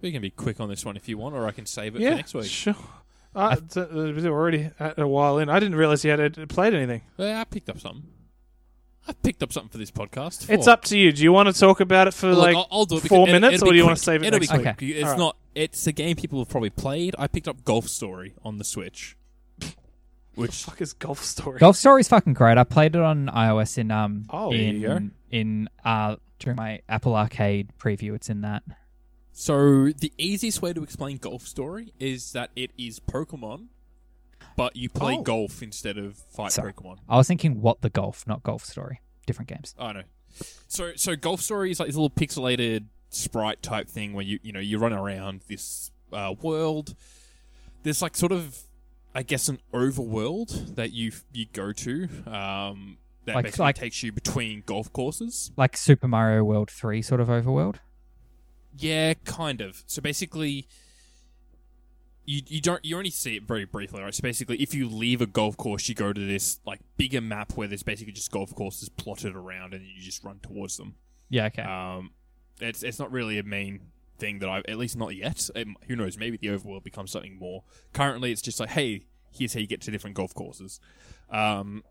Speaker 1: we can be quick on this one if you want, or I can save it
Speaker 2: yeah,
Speaker 1: for next week.
Speaker 2: sure. Uh, it's, uh, we're already at a while in. I didn't realize you had uh, played anything.
Speaker 1: Yeah, I picked up something. I picked up something for this podcast.
Speaker 2: It's
Speaker 1: Four.
Speaker 2: up to you. Do you want to talk about it for
Speaker 1: Look,
Speaker 2: like
Speaker 1: I'll, I'll do it because
Speaker 2: four
Speaker 1: it'll-
Speaker 2: minutes,
Speaker 1: it'll be
Speaker 2: or do you
Speaker 1: quick.
Speaker 2: want to save it
Speaker 1: It'll
Speaker 2: next
Speaker 1: be
Speaker 2: week?
Speaker 1: quick.
Speaker 3: Okay.
Speaker 1: It's
Speaker 2: Alright.
Speaker 1: not. It's a game people have probably played. I picked up Golf Story on the Switch, which
Speaker 2: Fuck is golf story.
Speaker 3: Golf Story's fucking great. I played it on iOS in um
Speaker 2: Oh, there
Speaker 3: in
Speaker 1: you go.
Speaker 3: in uh during my Apple Arcade preview. It's in that.
Speaker 1: So the easiest way to explain Golf Story is that it is Pokemon, but you play
Speaker 2: Oh.
Speaker 1: golf instead of fight
Speaker 3: Sorry.
Speaker 1: Pokemon.
Speaker 3: I was thinking what the golf, not Golf Story. Different games.
Speaker 1: I know. So so Golf Story is like this little pixelated sprite type thing where you you know you run around this uh, world. There's like sort of I guess an overworld that you you go to um, that
Speaker 3: Like-
Speaker 1: basically
Speaker 3: like-
Speaker 1: takes you between golf courses.
Speaker 3: Like Super Mario World 3 sort of overworld.
Speaker 1: Yeah, kind of. So basically, you you don't you only see it very briefly, right? So basically, if you leave a golf course, you go to this like bigger map where there's basically just golf courses plotted around, and you just run towards them.
Speaker 3: Yeah, okay.
Speaker 1: Um, it's it's not really a main thing that I have at least not yet. Um, who knows? Maybe the overworld becomes something more. Currently, it's just like, hey, here's how you get to different golf courses. Um,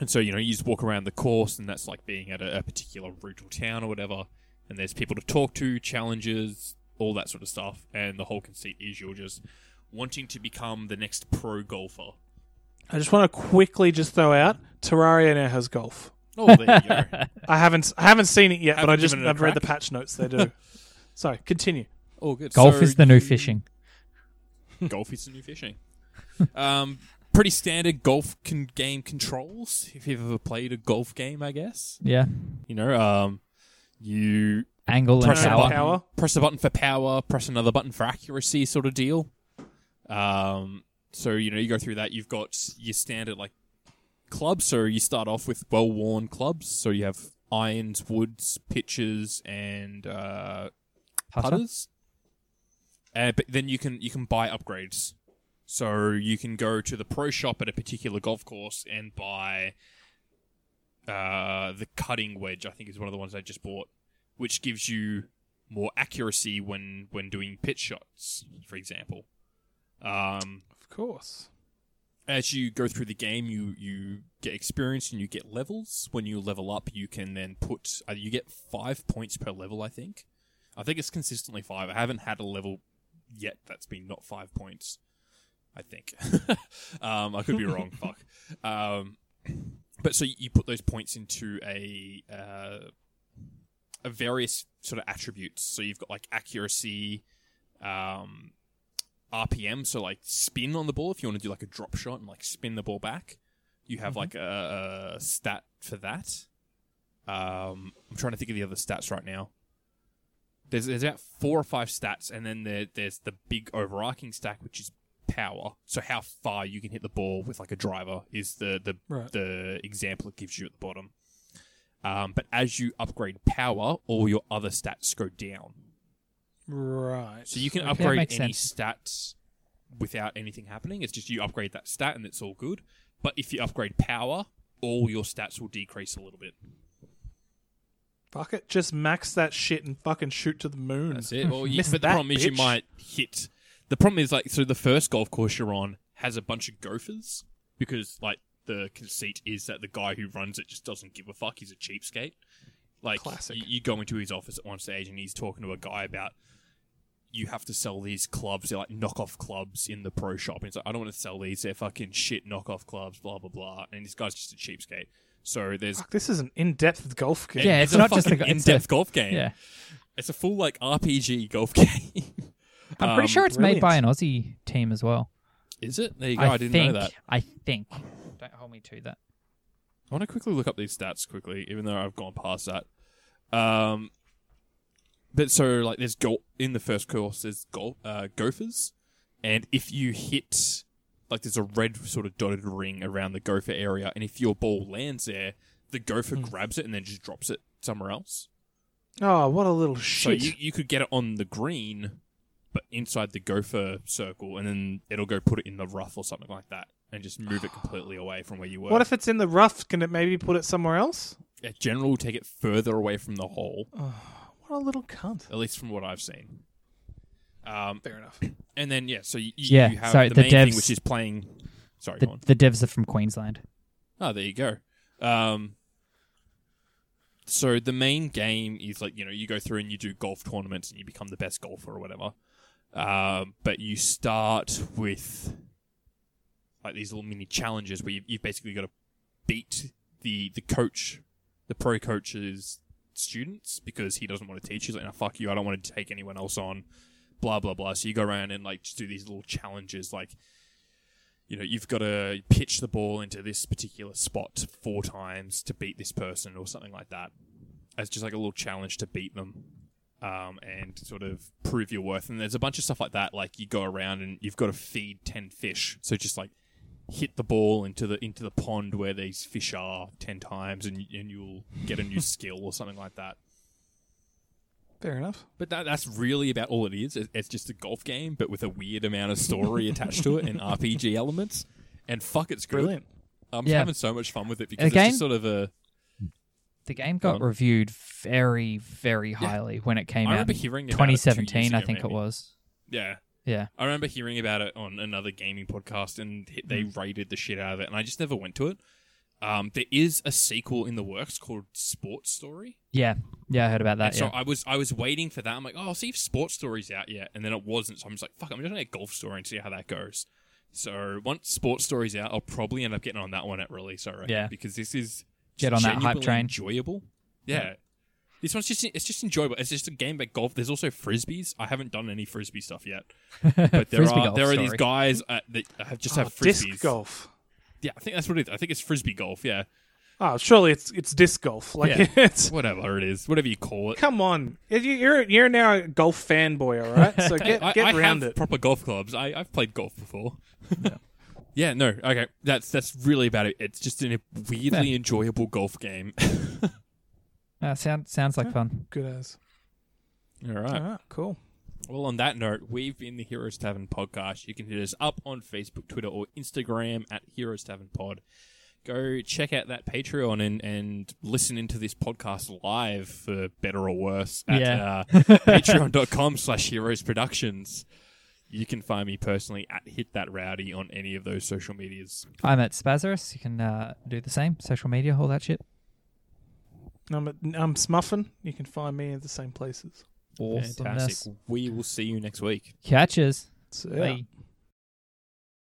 Speaker 1: and so you know, you just walk around the course, and that's like being at a, a particular route or town or whatever. And there's people to talk to, challenges, all that sort of stuff. And the whole conceit is you're just wanting to become the next pro golfer.
Speaker 2: I just want to quickly just throw out Terraria now has golf.
Speaker 1: Oh, there you go.
Speaker 2: I haven't I haven't seen it yet, but
Speaker 1: Haven't
Speaker 2: I just
Speaker 1: given it a
Speaker 2: I've read the
Speaker 1: crack?
Speaker 2: patch notes.
Speaker 1: [LAUGHS]
Speaker 2: They do. so continue.
Speaker 1: Oh, good.
Speaker 3: golf
Speaker 1: So
Speaker 3: is the new
Speaker 1: you-
Speaker 3: fishing.
Speaker 1: golf is the new fishing. Um, pretty standard golf con- game controls. If you've ever played a golf game, I guess
Speaker 3: Yeah.
Speaker 1: you know. Um, you
Speaker 3: Angle and
Speaker 1: press
Speaker 2: Press
Speaker 1: a
Speaker 2: the
Speaker 1: button,
Speaker 3: power.
Speaker 2: power.
Speaker 1: press a button for power, press another button for accuracy, sort of deal. Um, so you know you go through that. You've got your standard like clubs. So you start off with well-worn clubs. So you have irons, woods, pitches, and uh,
Speaker 3: Putter.
Speaker 1: putters. Uh, but then you can you can buy upgrades. So you can go to the pro shop at a particular golf course and buy uh, the cutting wedge. I think is one of the ones I just bought, which gives you more accuracy when when doing pitch shots, for example. Um,
Speaker 2: Of course.
Speaker 1: as you go through the game, you you get experience and you get levels. When you level up, you can then put uh, you get five points per level. I think, I think it's consistently five. I haven't had a level yet that's been not five points. I think, [LAUGHS] um, I could be wrong. Fuck. Um, but so you put those points into a uh, a various sort of attributes. So you've got like accuracy, um, RPM, so like spin on the ball. If you want to do like a drop shot and like spin the ball back, you have like a, a stat for that. Um, I'm trying to think of the other stats right now. There's there's about four or five stats, and then there, there's the big overarching stack, which is power. So how far you can hit the ball with like a driver is the the
Speaker 2: Right.
Speaker 1: the example it gives you at the bottom. Um, but as you upgrade power, all your other stats go down.
Speaker 2: Right.
Speaker 1: So you can
Speaker 3: Okay. That
Speaker 1: upgrade
Speaker 3: makes
Speaker 1: any stats without anything happening. It's just you upgrade that stat and it's all good. But if you upgrade power, all your stats will decrease a little bit.
Speaker 2: Fuck it. Just max that shit and fucking shoot to the moon.
Speaker 1: That's it. Mm. Well, you,
Speaker 2: Miss
Speaker 1: but the
Speaker 2: that,
Speaker 1: problem is you
Speaker 2: bitch.
Speaker 1: might hit. The problem is like so the first golf course you're on has a bunch of gophers because like the conceit is that the guy who runs it just doesn't give a fuck. He's a cheapskate. Like
Speaker 2: Classic.
Speaker 1: You, you go into his office at one stage and he's talking to a guy about you have to sell these clubs. They're like knockoff clubs in the pro shop. And it's like I don't want to sell these. They're fucking shit knockoff clubs. Blah blah blah. And this guy's just a cheapskate. So there's
Speaker 2: Fuck, this is an in-depth golf game.
Speaker 3: Yeah, it's
Speaker 1: a
Speaker 3: not just a
Speaker 1: fucking
Speaker 3: go- it's a-
Speaker 1: in-depth golf game.
Speaker 3: Yeah.
Speaker 1: It's a full like RPG golf [LAUGHS] game.
Speaker 3: I'm pretty
Speaker 1: Um,
Speaker 3: sure it's
Speaker 2: brilliant.
Speaker 3: made by an Aussie team as well.
Speaker 1: Is it? There you go. I, didn't
Speaker 3: think,
Speaker 1: know that.
Speaker 3: I think. Don't hold me to that.
Speaker 1: I want to quickly look up these stats quickly, even though I've gone past that. Um, but so like there's go- in the first course there's go- uh, gophers, and if you hit like there's a red sort of dotted ring around the gopher area, and if your ball lands there, the gopher grabs it and then just drops it somewhere else.
Speaker 2: Oh, what a little
Speaker 1: So
Speaker 2: shit.
Speaker 1: you, you could get it on the green, but inside the gopher circle, and then it'll go put it in the rough or something like that, and just move it completely away from where you were.
Speaker 2: what if it's in the rough? Can it maybe put it somewhere else?
Speaker 1: Yeah, general will take it further away from the hole,
Speaker 2: What a little cunt.
Speaker 1: at least from what I've seen. Um,
Speaker 2: Fair enough.
Speaker 1: and then yeah, so you, you
Speaker 3: Yeah,
Speaker 1: you have
Speaker 3: so
Speaker 1: the,
Speaker 3: the
Speaker 1: main thing,
Speaker 3: devs-
Speaker 1: which is playing. Sorry, go
Speaker 3: The,
Speaker 1: on.
Speaker 3: the devs are from Queensland.
Speaker 1: Oh, there you go. Um, so the main game is like you know you go through and you do golf tournaments and you become the best golfer or whatever. Um, but you start with like these little mini challenges where you, you've basically got to beat the the coach, the pro coach's students because he doesn't want to teach. He's like, no, fuck you, I don't want to take anyone else on. Blah blah blah. So you go around and like just do these little challenges, like you know, you've got to pitch the ball into this particular spot four times to beat this person or something like that. As just like a little challenge to beat them um, and sort of prove your worth. And there's a bunch of stuff like that. Like you go around and you've got to feed 10 fish. So just like hit the ball into the into the pond where these fish are 10 times and, and you'll get a new skill or something like that.
Speaker 2: Fair enough.
Speaker 1: But that, that's really about all it is. It- It's just a golf game, but with a weird amount of story attached to it and RPG elements. And fuck, it's good.
Speaker 2: Brilliant.
Speaker 1: I'm
Speaker 3: Yeah.
Speaker 1: having so much fun with it because
Speaker 3: Again?
Speaker 1: it's just sort of a.
Speaker 3: The game
Speaker 1: Go
Speaker 3: got
Speaker 1: on.
Speaker 3: reviewed very, very highly when it came
Speaker 1: I
Speaker 3: out.
Speaker 1: remember
Speaker 3: in
Speaker 1: hearing about it two years
Speaker 3: 2017, I
Speaker 1: ago,
Speaker 3: think it
Speaker 1: maybe.
Speaker 3: was.
Speaker 1: Yeah,
Speaker 3: Yeah.
Speaker 1: I remember hearing about it on another gaming podcast, and h- they
Speaker 3: Hmm.
Speaker 1: rated the shit out of it, and I just never went to it. Um, there is a sequel in the works called Sports Story,
Speaker 3: Yeah. Yeah, I heard about
Speaker 1: and
Speaker 3: that.
Speaker 1: so
Speaker 3: Uh, yeah.
Speaker 1: I was I was waiting for that. I'm like, oh, I'll see if Sports Story's out yet, and then it wasn't. So I'm just like, fuck, I'm just gonna get Golf Story and see how that goes. So once Sports Story's out, I'll probably end up getting on that one at release. I reckon,
Speaker 3: Yeah.
Speaker 1: because this is
Speaker 3: Get on that hype
Speaker 1: genuinely
Speaker 3: train.
Speaker 1: Enjoyable, yeah. This one's just it's just enjoyable. It's just a game about golf. There's also frisbees. I haven't done any frisbee stuff
Speaker 3: [LAUGHS]
Speaker 1: yet, but there
Speaker 3: Frisbee
Speaker 1: are
Speaker 3: golf,
Speaker 1: there are these
Speaker 3: sorry.
Speaker 1: guys uh, that have just
Speaker 2: Oh,
Speaker 1: have frisbees.
Speaker 2: disc golf.
Speaker 1: Yeah, I think that's what it is. I think it's frisbee golf. Yeah,
Speaker 2: Oh, surely it's it's disc golf. [LAUGHS] Like
Speaker 1: Yeah.
Speaker 2: it's.
Speaker 1: whatever it is, whatever you call it.
Speaker 2: Come on, If you- you're you're now a golf fanboy, all right? [LAUGHS] So
Speaker 1: Hey,
Speaker 2: get
Speaker 1: I,
Speaker 2: get
Speaker 1: I
Speaker 2: around
Speaker 1: have
Speaker 2: it.
Speaker 1: proper golf clubs. I, I've played golf before. [LAUGHS] yeah. no, okay. That's that's really about it. It's just an, a weirdly enjoyable golf game.
Speaker 3: Uh, sound, sounds like fun.
Speaker 2: Good as.
Speaker 1: All right.
Speaker 2: All right, cool.
Speaker 1: Well, on that note, we've been the Heroes Tavern podcast. You can hit us up on Facebook, Twitter, or Instagram at Heroes Tavern Pod. Go check out that Patreon and, and listen into this podcast live for better or worse at
Speaker 3: [LAUGHS] Yeah.
Speaker 1: uh, patreon.com slash heroes productions. You can find me personally at Hit That Rowdy on any of those social medias.
Speaker 3: I'm at Spazarus. You can uh, do the same. Social media, all that shit.
Speaker 2: I'm at, I'm Smuffin. You can find me at the same places.
Speaker 3: Awesomeness.
Speaker 1: Fantastic. We will see you next week.
Speaker 3: Catches.
Speaker 2: So,
Speaker 3: Bye.